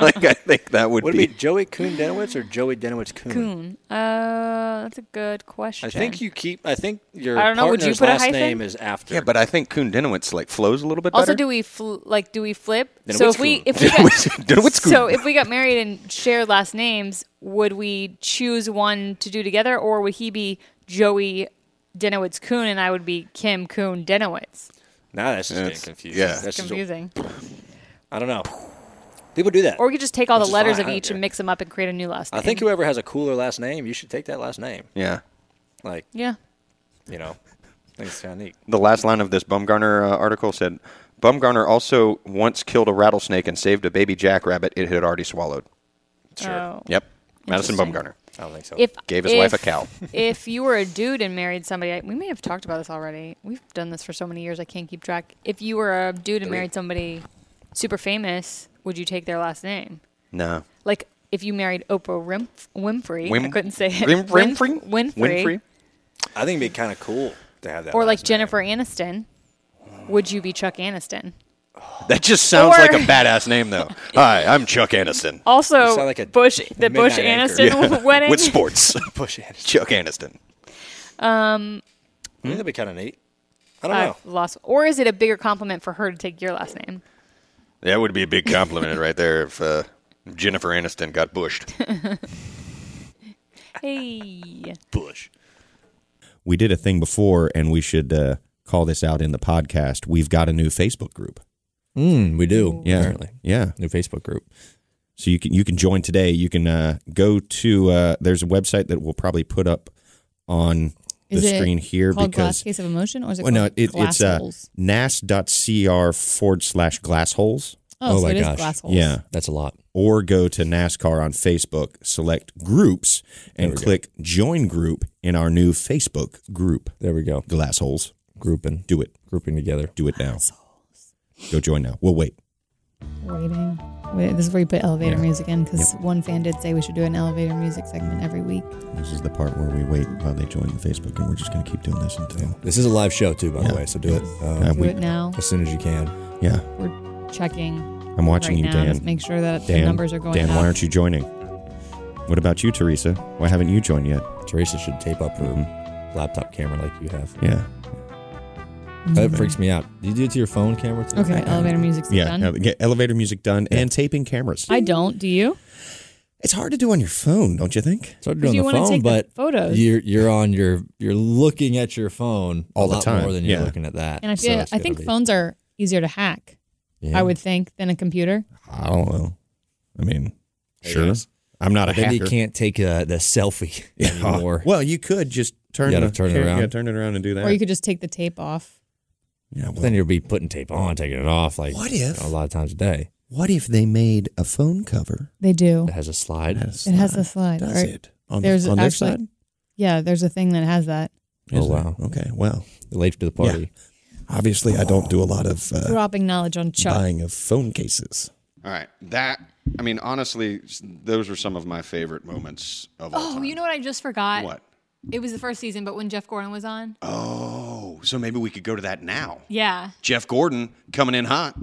Speaker 3: like I think that would,
Speaker 5: Would it
Speaker 3: be.
Speaker 5: be Joey Coon Denowitz or Joey Denowitz Coon?
Speaker 4: Coon. Uh, that's a good question.
Speaker 5: I think you keep. I think your
Speaker 4: I don't know, would you
Speaker 5: partner's
Speaker 4: put a
Speaker 5: last
Speaker 4: hyphen?
Speaker 5: name is after.
Speaker 3: Yeah, but I think Coon Denowitz like flows a little bit
Speaker 4: Also,
Speaker 3: better.
Speaker 4: do we fl- like do we flip?
Speaker 3: Denowitz
Speaker 4: so if we
Speaker 3: Coon.
Speaker 4: if we
Speaker 3: Denowitz-
Speaker 4: got,
Speaker 3: Denowitz Coon.
Speaker 4: so if we got married and shared last names, would we choose one to do together, or would he be Joey Denowitz Coon and I would be Kim Coon Denowitz?
Speaker 5: Now that's just
Speaker 3: That's-
Speaker 5: getting confusing.
Speaker 3: yeah.
Speaker 5: That's
Speaker 4: It's
Speaker 5: just-
Speaker 4: confusing.
Speaker 5: I don't know. People do that.
Speaker 4: Or we could just take all
Speaker 5: Which
Speaker 4: the
Speaker 5: is
Speaker 4: letters
Speaker 5: fine,
Speaker 4: of
Speaker 5: I don't
Speaker 4: each
Speaker 5: care.
Speaker 4: and mix them up and create a new last name.
Speaker 5: I think whoever has a cooler last name, you should take that last name.
Speaker 3: yeah.
Speaker 5: Like,
Speaker 4: Yeah.
Speaker 5: you know, I think it's kind of neat.
Speaker 3: The last line of this Bumgarner uh, article said, "Bumgarner also once killed a rattlesnake and saved a baby jackrabbit it had already swallowed."
Speaker 4: Sure. Oh.
Speaker 3: Yep. Madison
Speaker 4: Interesting.
Speaker 3: Bumgarner.
Speaker 5: I don't think so.
Speaker 4: if
Speaker 3: gave his
Speaker 4: if-
Speaker 3: wife a cow.
Speaker 4: if you were a dude and married somebody, I- we may have talked about this already. We've done this for so many years, I can't keep track. If you were a dude and
Speaker 3: Three.
Speaker 4: married somebody super famous, would you take their last name?
Speaker 3: No.
Speaker 4: Like if you married Oprah Winf- Winfrey, I
Speaker 5: Wim-
Speaker 4: couldn't say it.
Speaker 5: Wim-
Speaker 4: Winf-
Speaker 5: Winfrey?
Speaker 4: Winfrey,
Speaker 5: I think it'd be kind of cool to have that.
Speaker 4: or
Speaker 5: last
Speaker 4: like Jennifer Aniston. Would you be Chuck Aniston?
Speaker 3: That just sounds like
Speaker 4: Or-
Speaker 3: a badass name, though. Hi, I'm Chuck Aniston.
Speaker 4: Also,
Speaker 3: sound like a
Speaker 4: Bush, the Bush
Speaker 3: Midnight
Speaker 4: Aniston
Speaker 3: anchor. Yeah.
Speaker 4: wedding.
Speaker 3: with sports. Bush Aniston. Chuck Aniston.
Speaker 4: Um,
Speaker 5: name. I think that'd be kind of neat. I don't
Speaker 4: I've
Speaker 5: know.
Speaker 4: lost. Or is it a bigger compliment for her to take your last name?
Speaker 3: That would be a big compliment right there if uh, Jennifer Aniston got bushed.
Speaker 4: Hey.
Speaker 5: Bush.
Speaker 35: we did a thing before, and we should uh, call this out in the podcast. We've got a new Facebook group.
Speaker 3: Hmm,
Speaker 35: Mm, we do. Yeah,
Speaker 36: apparently.
Speaker 35: yeah, new Facebook group. So you can you can join today. You can uh, go to uh, there's a website that we'll probably put up on
Speaker 3: the
Speaker 4: Is it
Speaker 3: screen here
Speaker 4: called
Speaker 3: because
Speaker 4: Glass Case of Emotion or is it
Speaker 3: well, no,
Speaker 4: called
Speaker 3: it,
Speaker 4: Glass
Speaker 3: it's uh,
Speaker 4: Holes?
Speaker 3: nas.cr forward slash glass holes.
Speaker 4: Oh, Oh so my it is gosh. glass holes.
Speaker 3: Yeah,
Speaker 33: that's a lot.
Speaker 3: Or go to NASCAR on Facebook, select groups,
Speaker 33: There
Speaker 3: and
Speaker 33: we go.
Speaker 3: click join group in our new Facebook group.
Speaker 33: There we go.
Speaker 3: Glass holes
Speaker 33: grouping.
Speaker 3: Do it.
Speaker 33: Grouping together.
Speaker 3: Do it now. Go join now. We'll wait.
Speaker 4: Waiting. Wait, this is where you put elevator music in because one fan did say we should do an elevator music segment every week.
Speaker 3: This is the part where we wait while they join the Facebook, and we're just going to keep doing this until.
Speaker 33: This is a live show too, by
Speaker 3: Yeah.
Speaker 33: the way. So do it.
Speaker 3: Uh,
Speaker 4: Do it now.
Speaker 33: Um, as soon as you can.
Speaker 3: Yeah.
Speaker 4: We're checking.
Speaker 3: I'm watching
Speaker 4: right
Speaker 3: you,
Speaker 4: now.
Speaker 3: Dan.
Speaker 4: Just make sure that
Speaker 3: Dan,
Speaker 4: the numbers are going
Speaker 3: Dan,
Speaker 4: up.
Speaker 3: why aren't you joining? What about you, Teresa? Why haven't you joined yet? Mm-hmm.
Speaker 33: Teresa should tape up her laptop camera like you have.
Speaker 3: Yeah.
Speaker 33: That freaks me out. Do you do it to your phone camera too?
Speaker 4: Mm-hmm. Okay, elevator music's
Speaker 3: yeah,
Speaker 4: done.
Speaker 3: ele- get elevator music done and taping cameras.
Speaker 4: I don't. Do you?
Speaker 3: It's hard to do on your phone, don't you think?
Speaker 33: It's hard to do
Speaker 4: 'Cause
Speaker 33: on
Speaker 4: you
Speaker 33: the
Speaker 4: wanna
Speaker 33: phone,
Speaker 4: take the
Speaker 33: but
Speaker 4: photos.
Speaker 33: you're you're on your you're looking at your phone
Speaker 3: All
Speaker 33: a
Speaker 3: the
Speaker 33: lot
Speaker 3: time,
Speaker 33: more than you're
Speaker 3: yeah.
Speaker 33: looking at that.
Speaker 4: And I
Speaker 33: so
Speaker 4: feel
Speaker 33: it's
Speaker 4: I
Speaker 33: gonna
Speaker 4: think
Speaker 33: be-
Speaker 4: phones are easier to hack.
Speaker 33: Yeah.
Speaker 4: I would think than a computer.
Speaker 3: I don't know. I mean, sure.
Speaker 33: guys.
Speaker 3: I'm not a
Speaker 33: But then you
Speaker 3: hacker.
Speaker 33: can't take uh, the selfie anymore.
Speaker 3: Well, you could just turn
Speaker 33: You gotta
Speaker 3: the-
Speaker 33: turn it
Speaker 3: yeah,
Speaker 33: around.
Speaker 3: Yeah, turn it around and do that.
Speaker 4: Or you could just take the tape off.
Speaker 33: then you'll be putting tape on, taking it off, like
Speaker 3: What
Speaker 33: you
Speaker 3: if-
Speaker 33: know, a lot of times a day.
Speaker 3: what if they made a phone cover?
Speaker 4: They do.
Speaker 33: It has a slide.
Speaker 4: It has a slide.
Speaker 3: Does
Speaker 4: right?
Speaker 3: it? On the- on their side?
Speaker 4: Yeah, there's a thing that has that.
Speaker 33: Oh
Speaker 3: Is there?
Speaker 33: wow.
Speaker 3: Okay. Well,
Speaker 33: late to the party.
Speaker 3: Obviously, I don't do a lot of uh,
Speaker 4: Dropping knowledge on Chuck.
Speaker 3: buying of phone cases.
Speaker 37: All right, that. I mean, honestly, s- those were some of my favorite moments of all
Speaker 38: Oh,
Speaker 37: time.
Speaker 38: you know what I just forgot?
Speaker 37: What?
Speaker 38: It was the first season, but when Jeff Gordon was on,
Speaker 3: Uh,
Speaker 37: Oh, so maybe we could go to that now.
Speaker 38: yeah.
Speaker 37: Jeff Gordon coming in hot.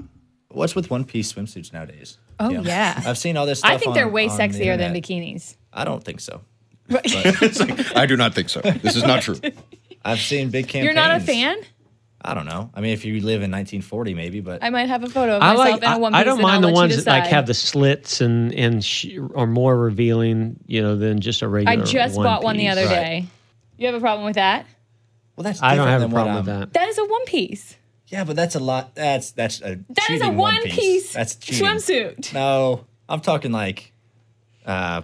Speaker 5: What's with one piece swimsuits nowadays?
Speaker 4: Oh,
Speaker 5: You know?
Speaker 4: yeah.
Speaker 5: I've seen all this stuff.
Speaker 4: I think they're
Speaker 5: on-
Speaker 4: way
Speaker 5: on the
Speaker 4: sexier than
Speaker 5: internet.
Speaker 4: bikinis.
Speaker 5: I don't think so.
Speaker 7: It's like, I do not think so. This is not true.
Speaker 5: I've seen big campaigns.
Speaker 4: You're not a fan?
Speaker 5: I don't know. I mean, if you live in 1940, maybe, but
Speaker 4: I might have a photo of
Speaker 5: I
Speaker 4: myself
Speaker 5: like-
Speaker 4: in a one piece.
Speaker 5: I
Speaker 35: I don't
Speaker 4: and I'll
Speaker 35: mind the
Speaker 4: let you
Speaker 35: ones that like
Speaker 4: decide.
Speaker 35: have the slits and and sh- are more revealing, you know, than just
Speaker 4: I
Speaker 35: a regular.
Speaker 4: just bought one the
Speaker 35: piece.
Speaker 4: other day. You have a problem with that?
Speaker 5: Well, that's
Speaker 35: I don't have a
Speaker 5: different than what
Speaker 35: problem with
Speaker 5: I'm-
Speaker 35: that.
Speaker 4: That is a one piece.
Speaker 5: Um, yeah, but that's a lot. That's that's a
Speaker 4: That is a
Speaker 5: cheating
Speaker 4: one piece
Speaker 5: That's cheating.
Speaker 4: swimsuit.
Speaker 5: No, I'm talking like, uh,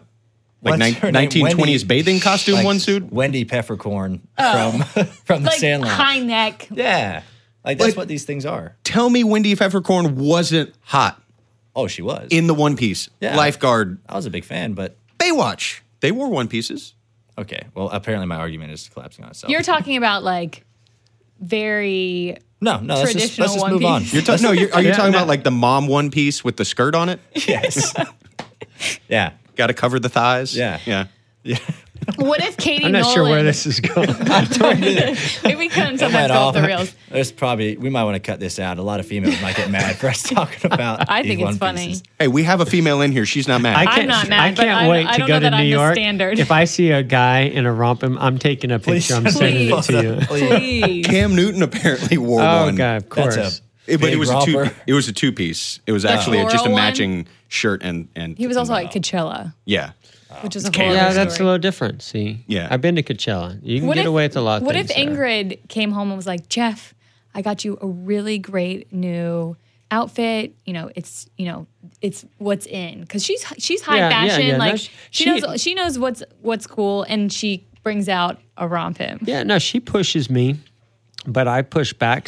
Speaker 7: Like
Speaker 5: what's
Speaker 7: nine-
Speaker 5: her name?
Speaker 7: 1920s bathing costume
Speaker 5: like
Speaker 7: wetsuit?
Speaker 5: Wendy Peppercorn
Speaker 4: Oh.
Speaker 5: from from the
Speaker 4: like
Speaker 5: Sandlot.
Speaker 4: high neck.
Speaker 5: Yeah, like that's what these things are.
Speaker 7: Tell me Wendy Peppercorn wasn't hot.
Speaker 5: Oh, she was.
Speaker 7: In the one piece.
Speaker 5: Yeah.
Speaker 7: Lifeguard.
Speaker 5: I was a big fan, but
Speaker 7: Baywatch. They wore one pieces.
Speaker 5: Okay. Well, apparently my argument is collapsing on itself.
Speaker 4: You're talking about like very
Speaker 5: no, no.
Speaker 4: Traditional
Speaker 5: Let's just, let's just
Speaker 4: one
Speaker 5: move on.
Speaker 4: piece.
Speaker 7: You're ta- no, you're, are you
Speaker 5: Yeah,
Speaker 7: talking
Speaker 5: no.
Speaker 7: about like the mom one piece with the skirt on it?
Speaker 5: Yes. yeah.
Speaker 7: Got to cover the thighs.
Speaker 5: Yeah.
Speaker 7: Yeah.
Speaker 4: What if Katie
Speaker 5: I'm not
Speaker 4: Nolan?
Speaker 5: sure where
Speaker 35: this is going.
Speaker 4: it becomes sometimes off the rails.
Speaker 5: There's probably we might want to cut this out. A lot of females might get mad for us talking about.
Speaker 4: I
Speaker 5: these
Speaker 4: think it's
Speaker 5: one
Speaker 4: funny.
Speaker 5: pieces.
Speaker 7: Hey, we have a female in here. She's not mad.
Speaker 35: I can't, I can't wait to go to New York. If I see a guy in a rompum, I'm taking a picture. I'm sending it to you.
Speaker 4: Please.
Speaker 7: Cam Newton apparently wore
Speaker 35: Oh,
Speaker 7: one.
Speaker 35: God, of That's course. a
Speaker 7: It- but it
Speaker 5: big
Speaker 7: was a two.
Speaker 5: romper.
Speaker 7: It was a two piece. It was
Speaker 4: The
Speaker 7: actually just a
Speaker 4: floral one?
Speaker 7: matching shirt and and.
Speaker 4: He was also at Coachella,
Speaker 7: yeah.
Speaker 4: which is a whole
Speaker 35: Yeah,
Speaker 4: other
Speaker 35: that's a
Speaker 4: story.
Speaker 35: little different. See, yeah, I've been to Coachella. You can
Speaker 4: What
Speaker 35: get
Speaker 4: if-
Speaker 35: away with a lot. Of
Speaker 4: What if
Speaker 35: things.
Speaker 4: Ingrid came home and was like, Jeff, I got you a really great new outfit. You know, it's you know, it's what's in because she's she's high
Speaker 38: Yeah, yeah,
Speaker 4: fashion.
Speaker 35: yeah. No,
Speaker 4: Like
Speaker 35: she-
Speaker 4: she,
Speaker 35: she-
Speaker 4: knows she knows what's what's cool, and she brings out a romp him.
Speaker 35: Yeah, no, she pushes me, but I push back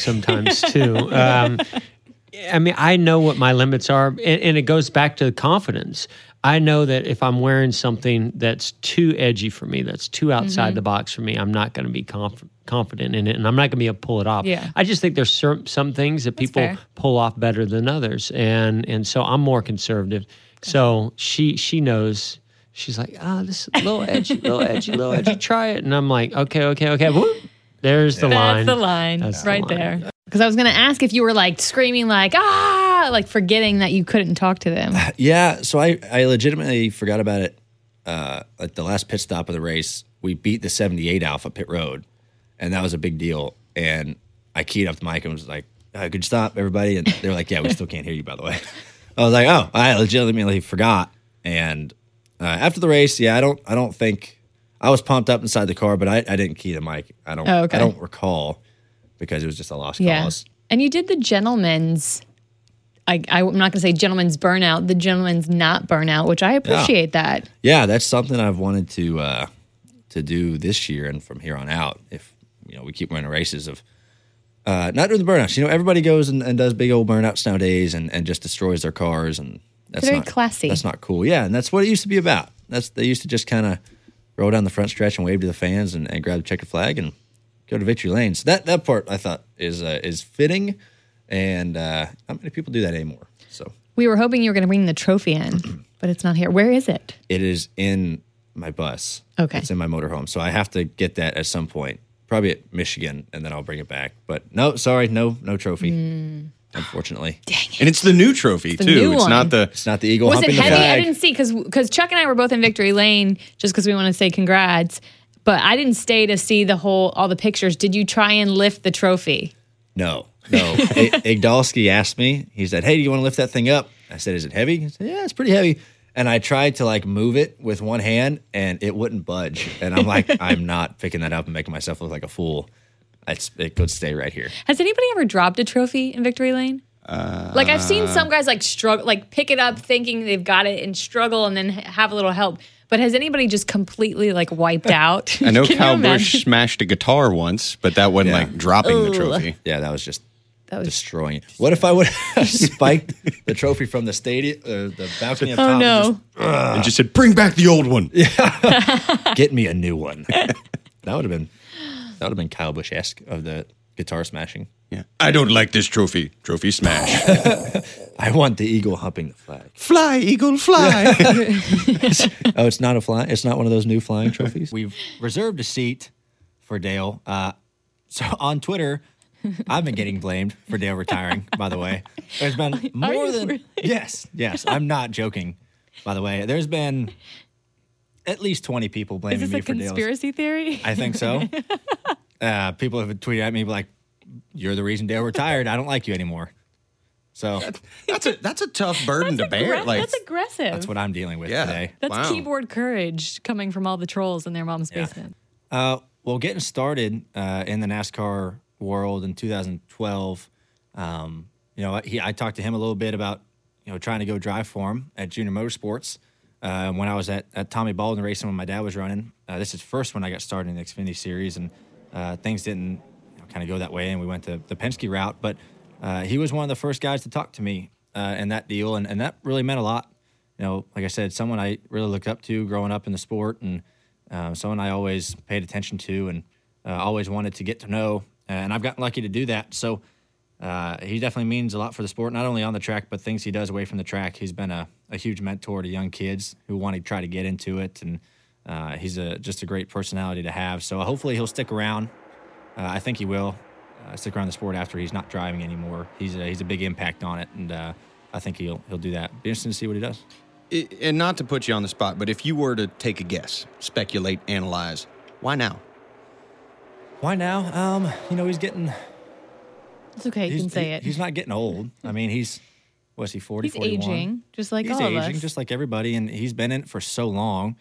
Speaker 35: sometimes too. Um, I mean, I know what my limits are, and, and it goes back to confidence. I know that if I'm wearing something that's too edgy for me, that's too outside
Speaker 4: Mhm.
Speaker 35: the box for me, I'm not going to be conf- confident in it, and I'm not going to be able to pull it off.
Speaker 4: Yeah.
Speaker 35: I just think there's some some things that people
Speaker 4: fair.
Speaker 35: pull off better than others, and and so I'm more conservative. So she she knows. She's like, ah, this is a little edgy, little edgy, little edgy. Try it, and I'm like, okay, okay, okay. Whoop. There's the
Speaker 4: That's
Speaker 35: line.
Speaker 4: the line
Speaker 35: That's the
Speaker 4: right
Speaker 35: line.
Speaker 4: there. Because I was gonna ask if you were like screaming like ah, like forgetting that you couldn't talk to them.
Speaker 5: Yeah, so I, I legitimately forgot about it. Uh, at the last pit stop of the race, we beat the 78 Alpha pit road, and that was a big deal. And I keyed up the mic and was like, uh, "Good stop, everybody!" And they were like, "Yeah, we still can't hear you." By the way, I was like, "Oh, I legitimately forgot." And uh, after the race, yeah, I don't, I don't think I was pumped up inside the car, but I, I didn't key the mic. I don't,
Speaker 4: Oh, okay.
Speaker 5: I don't recall because it was just a lost
Speaker 4: Yeah.
Speaker 5: cause.
Speaker 4: And you did the gentleman's. I, I, am not going to say gentleman's burnout, the gentleman's not burnout, which I appreciate that.
Speaker 5: Yeah, that's something I've wanted to uh, to do this year and from here on out if you know we keep running races of uh, not doing the burnouts. You know, everybody goes and, and does big old burnouts nowadays and, and just destroys their cars and that's
Speaker 4: very
Speaker 5: not,
Speaker 4: classy.
Speaker 5: That's not cool. Yeah, and that's what it used to be about. That's they used to just kind of roll down the front stretch and wave to the fans and, and grab the checkered flag and go to victory lane. So that that part I thought is uh, is fitting, and uh, not many people do that anymore. So
Speaker 4: We were hoping you were going to bring the trophy in, but it's not here. Where is it?
Speaker 5: it is in my bus.
Speaker 4: Okay.
Speaker 5: It's in my motorhome. So I have to get that at some point, probably at Michigan, and then I'll bring it back. But no, sorry, no, no trophy, unfortunately. Dang
Speaker 3: it. And it's the new trophy
Speaker 4: Hmm. It's the too. new It's not one.
Speaker 5: the it's not the eagle
Speaker 4: was it
Speaker 5: humping
Speaker 4: heavy?
Speaker 5: the
Speaker 4: I
Speaker 5: flag.
Speaker 4: didn't see because Chuck and I were both in Victory Lane just because we want to say congrats. But I didn't stay to see the whole all the pictures. Did you try and lift the trophy?
Speaker 5: No, no. I- Igdalski asked me. He said, "Hey, do you want to lift that thing up?" I said, "Is it heavy?" He said, "Yeah, it's pretty heavy." And I tried to like move it with one hand, and it wouldn't budge. And I'm like, "I'm not picking that up and making myself look like a fool." It's, it could stay right here.
Speaker 4: Has anybody ever dropped a trophy in Victory Lane? Like I've seen
Speaker 5: Uh.
Speaker 4: some guys like struggle, like pick it up thinking they've got it and struggle, and then ha- have a little help. But has anybody just completely like wiped out?
Speaker 3: I know
Speaker 4: Can you
Speaker 3: Kyle
Speaker 4: imagine?
Speaker 3: Bush smashed a guitar once, but that wasn't like dropping the
Speaker 4: Ooh.
Speaker 3: trophy.
Speaker 5: Yeah, that was just
Speaker 4: That was
Speaker 5: destroying it. What if I would have spiked the trophy from the stadium, uh, the balcony up
Speaker 4: Oh,
Speaker 5: top?
Speaker 4: no.
Speaker 3: and just said, "Bring back the old one."
Speaker 5: Get me a new one. that would have been that would have been Kyle Bush esque of the guitar smashing.
Speaker 3: Yeah. I don't like this trophy. Trophy smash.
Speaker 5: I want the eagle humping the flag.
Speaker 3: fly, eagle, fly.
Speaker 5: oh, it's not a fly. It's not one of those new flying trophies. We've reserved a seat for Dale. Uh, so on Twitter, I've been getting blamed for Dale retiring. By the way, there's been more
Speaker 39: you
Speaker 5: than yes, yes. I'm not joking. By the way, there's been at least 20 people
Speaker 39: Is
Speaker 5: blaming
Speaker 39: this
Speaker 5: me
Speaker 39: a
Speaker 5: for Dale's.
Speaker 39: conspiracy theory?
Speaker 5: I think so. Uh, people have tweeted at me like, "You're the reason Dale retired. I don't like you anymore." So
Speaker 3: that's a that's a tough burden
Speaker 5: to
Speaker 4: Aggra- that's aggressive.
Speaker 5: that's what I'm dealing with today.
Speaker 4: That's keyboard courage coming from all the trolls in their mom's basement.
Speaker 5: Uh, well, getting started uh, in the NASCAR world in 2012, um, you know, he, I talked to him a little bit about, you know, trying to go drive for him at Junior Motorsports. Uh, when I was at, at Tommy Baldwin Racing when my dad was running, uh, this is the first when I got started in the Xfinity Series, and uh, things didn't you know, kind of go that way, and we went the, the Penske route. But uh, he was one of the first guys to talk to me uh, in that deal, and, and that really meant a lot. You know, like I said, someone I really looked up to growing up in the sport, and um, someone I always paid attention to and uh, always wanted to get to know. uh, And I've gotten lucky to do that. So uh, he definitely means a lot for the sport, not only on the track, but things he does away from the track. He's been a, a huge mentor to young kids who want to try to get into it. And uh, he's a, just a great personality to have. So hopefully he'll stick around. Uh, I think he will uh, stick around the sport after he's not driving anymore. He's a, he's a big impact on it. And uh, I think he'll, he'll do that. Be interesting to see what he does.
Speaker 3: I- and not to put you on the spot, but if you were to take a guess, speculate, analyze, why now?
Speaker 5: Why now? Um, you know, he's getting
Speaker 4: It's okay, you
Speaker 5: He's-
Speaker 4: can say
Speaker 5: he-
Speaker 4: it.
Speaker 5: He's not getting old. I mean, he's was he 40,
Speaker 4: He's
Speaker 5: 41?
Speaker 4: aging, just like
Speaker 5: he's
Speaker 4: all of
Speaker 5: aging,
Speaker 4: us.
Speaker 5: just like everybody, and he's been in it for so long.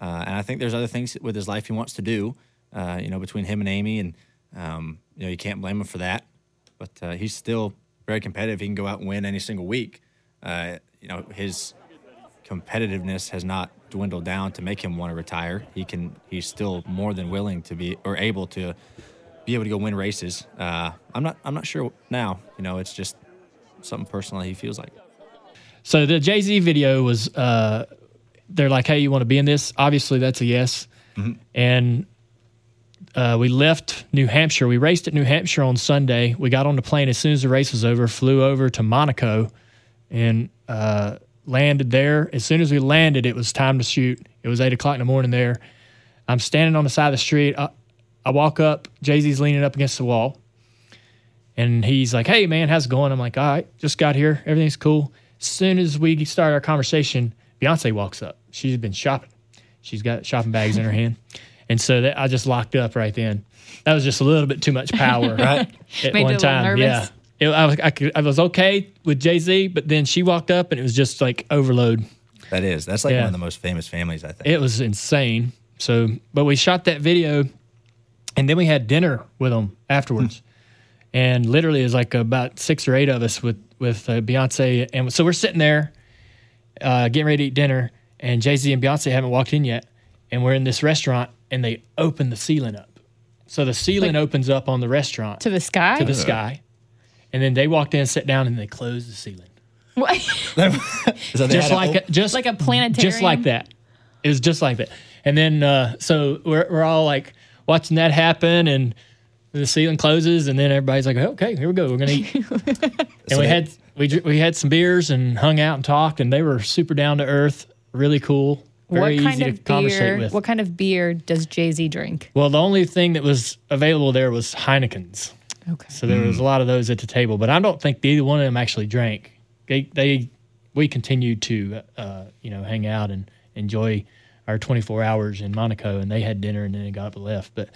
Speaker 5: Uh, and I think there's other things with his life he wants to do. Uh, you know, between him and Amy, and um, you know, you can't blame him for that. But uh, he's still very competitive. He can go out and win any single week. Uh, you know, his competitiveness has not dwindled down to make him want to retire. He can. He's still more than willing to be or able to be able to go win races. Uh, I'm not. I'm not sure now. You know, it's just something personal he feels like.
Speaker 40: So the Jay Z video was, uh, they're like, hey, you want to be in this? Obviously, that's a yes. And uh, we left New Hampshire. We raced at New Hampshire on Sunday. We got on the plane as soon as the race was over, flew over to Monaco, and uh, landed there. As soon as we landed, it was time to shoot. It was eight o'clock in the morning there. I'm standing on the side of the street. I, I walk up. Jay Z's leaning up against the wall. And he's like, hey, man, how's it going? I'm like, all right, just got here. Everything's cool. As soon as we start our conversation, Beyonce walks up. She's been shopping. She's got shopping bags in her hand. And so that, I just locked up right then. That was just a little bit too much power Right. at Made you a one little time. Yeah. nervous. It, I, was, I, could, I was okay with Jay Z, but then she walked up and it was just like overload.
Speaker 5: That is. That's like
Speaker 40: Yeah.
Speaker 5: one of the most famous families, I think.
Speaker 40: It was insane. So, but we shot that video, and then we had dinner with them afterwards.
Speaker 5: Hmm.
Speaker 40: and literally, it was like about six or eight of us with with uh, Beyonce, and so we're sitting there, uh, getting ready to eat dinner, and Jay Z and Beyonce haven't walked in yet, and we're in this restaurant, and they open the ceiling up. So the ceiling opens up on the restaurant
Speaker 11: To the sky?
Speaker 40: To the sky. And then they walked in, sat down, and they closed the ceiling.
Speaker 11: What?
Speaker 5: So they
Speaker 40: just
Speaker 5: had a-
Speaker 40: like a, just
Speaker 11: like a planetarium.
Speaker 40: just like that. It was just like that. And then uh, so we're we're all like watching that happen, and the ceiling closes, and then everybody's like, okay, here we go, we're gonna eat. and
Speaker 5: So
Speaker 40: we
Speaker 5: they-
Speaker 40: had we dr- we had some beers and hung out and talked, and they were super down to earth, really cool, very
Speaker 11: what kind
Speaker 40: easy to
Speaker 11: of
Speaker 40: conversate
Speaker 11: beer?
Speaker 40: with.
Speaker 11: What kind of beer does Jay Z drink?
Speaker 40: Well, the only thing that was available there was Heineken's.
Speaker 11: Okay.
Speaker 40: So there was a lot of those at the table, but I don't think either one of them actually drank. They, they, we continued to, uh, you know, hang out and enjoy our 24 hours in Monaco, and they had dinner and then they got up and left. But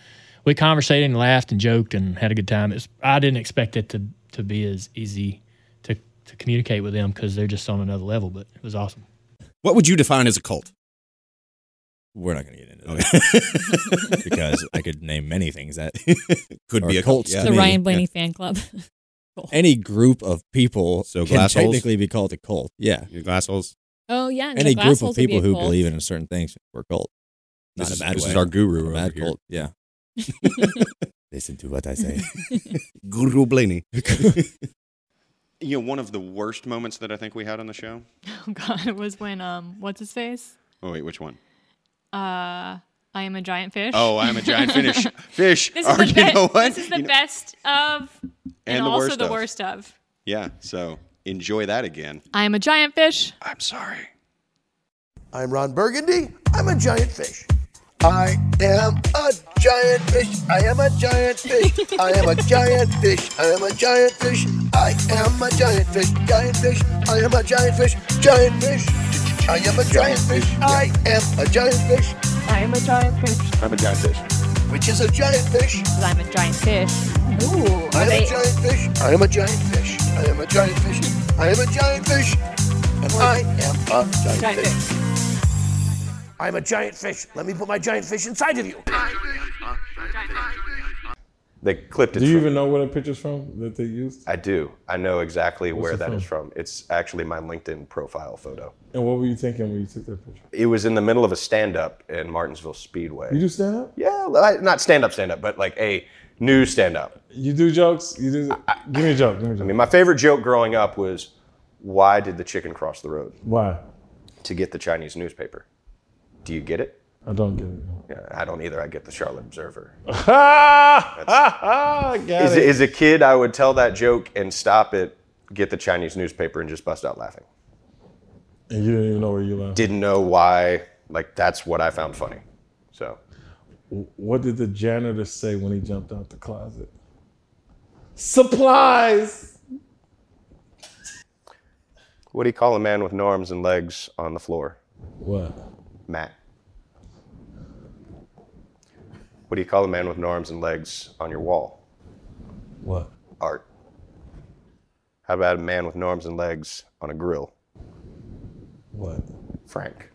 Speaker 40: we conversated and laughed and joked and had a good time. It's I didn't expect it to to be as easy to to communicate with them because they're just on another level. But it was awesome.
Speaker 41: What would you define as a cult?
Speaker 5: We're not going to get into that because I could name many things that
Speaker 41: Could
Speaker 5: are
Speaker 41: be a cult,
Speaker 5: cults.
Speaker 41: yeah.
Speaker 5: to
Speaker 42: The
Speaker 5: me.
Speaker 42: Ryan Blaney fan club. Cool.
Speaker 5: Any group of people
Speaker 41: So
Speaker 5: can
Speaker 41: glass holes?
Speaker 5: technically be called a cult. Yeah,
Speaker 41: Your glass holes.
Speaker 42: Oh yeah, and
Speaker 5: Any
Speaker 42: the
Speaker 5: group
Speaker 42: glassholes would
Speaker 5: of
Speaker 42: be
Speaker 5: people
Speaker 42: a
Speaker 5: who
Speaker 42: cult.
Speaker 5: believe in a certain things were cult. Not
Speaker 41: This
Speaker 5: in
Speaker 41: is-
Speaker 5: a bad
Speaker 41: this
Speaker 5: way.
Speaker 41: is our guru
Speaker 5: Not a
Speaker 41: over
Speaker 5: bad
Speaker 41: here.
Speaker 5: cult. Yeah. Listen to what I say.
Speaker 41: Guru Blaney.
Speaker 7: You know, one of the worst moments that I think we had on the show.
Speaker 4: Oh God, it was when um, what's his face?
Speaker 7: Oh wait, which one?
Speaker 4: Uh, I am a giant fish.
Speaker 7: Oh, I am a giant finish. Fish.
Speaker 4: This is
Speaker 7: Or
Speaker 4: the,
Speaker 7: you
Speaker 4: be-
Speaker 7: know what?
Speaker 4: This is the
Speaker 7: You know-
Speaker 4: best of, and,
Speaker 7: And the
Speaker 4: also
Speaker 7: worst
Speaker 4: the
Speaker 7: of.
Speaker 4: worst of.
Speaker 7: Yeah. So enjoy that again.
Speaker 4: I am a giant fish.
Speaker 7: I'm sorry.
Speaker 12: I'm Ron Burgundy. I'm a giant fish. I am a giant fish. I am a giant fish. I am a giant fish. I am a giant fish. I am a giant fish. Giant fish. I am a giant fish. Giant fish. I am a giant fish. I am a giant fish. I am a giant fish.
Speaker 7: I'm a giant fish.
Speaker 12: Which is a giant fish.
Speaker 11: I'm a giant fish. Ooh.
Speaker 12: I am a giant fish. I am a giant fish. I am a giant fish. I am a giant fish. And I am a giant,
Speaker 43: Giant
Speaker 12: fish. I'm a giant fish. Let me put my giant fish inside of you.
Speaker 3: They clipped it.
Speaker 1: Do you
Speaker 3: from-
Speaker 1: even know where the picture's from that they used?
Speaker 3: I do. I know exactly
Speaker 1: What's
Speaker 3: where
Speaker 1: it
Speaker 3: that
Speaker 1: from?
Speaker 3: is from. It's actually my LinkedIn profile photo.
Speaker 1: And what were you thinking when you took that picture?
Speaker 3: It was in the middle of a stand up in Martinsville Speedway.
Speaker 1: You do stand up?
Speaker 3: Yeah, li- not stand up, stand up, but like a new stand up.
Speaker 1: You do jokes? You do. give me a joke. Give me a joke.
Speaker 3: I mean, my favorite joke growing up was why did the chicken cross the road?
Speaker 1: Why?
Speaker 3: To get the Chinese newspaper. Do you get it?
Speaker 1: I don't get it.
Speaker 3: Yeah, I don't either. I get the Charlotte Observer.
Speaker 1: Got
Speaker 3: As,
Speaker 1: it.
Speaker 3: as a kid, I would tell that joke and stop it, get the Chinese newspaper, and just bust out laughing.
Speaker 1: and you didn't even know where you left.
Speaker 3: Didn't know why. Like that's what I found funny. So
Speaker 1: What did the janitor say when he jumped out the closet? Supplies.
Speaker 3: what do you call a man with no arms and legs on the floor?
Speaker 1: What?
Speaker 3: Matt. What do you call a man with no arms and legs on your wall?
Speaker 1: What?
Speaker 3: Art. How about a man with no arms and legs on a grill?
Speaker 1: What?
Speaker 3: Frank.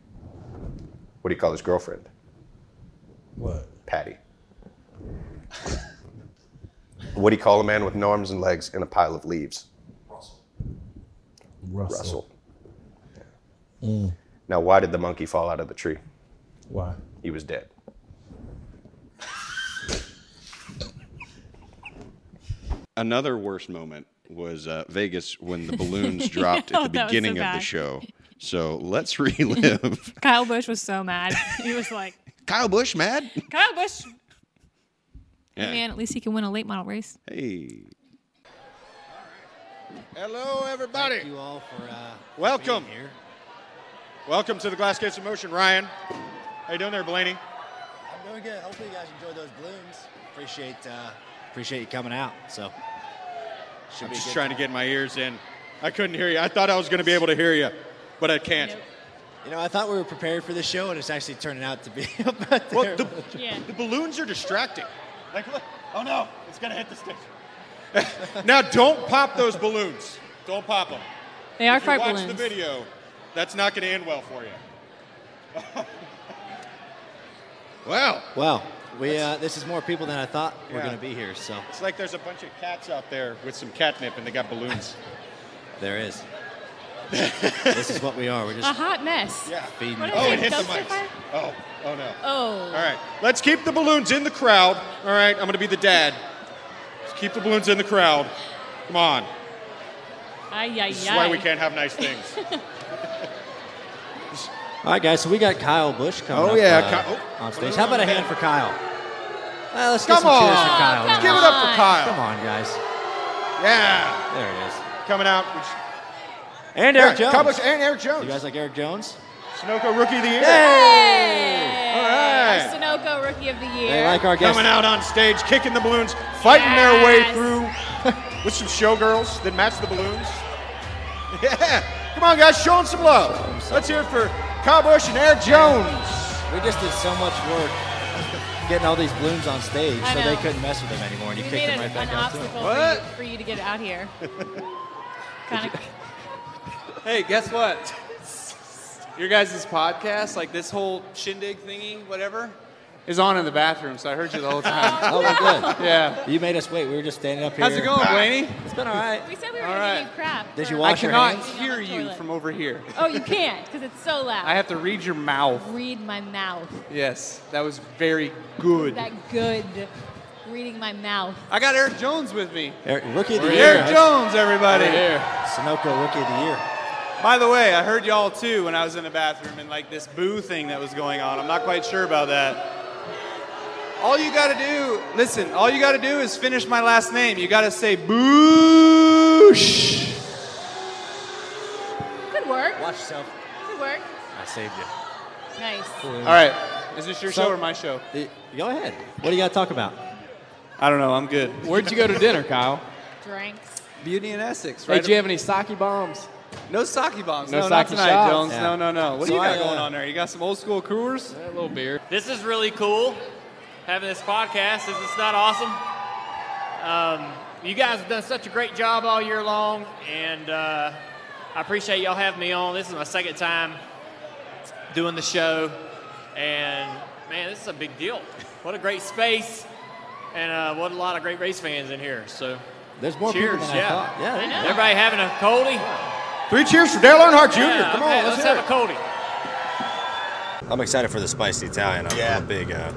Speaker 3: What do you call his girlfriend?
Speaker 1: What?
Speaker 3: Patty. what do you call a man with no arms and legs in a pile of leaves?
Speaker 1: Russell.
Speaker 3: Russell.
Speaker 1: Mm.
Speaker 3: Now, why did the monkey fall out of the tree?
Speaker 1: Why?
Speaker 3: He was dead.
Speaker 7: Another worst moment was uh, Vegas when the balloons dropped
Speaker 4: Oh,
Speaker 7: at the
Speaker 4: that was so
Speaker 7: beginning of the
Speaker 4: bad.
Speaker 7: show. So let's relive.
Speaker 4: Kyle Bush was so mad. He was like,
Speaker 7: Kyle Bush mad?
Speaker 4: Kyle Bush.
Speaker 7: Yeah.
Speaker 4: Man, at least he can win a late model race.
Speaker 7: Hey.
Speaker 12: Hello, everybody.
Speaker 7: you all for uh, welcome. Welcome to the Glass Case of Motion, Ryan. How you doing there, Blaney?
Speaker 44: I'm doing good. Hopefully, you guys enjoyed those blooms. Appreciate uh, appreciate you coming out. So, should
Speaker 7: I'm
Speaker 44: be a
Speaker 7: just
Speaker 44: good
Speaker 7: trying to get my ears in. I couldn't hear you. I thought I was going to be able to hear you, but I can't.
Speaker 44: You know, I thought we were prepared for this show, and it's actually turning out to be about
Speaker 7: Well,
Speaker 44: there.
Speaker 7: the, the balloons are distracting. Like, look, oh no, it's going to hit the stage. now, don't pop those balloons. Don't pop them.
Speaker 4: They are
Speaker 7: if you
Speaker 4: fart
Speaker 7: watch the
Speaker 4: balloons.
Speaker 7: video, that's not going to end well for you. Wow.
Speaker 44: Wow. We uh, this is more people than I thought were
Speaker 7: Yeah.
Speaker 44: going to be here. So
Speaker 7: It's like there's a bunch of cats out there with some catnip and they got balloons.
Speaker 44: there is.
Speaker 1: this is what we are. We're just
Speaker 4: a hot mess. Yeah.
Speaker 1: feeding.
Speaker 4: What is
Speaker 1: people.
Speaker 4: it, dumpster
Speaker 1: mics.
Speaker 4: fire?
Speaker 1: Oh, oh no.
Speaker 4: Oh.
Speaker 3: All right, let's keep the balloons in the crowd. All right, I'm gonna be the dad. Let's keep the balloons in the crowd. Come on.
Speaker 4: Ay, ay,
Speaker 3: This is why we can't have nice things.
Speaker 7: All right, guys. So we got Kyle Bush coming.
Speaker 3: Oh,
Speaker 7: up,
Speaker 3: yeah,
Speaker 7: uh,
Speaker 3: Ky-
Speaker 7: on stage. How about a hand for Kyle? Uh, let's
Speaker 3: Come
Speaker 7: get some cheers
Speaker 3: on.
Speaker 7: for Kyle.
Speaker 3: Let's give it up for
Speaker 7: Come
Speaker 3: Kyle.
Speaker 7: Come on, guys.
Speaker 3: Yeah.
Speaker 7: There he is.
Speaker 3: Coming out.
Speaker 7: And
Speaker 3: Yeah,
Speaker 7: Eric Jones.
Speaker 3: Kyle Busch and Eric Jones.
Speaker 7: You guys like Eric Jones?
Speaker 3: Sunoco Rookie of the Year.
Speaker 4: Hey!
Speaker 3: All right.
Speaker 4: Sunoco Rookie of the Year.
Speaker 3: Coming out on stage, kicking the balloons, fighting their way
Speaker 4: Yes.
Speaker 3: through with some showgirls that match the balloons. Yeah. Come on, guys, show them some love. Let's hear it for Kyle Busch and Eric Jones.
Speaker 7: We just did so much work getting all these balloons on stage,
Speaker 4: I
Speaker 7: so
Speaker 4: know.
Speaker 7: they couldn't mess with them anymore, and
Speaker 4: We
Speaker 7: you
Speaker 4: made
Speaker 7: kicked
Speaker 4: an,
Speaker 7: them right back
Speaker 4: an
Speaker 7: out to
Speaker 4: obstacle
Speaker 7: them.
Speaker 4: for you, for you to get out here. kind of.
Speaker 21: Hey, guess what? Your guys' podcast, like this whole shindig thingy, whatever, is on in the bathroom, so I heard you the whole time.
Speaker 7: Oh, we're good.
Speaker 21: Yeah.
Speaker 7: You made us wait. We were just standing up here.
Speaker 21: How's it going, Blaney?
Speaker 7: It's been all right.
Speaker 4: We said we were
Speaker 21: All
Speaker 4: going
Speaker 21: right.
Speaker 4: to give you crap.
Speaker 7: Did you
Speaker 4: for-
Speaker 7: wash
Speaker 21: I
Speaker 7: your
Speaker 21: cannot
Speaker 7: hands?
Speaker 21: hear you
Speaker 4: toilet.
Speaker 21: from over here.
Speaker 4: Oh, you can't because it's so loud.
Speaker 21: I have to read your mouth.
Speaker 4: read my mouth.
Speaker 21: Yes, that was very good.
Speaker 4: That good reading my mouth.
Speaker 21: I got Eric Jones with me.
Speaker 7: Eric, rookie of the
Speaker 21: We're
Speaker 7: year.
Speaker 21: Eric
Speaker 7: guys.
Speaker 21: Jones, everybody.
Speaker 7: We're here. Sunoco rookie of the year.
Speaker 21: By the way, I heard y'all too when I was in the bathroom and like this boo thing that was going on. I'm not quite sure about that. All you gotta do, listen, all you gotta do is finish my last name. You gotta say boosh.
Speaker 4: Good work.
Speaker 7: Watch yourself.
Speaker 4: Good work.
Speaker 7: I saved you.
Speaker 4: Nice.
Speaker 21: All right, is this your show or my show?
Speaker 7: Go ahead. What do you got to talk about?
Speaker 21: I don't know. I'm good.
Speaker 7: Where'd you go to dinner,
Speaker 21: Kyle?
Speaker 4: Drinks.
Speaker 21: Beauty and Essex,
Speaker 7: Hey,
Speaker 21: right?
Speaker 7: did you
Speaker 21: have any sake bombs? No sake bombs.
Speaker 7: No
Speaker 21: No, not
Speaker 7: sake
Speaker 21: tonight,
Speaker 7: shots.
Speaker 21: Jones.
Speaker 7: Yeah.
Speaker 21: No, no, no.
Speaker 7: So
Speaker 21: What do you
Speaker 7: I,
Speaker 21: got
Speaker 7: uh,
Speaker 21: going on there? You got some old school Coors?
Speaker 40: A little beer. This is really cool having this podcast. Is this not awesome? Um, you guys have done such a great job all year long, and uh, I appreciate y'all having me on. This is my second time doing the show, and man, this is a big deal. What a great space, and uh, what a lot of great race fans in here. So,
Speaker 7: There's more
Speaker 40: cheers.
Speaker 7: people than
Speaker 40: yeah.
Speaker 7: I thought. Yeah. there you go.
Speaker 40: Everybody having a coldie?
Speaker 3: Three cheers for Dale Earnhardt Jr.
Speaker 40: Yeah,
Speaker 3: Come on,
Speaker 40: okay,
Speaker 3: let's,
Speaker 40: let's
Speaker 3: hear
Speaker 40: have
Speaker 3: it.
Speaker 40: a coldie.
Speaker 5: I'm excited for the spicy Italian. I'm, I'm a big, uh,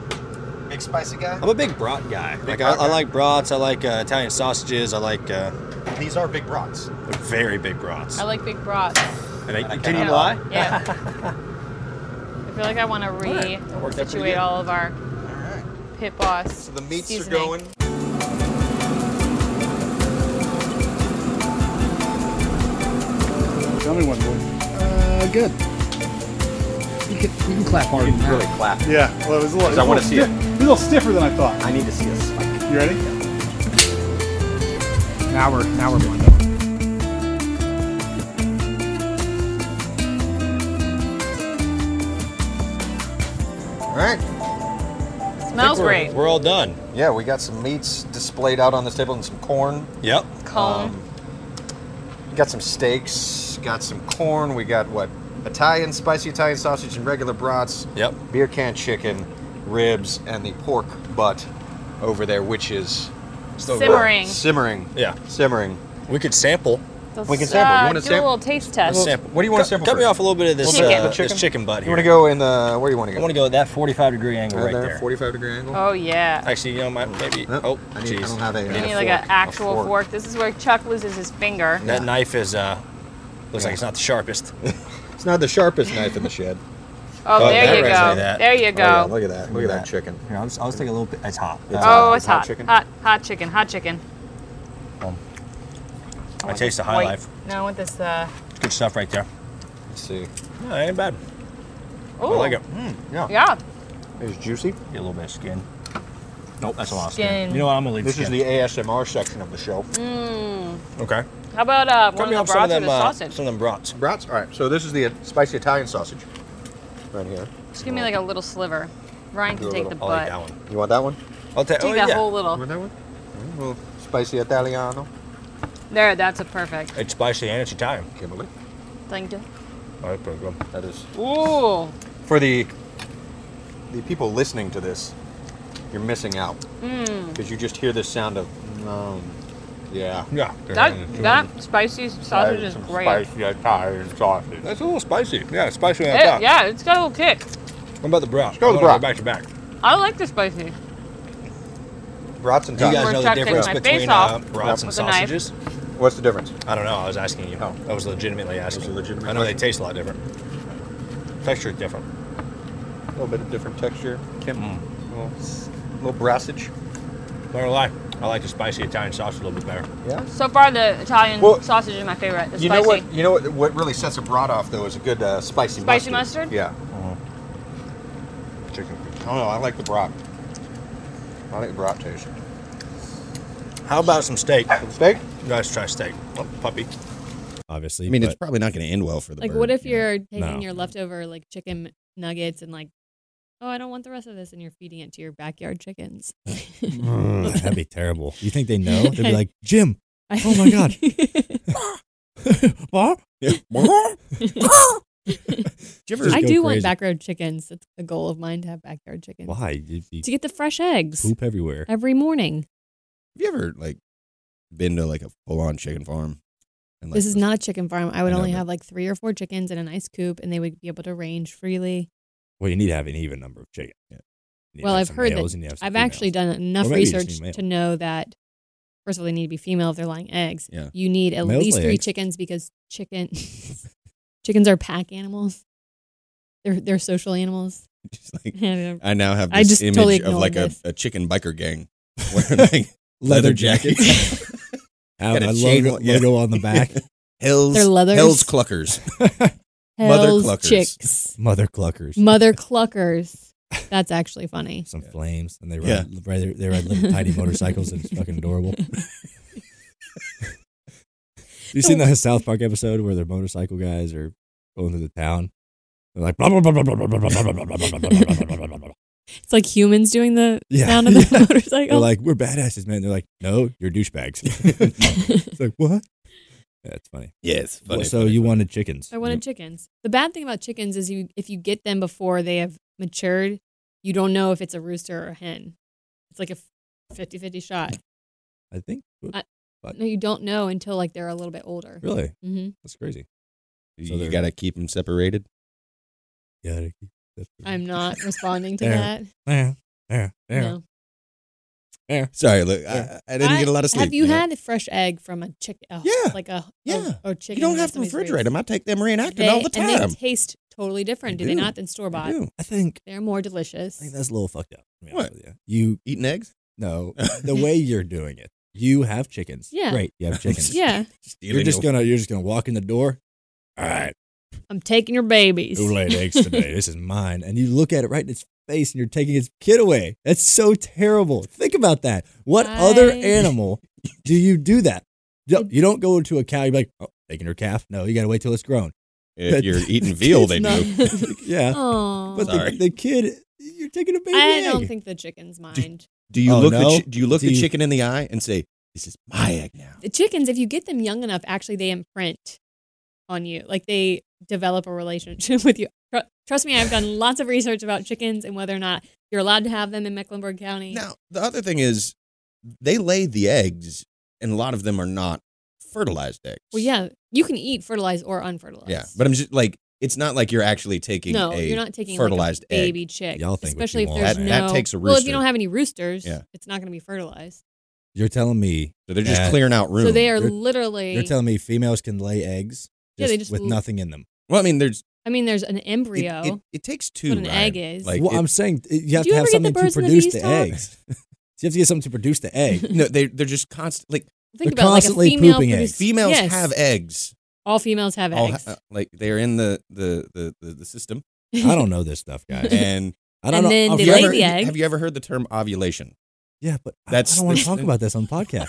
Speaker 7: Big spicy guy.
Speaker 5: I'm a big brat guy. like
Speaker 7: brat
Speaker 5: I, I
Speaker 7: guy.
Speaker 5: like brats. I like uh, Italian sausages. I like uh,
Speaker 7: These are big brats.
Speaker 5: they're very big brats.
Speaker 4: I like big brats.
Speaker 5: And I,
Speaker 7: Can you
Speaker 4: Yeah.
Speaker 7: lie?
Speaker 4: Yeah. I feel like I want to re
Speaker 7: worked out pretty
Speaker 4: situate
Speaker 7: good.
Speaker 4: all of our pit boss. So the meats are going.
Speaker 8: Tell me one, boy. Uh, good. You can, you can clap hard. You can really clap. Yeah. Well, it was a little.
Speaker 3: 'Cause I wanna see it.
Speaker 8: A little stiffer than I thought. I need to see a spike. You ready? Now we're now we're blended.
Speaker 3: All right.
Speaker 4: Smells great.
Speaker 5: We're all done.
Speaker 3: Yeah, we got some meats displayed out on this table and some corn. Um,
Speaker 5: Yep.
Speaker 4: Cone.
Speaker 3: We got some steaks, got some corn. We got what? Italian, spicy Italian sausage and regular brats.
Speaker 5: Yep.
Speaker 3: Beer can chicken, ribs, and the pork butt over there, which is
Speaker 4: Still Simmering.
Speaker 3: Simmering.
Speaker 5: Yeah.
Speaker 3: Simmering.
Speaker 5: We could sample.
Speaker 4: Let's,
Speaker 3: we can sample.
Speaker 4: uh,
Speaker 3: you want to
Speaker 4: do a little
Speaker 3: sample?
Speaker 4: taste test.
Speaker 5: Let's sample.
Speaker 3: What do you want to sample?
Speaker 5: Cut me
Speaker 3: first?
Speaker 5: off a little bit of this
Speaker 4: Chicken.
Speaker 5: Uh,
Speaker 4: Chicken?
Speaker 5: This chicken butt
Speaker 3: You
Speaker 5: here.
Speaker 3: want to go in the? Where do you want to go?
Speaker 5: I want to go with that 45 degree angle
Speaker 3: Right
Speaker 5: right
Speaker 3: there,
Speaker 5: there.
Speaker 3: 45 degree angle.
Speaker 4: Oh yeah.
Speaker 5: Actually, you know, my, maybe. Oh,
Speaker 3: I need- I
Speaker 5: jeez.
Speaker 3: don't have a,
Speaker 4: You need like an actual fork. This is where Chuck loses his finger.
Speaker 5: That knife is uh, looks like it's not the sharpest.
Speaker 3: It's not the sharpest knife in the shed.
Speaker 4: Oh,
Speaker 5: Oh,
Speaker 4: there
Speaker 5: that
Speaker 4: you
Speaker 5: right
Speaker 4: go.
Speaker 5: like that.
Speaker 4: There you
Speaker 5: Oh,
Speaker 4: go.
Speaker 5: yeah,
Speaker 3: look at that. Look at that chicken.
Speaker 5: Here, I'll just, I'll just take a little bit. It's hot.
Speaker 4: oh, it's hot. Hot, hot chicken. Hot chicken.
Speaker 5: I taste the high
Speaker 4: White.
Speaker 5: life.
Speaker 4: No, I want this. Uh,
Speaker 5: It's good stuff right there.
Speaker 3: Let's see. Hmm,
Speaker 5: No, it ain't bad.
Speaker 4: ooh.
Speaker 5: I like it. Mm.
Speaker 4: yeah. Yeah.
Speaker 3: It's juicy.
Speaker 5: Get a little bit of skin. Nope, that's a lot of
Speaker 4: Skin.
Speaker 5: skin. You know what? I'm gonna leave.
Speaker 3: This
Speaker 5: skin.
Speaker 3: is the ASMR section of the show.
Speaker 4: Mm.
Speaker 5: Okay.
Speaker 4: How about uh, one
Speaker 5: Cut me
Speaker 4: of
Speaker 5: off
Speaker 4: the brats
Speaker 5: some of them.
Speaker 4: or the
Speaker 5: uh,
Speaker 4: sausage?
Speaker 5: some of them brats.
Speaker 3: Brats. All right. So this is the uh, spicy Italian sausage, right here.
Speaker 4: Just give me like a little sliver. Ryan
Speaker 3: Do
Speaker 4: can
Speaker 3: a
Speaker 4: take
Speaker 3: little-
Speaker 4: the butt.
Speaker 3: one. You want that one? I'll
Speaker 4: Take
Speaker 5: oh,
Speaker 4: that whole little.
Speaker 3: Mm, Well, spicy Italiano.
Speaker 4: There, that's a perfect.
Speaker 5: It's spicy and it's Italian.
Speaker 3: Kimberly.
Speaker 4: Thank you.
Speaker 5: That's pretty good.
Speaker 3: That is.
Speaker 4: Ooh.
Speaker 3: For the the people listening to this, you're missing out
Speaker 4: Mmm.
Speaker 3: because you just hear this sound of. Um, Yeah. Yeah.
Speaker 1: That that spicy sausage is
Speaker 3: Some
Speaker 1: great.
Speaker 3: Spicy Italian sausage. That's a little spicy. Yeah, spicy on
Speaker 1: It-
Speaker 3: top.
Speaker 1: yeah, it's got a little kick.
Speaker 3: What about the broth? Let's go
Speaker 1: I
Speaker 3: with the
Speaker 1: wanna
Speaker 3: broth. Back to back.
Speaker 1: I like the spicy.
Speaker 3: Brats and
Speaker 1: You guys know the Chuck takes difference my between, face off uh,
Speaker 3: brats and
Speaker 1: with a knife.
Speaker 3: sausages? What's the difference? I don't know. I was asking you. I was legitimately asking. I know they taste a lot different. Texture is different. A little bit of different texture. Kim, a, little, s- little brassage. Not gonna lie. I like the spicy Italian sausage a little bit better. Yeah.
Speaker 1: So far, the Italian
Speaker 3: Well,
Speaker 1: sausage is my favorite. The
Speaker 3: you know
Speaker 1: spicy.
Speaker 3: what? You know what? What really sets a brat off though is a good uh, spicy.
Speaker 1: Spicy mustard?
Speaker 3: Yeah. Uh-huh. Chicken. I don't know. I like the brat. I like the brat taste. How about some steak? Some steak? You guys try steak. Oh, puppy.
Speaker 5: Obviously.
Speaker 3: I mean,
Speaker 5: but-
Speaker 3: it's probably not going to end well for
Speaker 4: Like, what if you're taking
Speaker 5: No.
Speaker 4: your leftover like chicken nuggets and like, oh, I don't want the rest of this, and you're feeding it to your backyard chickens?
Speaker 5: Mm, that'd be terrible. You think they know? They'd be like, Jim. Oh my god. What? Yeah.
Speaker 4: I
Speaker 5: Just go
Speaker 4: do want
Speaker 5: crazy.
Speaker 4: backyard chickens. That's a goal of mine to have backyard chickens.
Speaker 5: Why? You'd be
Speaker 4: To get the fresh eggs.
Speaker 5: poop everywhere.
Speaker 4: Every morning.
Speaker 3: Have you ever like been to like a full on chicken farm? And,
Speaker 4: this is not a chicken farm. I would
Speaker 5: I know,
Speaker 4: only
Speaker 5: but-
Speaker 4: have like three or four chickens in a nice coop, and they would be able to range freely.
Speaker 5: Well, you need to have an even number of chicken. You need
Speaker 4: well,
Speaker 5: to have
Speaker 4: I've
Speaker 5: some
Speaker 4: heard
Speaker 5: males and you
Speaker 4: that
Speaker 5: have some
Speaker 4: I've actually done
Speaker 5: females.
Speaker 4: enough
Speaker 5: Or maybe you just
Speaker 4: research
Speaker 5: need
Speaker 4: to
Speaker 5: male.
Speaker 4: know that first of all, they need to be female if they're laying eggs.
Speaker 5: Yeah.
Speaker 4: You need at
Speaker 5: Males
Speaker 4: least
Speaker 5: lay
Speaker 4: three
Speaker 5: eggs.
Speaker 4: chickens because chicken chickens are pack animals. They're they're social animals. And, uh,
Speaker 3: I now have
Speaker 4: I
Speaker 3: this
Speaker 4: just
Speaker 3: image
Speaker 4: totally
Speaker 3: of like
Speaker 4: ignored
Speaker 3: a,
Speaker 4: this.
Speaker 3: a chicken biker gang wearing like leather
Speaker 5: Leather
Speaker 3: jackets.
Speaker 5: Have
Speaker 3: Got
Speaker 5: a
Speaker 3: chain
Speaker 5: logo-
Speaker 3: on- yeah.
Speaker 5: logo on the back.
Speaker 3: Hell's,
Speaker 4: They're leathers.
Speaker 3: Hell's cluckers. Mother
Speaker 4: Hell's
Speaker 3: cluckers.
Speaker 4: chicks.
Speaker 5: Mother cluckers.
Speaker 4: Mother cluckers. That's actually funny.
Speaker 5: Some flames, and they
Speaker 3: Yeah.
Speaker 5: ride, they they ride little tiny motorcycles, and it's fucking adorable. you seen the South Park episode where the motorcycle guys are going through the town? They're like blah blah blah blah blah blah blah blah blah blah blah blah blah blah blah blah blah.
Speaker 4: It's like humans doing the
Speaker 5: Yeah.
Speaker 4: sound of the
Speaker 5: Yeah. They're
Speaker 4: motorcycle.
Speaker 5: like, we're badasses, man. They're like, no, you're douchebags. it's like, what? That's funny.
Speaker 3: Yeah, it's funny,
Speaker 5: so
Speaker 3: funny,
Speaker 5: you wanted chickens.
Speaker 4: I wanted chickens. The bad thing about chickens is you if you get them before they have matured, you don't know if it's a rooster or a hen. It's like a 50-50 shot.
Speaker 5: I think.
Speaker 4: I,
Speaker 5: but-
Speaker 4: no, you don't know until like they're a little bit older.
Speaker 5: Really?
Speaker 4: hmm
Speaker 5: That's crazy.
Speaker 3: You, you gotta keep them separated.
Speaker 5: Yeah.
Speaker 4: I'm not responding to
Speaker 3: There.
Speaker 4: that.
Speaker 5: Yeah. Yeah.
Speaker 4: Yeah. No.
Speaker 3: Sorry, look,
Speaker 5: Yeah.
Speaker 3: I, I didn't
Speaker 4: I-
Speaker 3: get a lot of sleep.
Speaker 4: Have you,
Speaker 3: know?
Speaker 4: had a fresh egg from a chicken? yeah. Like a yeah. Or chicken.
Speaker 3: You don't
Speaker 4: that
Speaker 3: have to
Speaker 4: somebody's
Speaker 3: refrigerate
Speaker 4: raised?
Speaker 3: them. I take them reenacted
Speaker 4: They-
Speaker 3: all the time.
Speaker 4: And they taste totally different,
Speaker 3: They
Speaker 4: do, they
Speaker 3: do.
Speaker 4: not, than store bought?
Speaker 3: do.
Speaker 5: I think
Speaker 4: They're more delicious.
Speaker 5: I think that's a little fucked up. to be
Speaker 3: What?
Speaker 5: honest with You. you
Speaker 3: eating eggs?
Speaker 5: No, the way you're doing it, you have chickens.
Speaker 4: Yeah.
Speaker 5: Great. You have chickens.
Speaker 4: Yeah.
Speaker 5: You're just gonna you're just gonna walk in the door. All right.
Speaker 4: I'm taking your babies.
Speaker 5: Who laid eggs today? This is mine. And you look at it right in its face and you're taking its kid away. That's so terrible. Think about that. What other
Speaker 4: I-
Speaker 5: animal do you do that? You you don't go to a cow, you're like, oh, taking her calf. No, you got to wait till it's grown.
Speaker 3: If
Speaker 5: But
Speaker 3: you're
Speaker 5: the
Speaker 3: eating veal,
Speaker 5: kid's
Speaker 3: they do.
Speaker 5: yeah.
Speaker 4: Aw.
Speaker 5: But
Speaker 3: Sorry.
Speaker 5: the, the kid, you're taking a baby.
Speaker 4: I don't
Speaker 5: egg.
Speaker 4: think the chickens mind.
Speaker 3: Do you
Speaker 5: Oh,
Speaker 3: look
Speaker 5: no?
Speaker 3: the chi- do you look
Speaker 5: Do
Speaker 3: the
Speaker 5: you-
Speaker 3: chicken in the eye and say, "This is my egg now"?
Speaker 4: the chickens, if you get them young enough, actually they imprint on you. Like they develop a relationship with you. Tru- Trust me, I've done lots of research about chickens and whether or not you're allowed to have them in Mecklenburg County.
Speaker 3: Now, the other thing is, they lay the eggs, and a lot of them are not fertilized eggs.
Speaker 4: Well, yeah, you can eat fertilized or unfertilized.
Speaker 3: Yeah, but I'm just like, it's not like you're actually taking.
Speaker 4: No,
Speaker 3: a
Speaker 4: you're not taking
Speaker 3: fertilized
Speaker 4: like a baby
Speaker 3: egg.
Speaker 4: chick.
Speaker 5: Y'all think what
Speaker 4: especially
Speaker 5: you
Speaker 4: if
Speaker 5: want,
Speaker 4: there's
Speaker 3: man.
Speaker 4: no.
Speaker 3: That- that takes a
Speaker 4: Well, if you don't
Speaker 3: rooster.
Speaker 4: have any roosters,
Speaker 3: Yeah.
Speaker 4: it's not going to be fertilized.
Speaker 5: You're telling me.
Speaker 3: So they're just clearing out
Speaker 4: So they are
Speaker 5: You're-
Speaker 4: literally.
Speaker 5: You're telling me females can lay eggs
Speaker 4: Yeah, they just
Speaker 5: with
Speaker 4: l-
Speaker 5: nothing in them.
Speaker 3: Well, I mean, there's
Speaker 4: I mean, there's an embryo.
Speaker 3: it- it takes
Speaker 4: That's
Speaker 3: two,
Speaker 4: What an
Speaker 3: Ryan.
Speaker 4: egg is.
Speaker 3: Like,
Speaker 5: well,
Speaker 3: it-
Speaker 5: I'm saying it- you have
Speaker 4: Do you
Speaker 5: to
Speaker 4: ever
Speaker 5: have
Speaker 4: get the
Speaker 5: something to
Speaker 4: birds and the
Speaker 5: produce
Speaker 4: bees
Speaker 5: the,
Speaker 4: talk?
Speaker 5: eggs. you have to get something to produce the egg.
Speaker 3: no, they they're just constant. Like
Speaker 4: Think
Speaker 5: They're
Speaker 4: about like a
Speaker 5: constantly
Speaker 4: female
Speaker 5: pooping
Speaker 4: produce-
Speaker 5: eggs.
Speaker 3: females
Speaker 4: yes.
Speaker 3: have eggs.
Speaker 4: All females have
Speaker 3: All
Speaker 4: eggs.
Speaker 3: ha- uh, like they're in the the the the, the system.
Speaker 5: I don't know this stuff, guys.
Speaker 3: And
Speaker 5: I don't And know- then
Speaker 3: Have
Speaker 5: they
Speaker 3: you
Speaker 5: lay
Speaker 3: ever-
Speaker 5: the egg.
Speaker 3: Have you ever heard the term ovulation?
Speaker 5: yeah, but I-
Speaker 3: That's
Speaker 5: I don't want
Speaker 3: the-
Speaker 5: to talk about this on the podcast.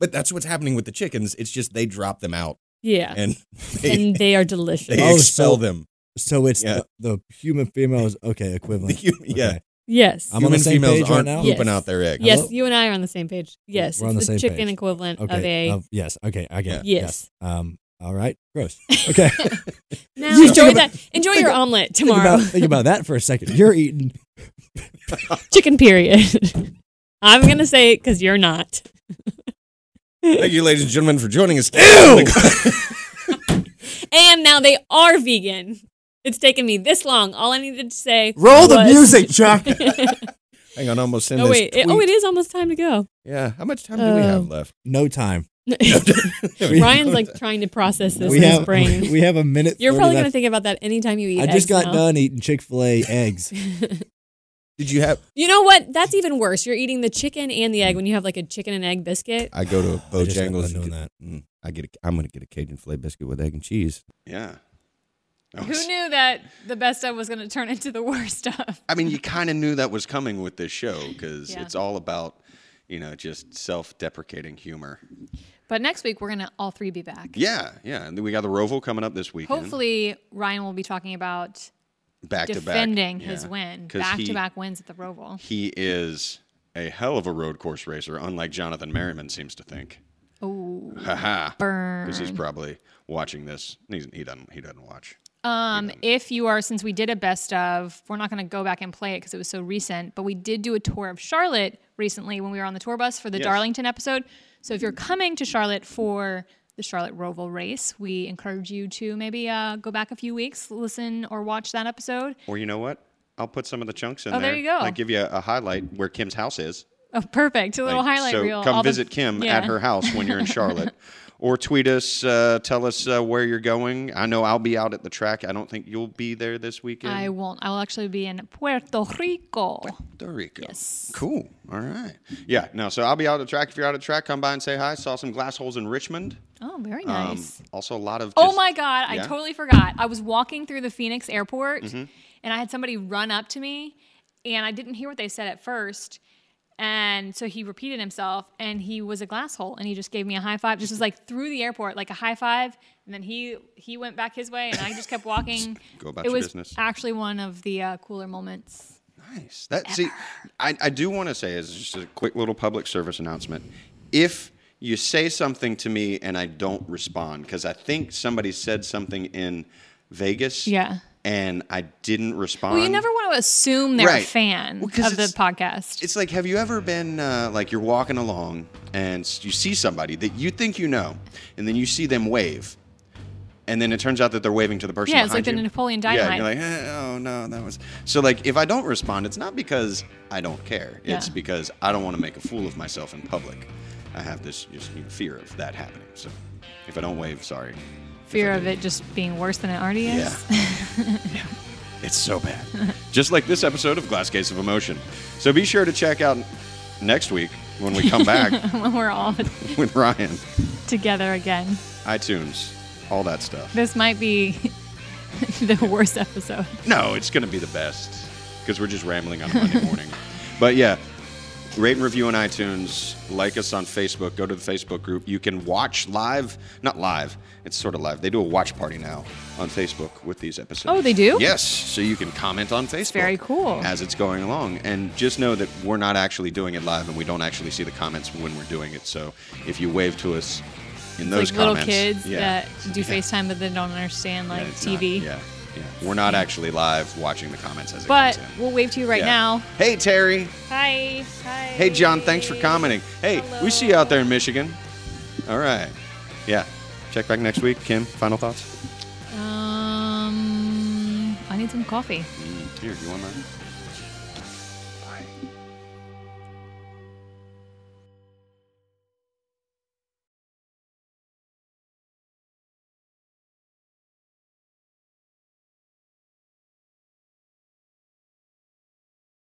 Speaker 3: But that's what's happening with the chickens. It's just they drop them out.
Speaker 4: Yeah.
Speaker 3: And they,
Speaker 4: and they are delicious.
Speaker 3: they expel them.
Speaker 5: So it's
Speaker 3: Yeah.
Speaker 5: the, the human females, okay, equivalent.
Speaker 3: yeah.
Speaker 5: Okay.
Speaker 4: Yes.
Speaker 5: I'm on the
Speaker 3: Human
Speaker 5: same
Speaker 3: females
Speaker 5: page right
Speaker 3: aren't
Speaker 5: now?
Speaker 3: pooping Yes. out their eggs.
Speaker 4: Yes,
Speaker 5: Hello?
Speaker 4: you and I are on the same page. Yes,
Speaker 5: We're on
Speaker 4: it's
Speaker 5: the,
Speaker 4: the,
Speaker 5: same
Speaker 4: chicken
Speaker 5: page.
Speaker 4: equivalent
Speaker 5: okay. um,
Speaker 4: of a.
Speaker 5: yes. Okay, I get it.
Speaker 4: Yes.
Speaker 5: Um. All right. Gross. Okay.
Speaker 4: Now enjoy
Speaker 5: Think
Speaker 4: that. Enjoy your
Speaker 5: about-
Speaker 4: omelet
Speaker 5: think
Speaker 4: tomorrow.
Speaker 5: about- think about that for a second. You're eating
Speaker 4: chicken period. I'm gonna say it because you're not.
Speaker 6: Thank you, ladies and gentlemen, for joining us.
Speaker 4: And now they are vegan. It's taken me this long. All I needed to say.
Speaker 6: Roll the
Speaker 4: was-
Speaker 6: music, Chuck. Hang on, almost in
Speaker 4: oh
Speaker 6: this.
Speaker 4: wait! It, oh, it is almost time to go.
Speaker 6: Yeah. How much time
Speaker 4: do we
Speaker 6: have
Speaker 5: left? No time.
Speaker 4: Ryan's like trying to process this
Speaker 5: we
Speaker 4: in
Speaker 5: have,
Speaker 4: his brain.
Speaker 5: We have a minute.
Speaker 4: You're
Speaker 5: 30
Speaker 4: probably gonna
Speaker 5: left.
Speaker 4: think about that anytime you eat.
Speaker 5: I just
Speaker 4: eggs
Speaker 5: got
Speaker 4: now.
Speaker 5: done eating Chick Fil A eggs.
Speaker 6: Did you have?
Speaker 4: You know what? That's even worse. You're eating the chicken and the egg when you have like a chicken and egg biscuit.
Speaker 6: I go to
Speaker 5: I just
Speaker 6: Bojangles.
Speaker 5: got done doing
Speaker 6: and get-
Speaker 5: that.
Speaker 6: Mm, I get. A, I'm gonna get a Cajun filet biscuit with egg and cheese.
Speaker 3: Yeah.
Speaker 4: Who knew that the best of was going to turn into the worst of?
Speaker 3: I mean, you kind of knew that was coming with this show because
Speaker 4: Yeah.
Speaker 3: it's all about, you know, just self-deprecating humor.
Speaker 4: But next week we're going to all three be back.
Speaker 3: Yeah, yeah. And then we got the Roval coming up this weekend.
Speaker 4: Hopefully Ryan will be talking about
Speaker 3: back to back,
Speaker 4: defending
Speaker 3: Yeah.
Speaker 4: his win,
Speaker 3: 'Cause
Speaker 4: back
Speaker 3: he-
Speaker 4: to back wins at the Roval.
Speaker 3: He is a hell of a road course racer, unlike Jonathan Merriman seems to think.
Speaker 4: Oh,
Speaker 3: Haha. Because he's
Speaker 4: Burn.
Speaker 3: probably watching this. He's, he doesn't. He doesn't watch.
Speaker 4: Um, if you are, since we did a best of, we're not going to go back and play it because it was so recent, but we did do a tour of Charlotte recently when we were on the tour bus for the
Speaker 2: Yes.
Speaker 4: Darlington episode. So if you're coming to Charlotte for the Charlotte Roval race, we encourage you to maybe uh, go back a few weeks, listen or watch that episode.
Speaker 3: Or you know what? I'll put some of the chunks in
Speaker 4: Oh,
Speaker 3: there.
Speaker 4: there you go.
Speaker 3: I'll give you a, a highlight where Kim's house is.
Speaker 4: Oh, perfect. A little
Speaker 3: Like,
Speaker 4: highlight
Speaker 3: so
Speaker 4: reel.
Speaker 3: come
Speaker 4: all the-
Speaker 3: visit Kim
Speaker 4: Yeah.
Speaker 3: at her house when you're in Charlotte, or tweet us. Uh, tell us uh, where you're going. I know I'll be out at the track. I don't think you'll be there this weekend.
Speaker 4: I won't. I will actually be in Puerto Rico.
Speaker 3: Puerto Rico. Yes. Cool. All right. Yeah. No. So I'll be out at the track. If you're out at the track, come by and say hi. Saw some glass holes in Richmond.
Speaker 4: Oh, very nice.
Speaker 3: Um, also, a lot of.
Speaker 4: Oh
Speaker 3: just-
Speaker 4: my God, I
Speaker 3: yeah.
Speaker 4: totally forgot. I was walking through the Phoenix airport
Speaker 3: Mhm.
Speaker 4: and I had somebody run up to me and I didn't hear what they said at first. And so he repeated himself and he was a glass hole and he just gave me a high five. Just was like through the airport, like a high five. And then he he went back his way and I just kept walking.
Speaker 3: Go about
Speaker 4: it
Speaker 3: your
Speaker 4: was
Speaker 3: business.
Speaker 4: actually one of the uh, cooler moments.
Speaker 3: Nice. That see, I, I do want to say as just a quick little public service announcement. If you say something to me and I don't respond, because I think somebody said something in Vegas
Speaker 4: Yeah.
Speaker 3: and I didn't respond.
Speaker 4: Well, you never want to assume they're
Speaker 3: Right.
Speaker 4: a fan of the podcast.
Speaker 3: It's like, have you ever been uh, like you're walking along and s- you see somebody that you think you know, and then you see them wave, and then it turns out that they're waving to the person.
Speaker 4: Yeah, it's like
Speaker 3: behind
Speaker 4: the
Speaker 3: you.
Speaker 4: Napoleon
Speaker 3: Yeah,
Speaker 4: Dynamite.
Speaker 3: you're like, eh, oh no, that was so. Like, if I don't respond, it's not because I don't care. It's
Speaker 4: Yeah.
Speaker 3: because I don't want to make a fool of myself in public. I have this just you know, fear of that happening. So, if I don't wave, sorry.
Speaker 4: Fear of it just being worse than it already is.
Speaker 3: It's so bad. Just like this episode of Glass Case of Emotion. So be sure to check out next week when we come back
Speaker 4: when we're all
Speaker 3: with Ryan,
Speaker 4: together again.
Speaker 3: iTunes, all that stuff.
Speaker 4: This might be the worst episode.
Speaker 3: No, it's going to be the best because we're just rambling on a Monday morning. But yeah, rate and review on iTunes, like us on Facebook, go to the Facebook group. You can watch live, not live, it's sort of live. They do a watch party now on Facebook with these episodes.
Speaker 4: Oh, they do?
Speaker 3: Yes, so you can comment on Facebook.
Speaker 4: Very cool.
Speaker 3: as it's going along. And just know that we're not actually doing it live and we don't actually see the comments when we're doing it. So if you wave to us in those
Speaker 4: it's like little
Speaker 3: comments,
Speaker 4: kids
Speaker 3: yeah,
Speaker 4: that do FaceTime but then don't understand
Speaker 3: yeah,
Speaker 4: like
Speaker 3: it's not-
Speaker 4: TV.
Speaker 3: yeah, yeah. We're not actually live watching the comments as it
Speaker 4: But
Speaker 3: comes
Speaker 4: we'll wave to you right
Speaker 3: Yeah.
Speaker 4: now.
Speaker 3: in. Hey, Terry.
Speaker 4: Hi. Hi.
Speaker 3: Hey, John. Thanks for commenting. Hey, we see you out there in Michigan. All right. Yeah. Check back next week. Kim, final thoughts?
Speaker 4: Um, I need some coffee.
Speaker 3: Mm, Here, you want mine?